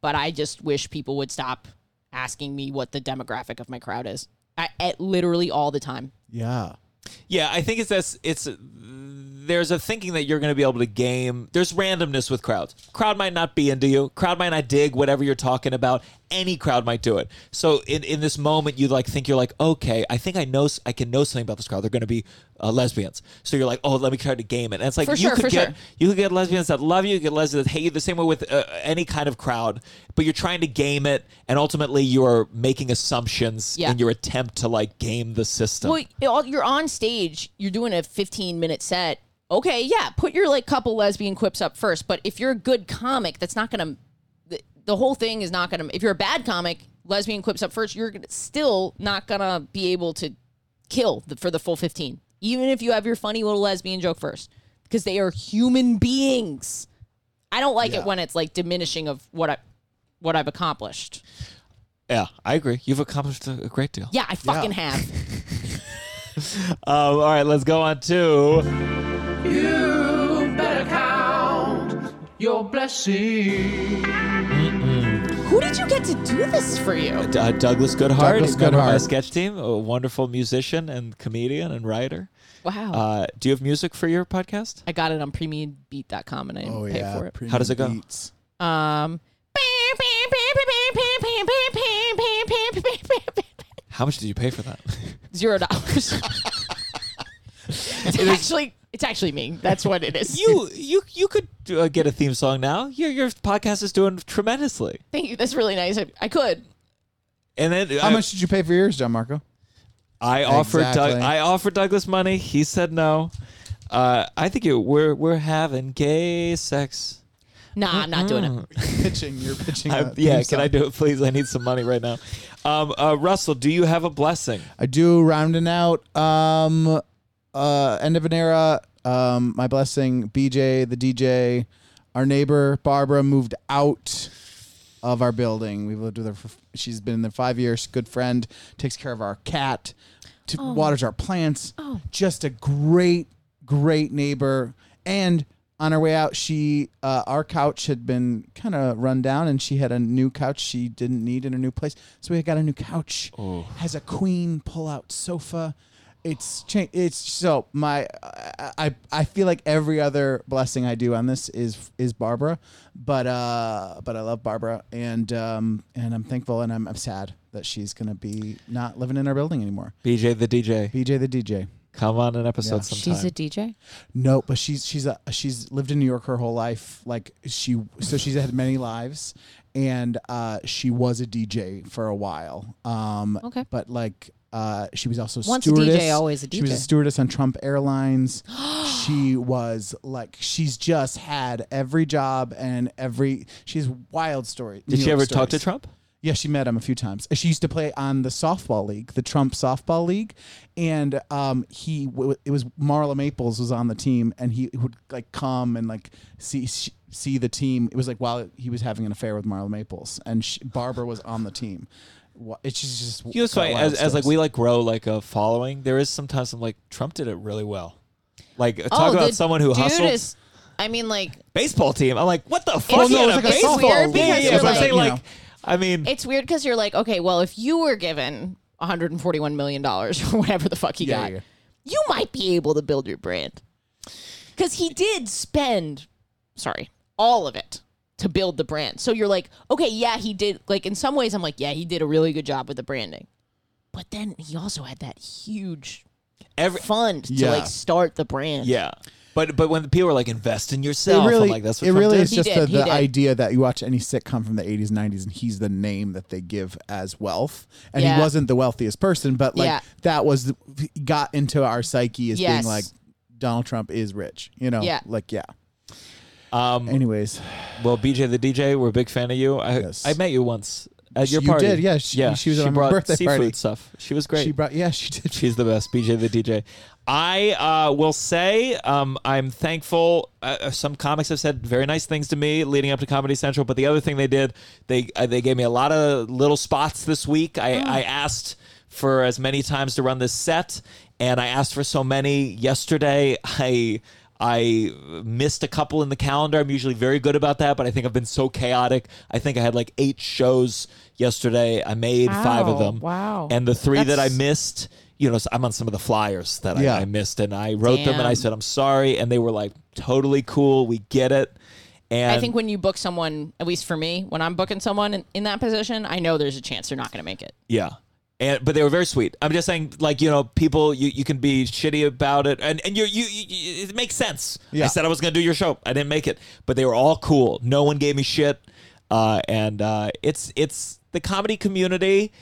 [SPEAKER 2] but I just wish people would stop asking me what the demographic of my crowd is. I, at literally all the time.
[SPEAKER 3] Yeah.
[SPEAKER 1] Yeah, I think it's this. It's there's a thinking that you're going to be able to game. There's randomness with crowds. Crowd might not be into you. Crowd might not dig whatever you're talking about. Any crowd might do it. So in in this moment, you like think you're like, okay, I think I know s- I can know something about this crowd. They're going to be uh, lesbians. So you're like, oh, let me try to game it. And it's like
[SPEAKER 2] For
[SPEAKER 1] you
[SPEAKER 2] sure,
[SPEAKER 1] could
[SPEAKER 2] for
[SPEAKER 1] get
[SPEAKER 2] sure.
[SPEAKER 1] you could get lesbians that love you, you could get lesbians that hate you. The same way with uh, any kind of crowd. But you're trying to game it, and ultimately you are making assumptions
[SPEAKER 2] Yeah.
[SPEAKER 1] in your attempt to like game the system.
[SPEAKER 2] Well, it all- you're on stage, you're doing a 15 minute set. Okay, yeah, put your like couple lesbian quips up first. But if you're a good comic, that's not gonna. The, the whole thing is not gonna. If you're a bad comic, lesbian quips up first. You're gonna, still not gonna be able to kill the, for the full 15. even if you have your funny little lesbian joke first, because they are human beings. I don't like it when it's like diminishing of what I what I've accomplished.
[SPEAKER 1] Yeah, I agree. You've accomplished a, a great deal.
[SPEAKER 2] Yeah, I fucking have.
[SPEAKER 1] Um, all right, let's go on to
[SPEAKER 2] Who did you get to do this for you?
[SPEAKER 1] uh, Douglas Goodhart.
[SPEAKER 3] Douglas
[SPEAKER 1] member of my
[SPEAKER 3] Goodhart.
[SPEAKER 1] sketch team, a wonderful musician and comedian and writer.
[SPEAKER 2] Wow.
[SPEAKER 1] Uh, do you have music for your podcast?
[SPEAKER 2] I got it on premiumbeat.com and I didn't
[SPEAKER 3] Oh
[SPEAKER 2] pay
[SPEAKER 3] yeah.
[SPEAKER 2] for it.
[SPEAKER 1] How does it go?
[SPEAKER 3] premium beats.
[SPEAKER 2] Um
[SPEAKER 1] How much did you pay for that?
[SPEAKER 2] zero dollars. it's actually it's actually me. That's what it is.
[SPEAKER 1] you you you could uh, get a theme song now. Your your podcast is doing tremendously.
[SPEAKER 2] thank you. That's really nice. I, I could.
[SPEAKER 1] And then
[SPEAKER 3] How
[SPEAKER 1] I,
[SPEAKER 3] much did you pay for yours, John Marco?
[SPEAKER 1] I offered Doug,
[SPEAKER 3] Exactly.
[SPEAKER 1] I offered Douglas money. He said no. Uh, I think it, we're we're having gay sex.
[SPEAKER 2] Nah, I'm not doing it.
[SPEAKER 3] pitching. You're pitching.
[SPEAKER 1] I-
[SPEAKER 3] a theme
[SPEAKER 1] yeah, can I
[SPEAKER 3] song.
[SPEAKER 1] do it, please? I need some money right now. Um, uh, Russell, do you have a blessing?
[SPEAKER 3] I do rounding out um uh end of an era. Um my blessing, BJ, the DJ, our neighbor, Barbara, moved out of our building. We've lived with her for she's been there five years, good friend, takes care of our cat, t- waters our plants. Just a great, great neighbor. And on her way out, she uh, our couch had been kind of run down, and she had a new couch she didn't need in a new place. So we got a new couch. Has a queen pull-out sofa. It's cha- it's so my I, I I feel like every other blessing I do on this is is Barbara, but uh but I love Barbara and um and I'm thankful and I'm, I'm sad that she's gonna be not living in our building anymore.
[SPEAKER 1] BJ the DJ,
[SPEAKER 3] BJ the DJ.
[SPEAKER 1] come on an episode
[SPEAKER 3] Yeah.
[SPEAKER 1] sometime.
[SPEAKER 2] DJ.
[SPEAKER 3] No, but she's she's a she's lived in New York her whole life. Like she, so she's had many lives, and uh, she was a DJ for a while. Um,
[SPEAKER 2] Okay.
[SPEAKER 3] but like. Uh, she was also
[SPEAKER 2] Once a DJ,
[SPEAKER 3] stewardess.
[SPEAKER 2] always a
[SPEAKER 3] She was a
[SPEAKER 2] DJ.
[SPEAKER 3] stewardess on Trump Airlines. she was like she's just had every job and every she's wild story.
[SPEAKER 1] Did
[SPEAKER 3] New
[SPEAKER 1] she
[SPEAKER 3] York
[SPEAKER 1] ever talk to
[SPEAKER 3] stories.
[SPEAKER 1] Trump?
[SPEAKER 3] Yeah, she met him a few times. She used to play on the softball league, the Trump softball league, and um, he w- it was Marla Maples was on the team, and he would like come and like see sh- see the team. It was like while he was having an affair with Marla Maples, and she, Barbara was on the team. Wha- It's just, just
[SPEAKER 1] You know, it's
[SPEAKER 3] got
[SPEAKER 1] funny,
[SPEAKER 3] wild
[SPEAKER 1] as, as like
[SPEAKER 3] stories.
[SPEAKER 1] we like grow like a following. There is sometimes I'm like Trump did it really well. Like talk
[SPEAKER 2] oh,
[SPEAKER 1] about
[SPEAKER 2] the
[SPEAKER 1] someone who
[SPEAKER 2] dude
[SPEAKER 1] hustled
[SPEAKER 2] Is, I mean, like
[SPEAKER 1] baseball team. I'm like, what the fuck? Yeah,
[SPEAKER 2] no, it's like a
[SPEAKER 1] baseball.
[SPEAKER 2] softball league.
[SPEAKER 1] yeah,
[SPEAKER 2] because
[SPEAKER 1] yeah,
[SPEAKER 2] you're
[SPEAKER 1] but I'm
[SPEAKER 2] like-
[SPEAKER 1] saying
[SPEAKER 3] you
[SPEAKER 1] like,
[SPEAKER 3] know.
[SPEAKER 1] I mean,
[SPEAKER 2] it's weird because you're like, okay, well, if you were given 141 million dollars or whatever the fuck he
[SPEAKER 3] Yeah,
[SPEAKER 2] got,
[SPEAKER 3] yeah.
[SPEAKER 2] you might be able to build your brand. Because he did spend, sorry, all of it to build the brand. So you're like, okay, yeah, he did. Like in some ways, I'm like, yeah, he did a really good job with the branding. But then he also had that huge
[SPEAKER 1] every
[SPEAKER 2] fund to
[SPEAKER 3] Yeah.
[SPEAKER 2] like start the brand.
[SPEAKER 1] yeah. But but when people are like, invest in
[SPEAKER 3] It
[SPEAKER 1] yourself,
[SPEAKER 3] really,
[SPEAKER 1] I'm like, that's what
[SPEAKER 3] it
[SPEAKER 1] Trump
[SPEAKER 3] really
[SPEAKER 1] did.
[SPEAKER 3] is
[SPEAKER 2] He
[SPEAKER 3] just
[SPEAKER 2] did,
[SPEAKER 3] the,
[SPEAKER 2] he
[SPEAKER 3] the
[SPEAKER 2] did.
[SPEAKER 3] idea that you watch any sitcom from the 80s, 90s, and he's the name that they give as wealth. And
[SPEAKER 2] Yeah.
[SPEAKER 3] he wasn't the wealthiest person, but like
[SPEAKER 2] Yeah.
[SPEAKER 3] that was the, he got into our psyche as
[SPEAKER 2] Yes.
[SPEAKER 3] being like Donald Trump is rich, you know?
[SPEAKER 2] Yeah.
[SPEAKER 3] Like, yeah.
[SPEAKER 1] Um,
[SPEAKER 3] Anyways,
[SPEAKER 1] well, BJ the DJ, we're a big fan of you. I
[SPEAKER 3] Yes.
[SPEAKER 1] I met you once at your
[SPEAKER 3] You
[SPEAKER 1] party.
[SPEAKER 3] did, yeah, she- she was at my
[SPEAKER 1] brought
[SPEAKER 3] birthday
[SPEAKER 1] seafood
[SPEAKER 3] party.
[SPEAKER 1] stuff. She was great.
[SPEAKER 3] she brought, yeah, she did.
[SPEAKER 1] She's the best, BJ the DJ. I uh, will say um, I'm thankful. Uh, some comics have said very nice things to me leading up to Comedy Central, but the other thing they did, they uh, they gave me a lot of little spots this week. I,
[SPEAKER 2] Oh.
[SPEAKER 1] I asked for as many times to run this set, and I asked for so many yesterday. I I missed a couple in the calendar. I'm usually very good about that, but I think I've been so chaotic. I think I had like eight shows yesterday. I made five of
[SPEAKER 2] Wow,
[SPEAKER 1] them.
[SPEAKER 2] wow.
[SPEAKER 1] And the three that I
[SPEAKER 2] That's-
[SPEAKER 1] missed, you know, so I'm on some of the flyers that
[SPEAKER 3] Yeah.
[SPEAKER 1] I, I missed, and I wrote them and I
[SPEAKER 2] Damn.
[SPEAKER 1] said I'm sorry, and they were like totally cool. We get it. And
[SPEAKER 2] I think when you book someone, at least for me, when I'm booking someone in, in that position, I know there's a chance they're not going to make it.
[SPEAKER 1] yeah. And, but they were very sweet. I'm just saying, like you know, people you, you can be shitty about it, and and you're, you you you- it makes sense. I
[SPEAKER 3] Yeah.
[SPEAKER 1] said I was gonna do your show, I didn't make it, but they were all cool. No one gave me shit, uh, and uh, it's it's the comedy community.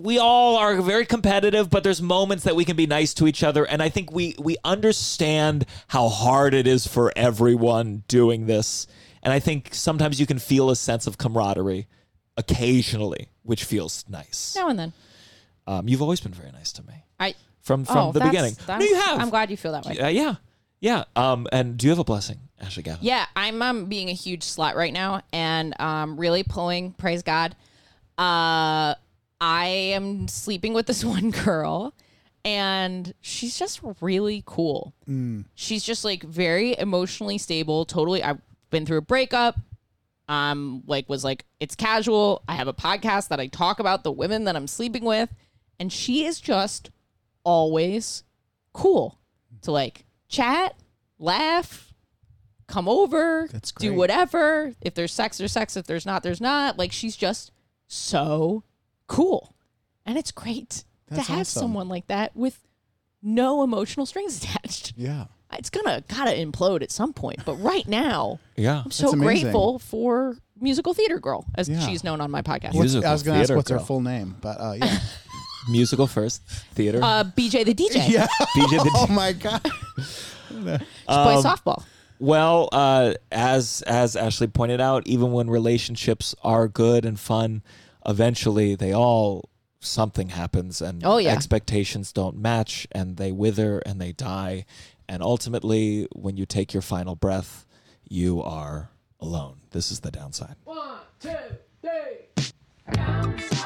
[SPEAKER 1] we all are very competitive, but there's moments that we can be nice to each other, and I think we we understand how hard it is for everyone doing this, and I think sometimes you can feel a sense of camaraderie occasionally, which feels nice.
[SPEAKER 2] Now and then.
[SPEAKER 1] Um, you've always been very nice to me.
[SPEAKER 2] I
[SPEAKER 1] from from
[SPEAKER 8] oh,
[SPEAKER 1] the
[SPEAKER 8] that's-
[SPEAKER 1] beginning.
[SPEAKER 8] that's-
[SPEAKER 1] no, you have.
[SPEAKER 8] I'm glad you feel that way.
[SPEAKER 1] Uh, yeah, yeah. Um, and do you have a blessing, Ashley Gavin?
[SPEAKER 2] Yeah, I'm um, being a huge slut right now and um, really pulling, praise God. Uh, I am sleeping with this one girl and she's just really cool.
[SPEAKER 1] Mm.
[SPEAKER 2] She's just like very emotionally stable, totally. I've been through a breakup. Um, like was like it's casual. I have a podcast that I talk about the women that I'm sleeping with, and she is just always cool to like chat, laugh, come over,
[SPEAKER 3] That's
[SPEAKER 2] do
[SPEAKER 3] great.
[SPEAKER 2] whatever. If there's sex, there's sex. If there's not, there's not. Like she's just so cool. And it's great
[SPEAKER 3] That's
[SPEAKER 2] to have
[SPEAKER 3] awesome.
[SPEAKER 2] someone like that with no emotional strings attached.
[SPEAKER 3] Yeah.
[SPEAKER 2] It's gonna gotta implode at some point, but right now
[SPEAKER 1] Yeah.
[SPEAKER 2] I'm so
[SPEAKER 3] That's amazing.
[SPEAKER 2] grateful for musical theater girl, as
[SPEAKER 3] Yeah.
[SPEAKER 2] she's known on my podcast.
[SPEAKER 1] Music-
[SPEAKER 3] What's, I was gonna ask
[SPEAKER 1] Musical
[SPEAKER 3] what's her
[SPEAKER 1] theater
[SPEAKER 3] full name, but uh, yeah.
[SPEAKER 1] Musical first, theater.
[SPEAKER 2] Uh, BJ the DJ.
[SPEAKER 3] yeah.
[SPEAKER 1] DJ the
[SPEAKER 3] Oh my god.
[SPEAKER 2] She plays softball.
[SPEAKER 1] Well, uh, as as Ashley pointed out, even when relationships are good and fun, eventually they all something happens and
[SPEAKER 2] Oh, yeah.
[SPEAKER 1] expectations don't match and they wither and they die, and ultimately when you take your final breath, you are alone. This is the downside.
[SPEAKER 4] One, two, three. Downside.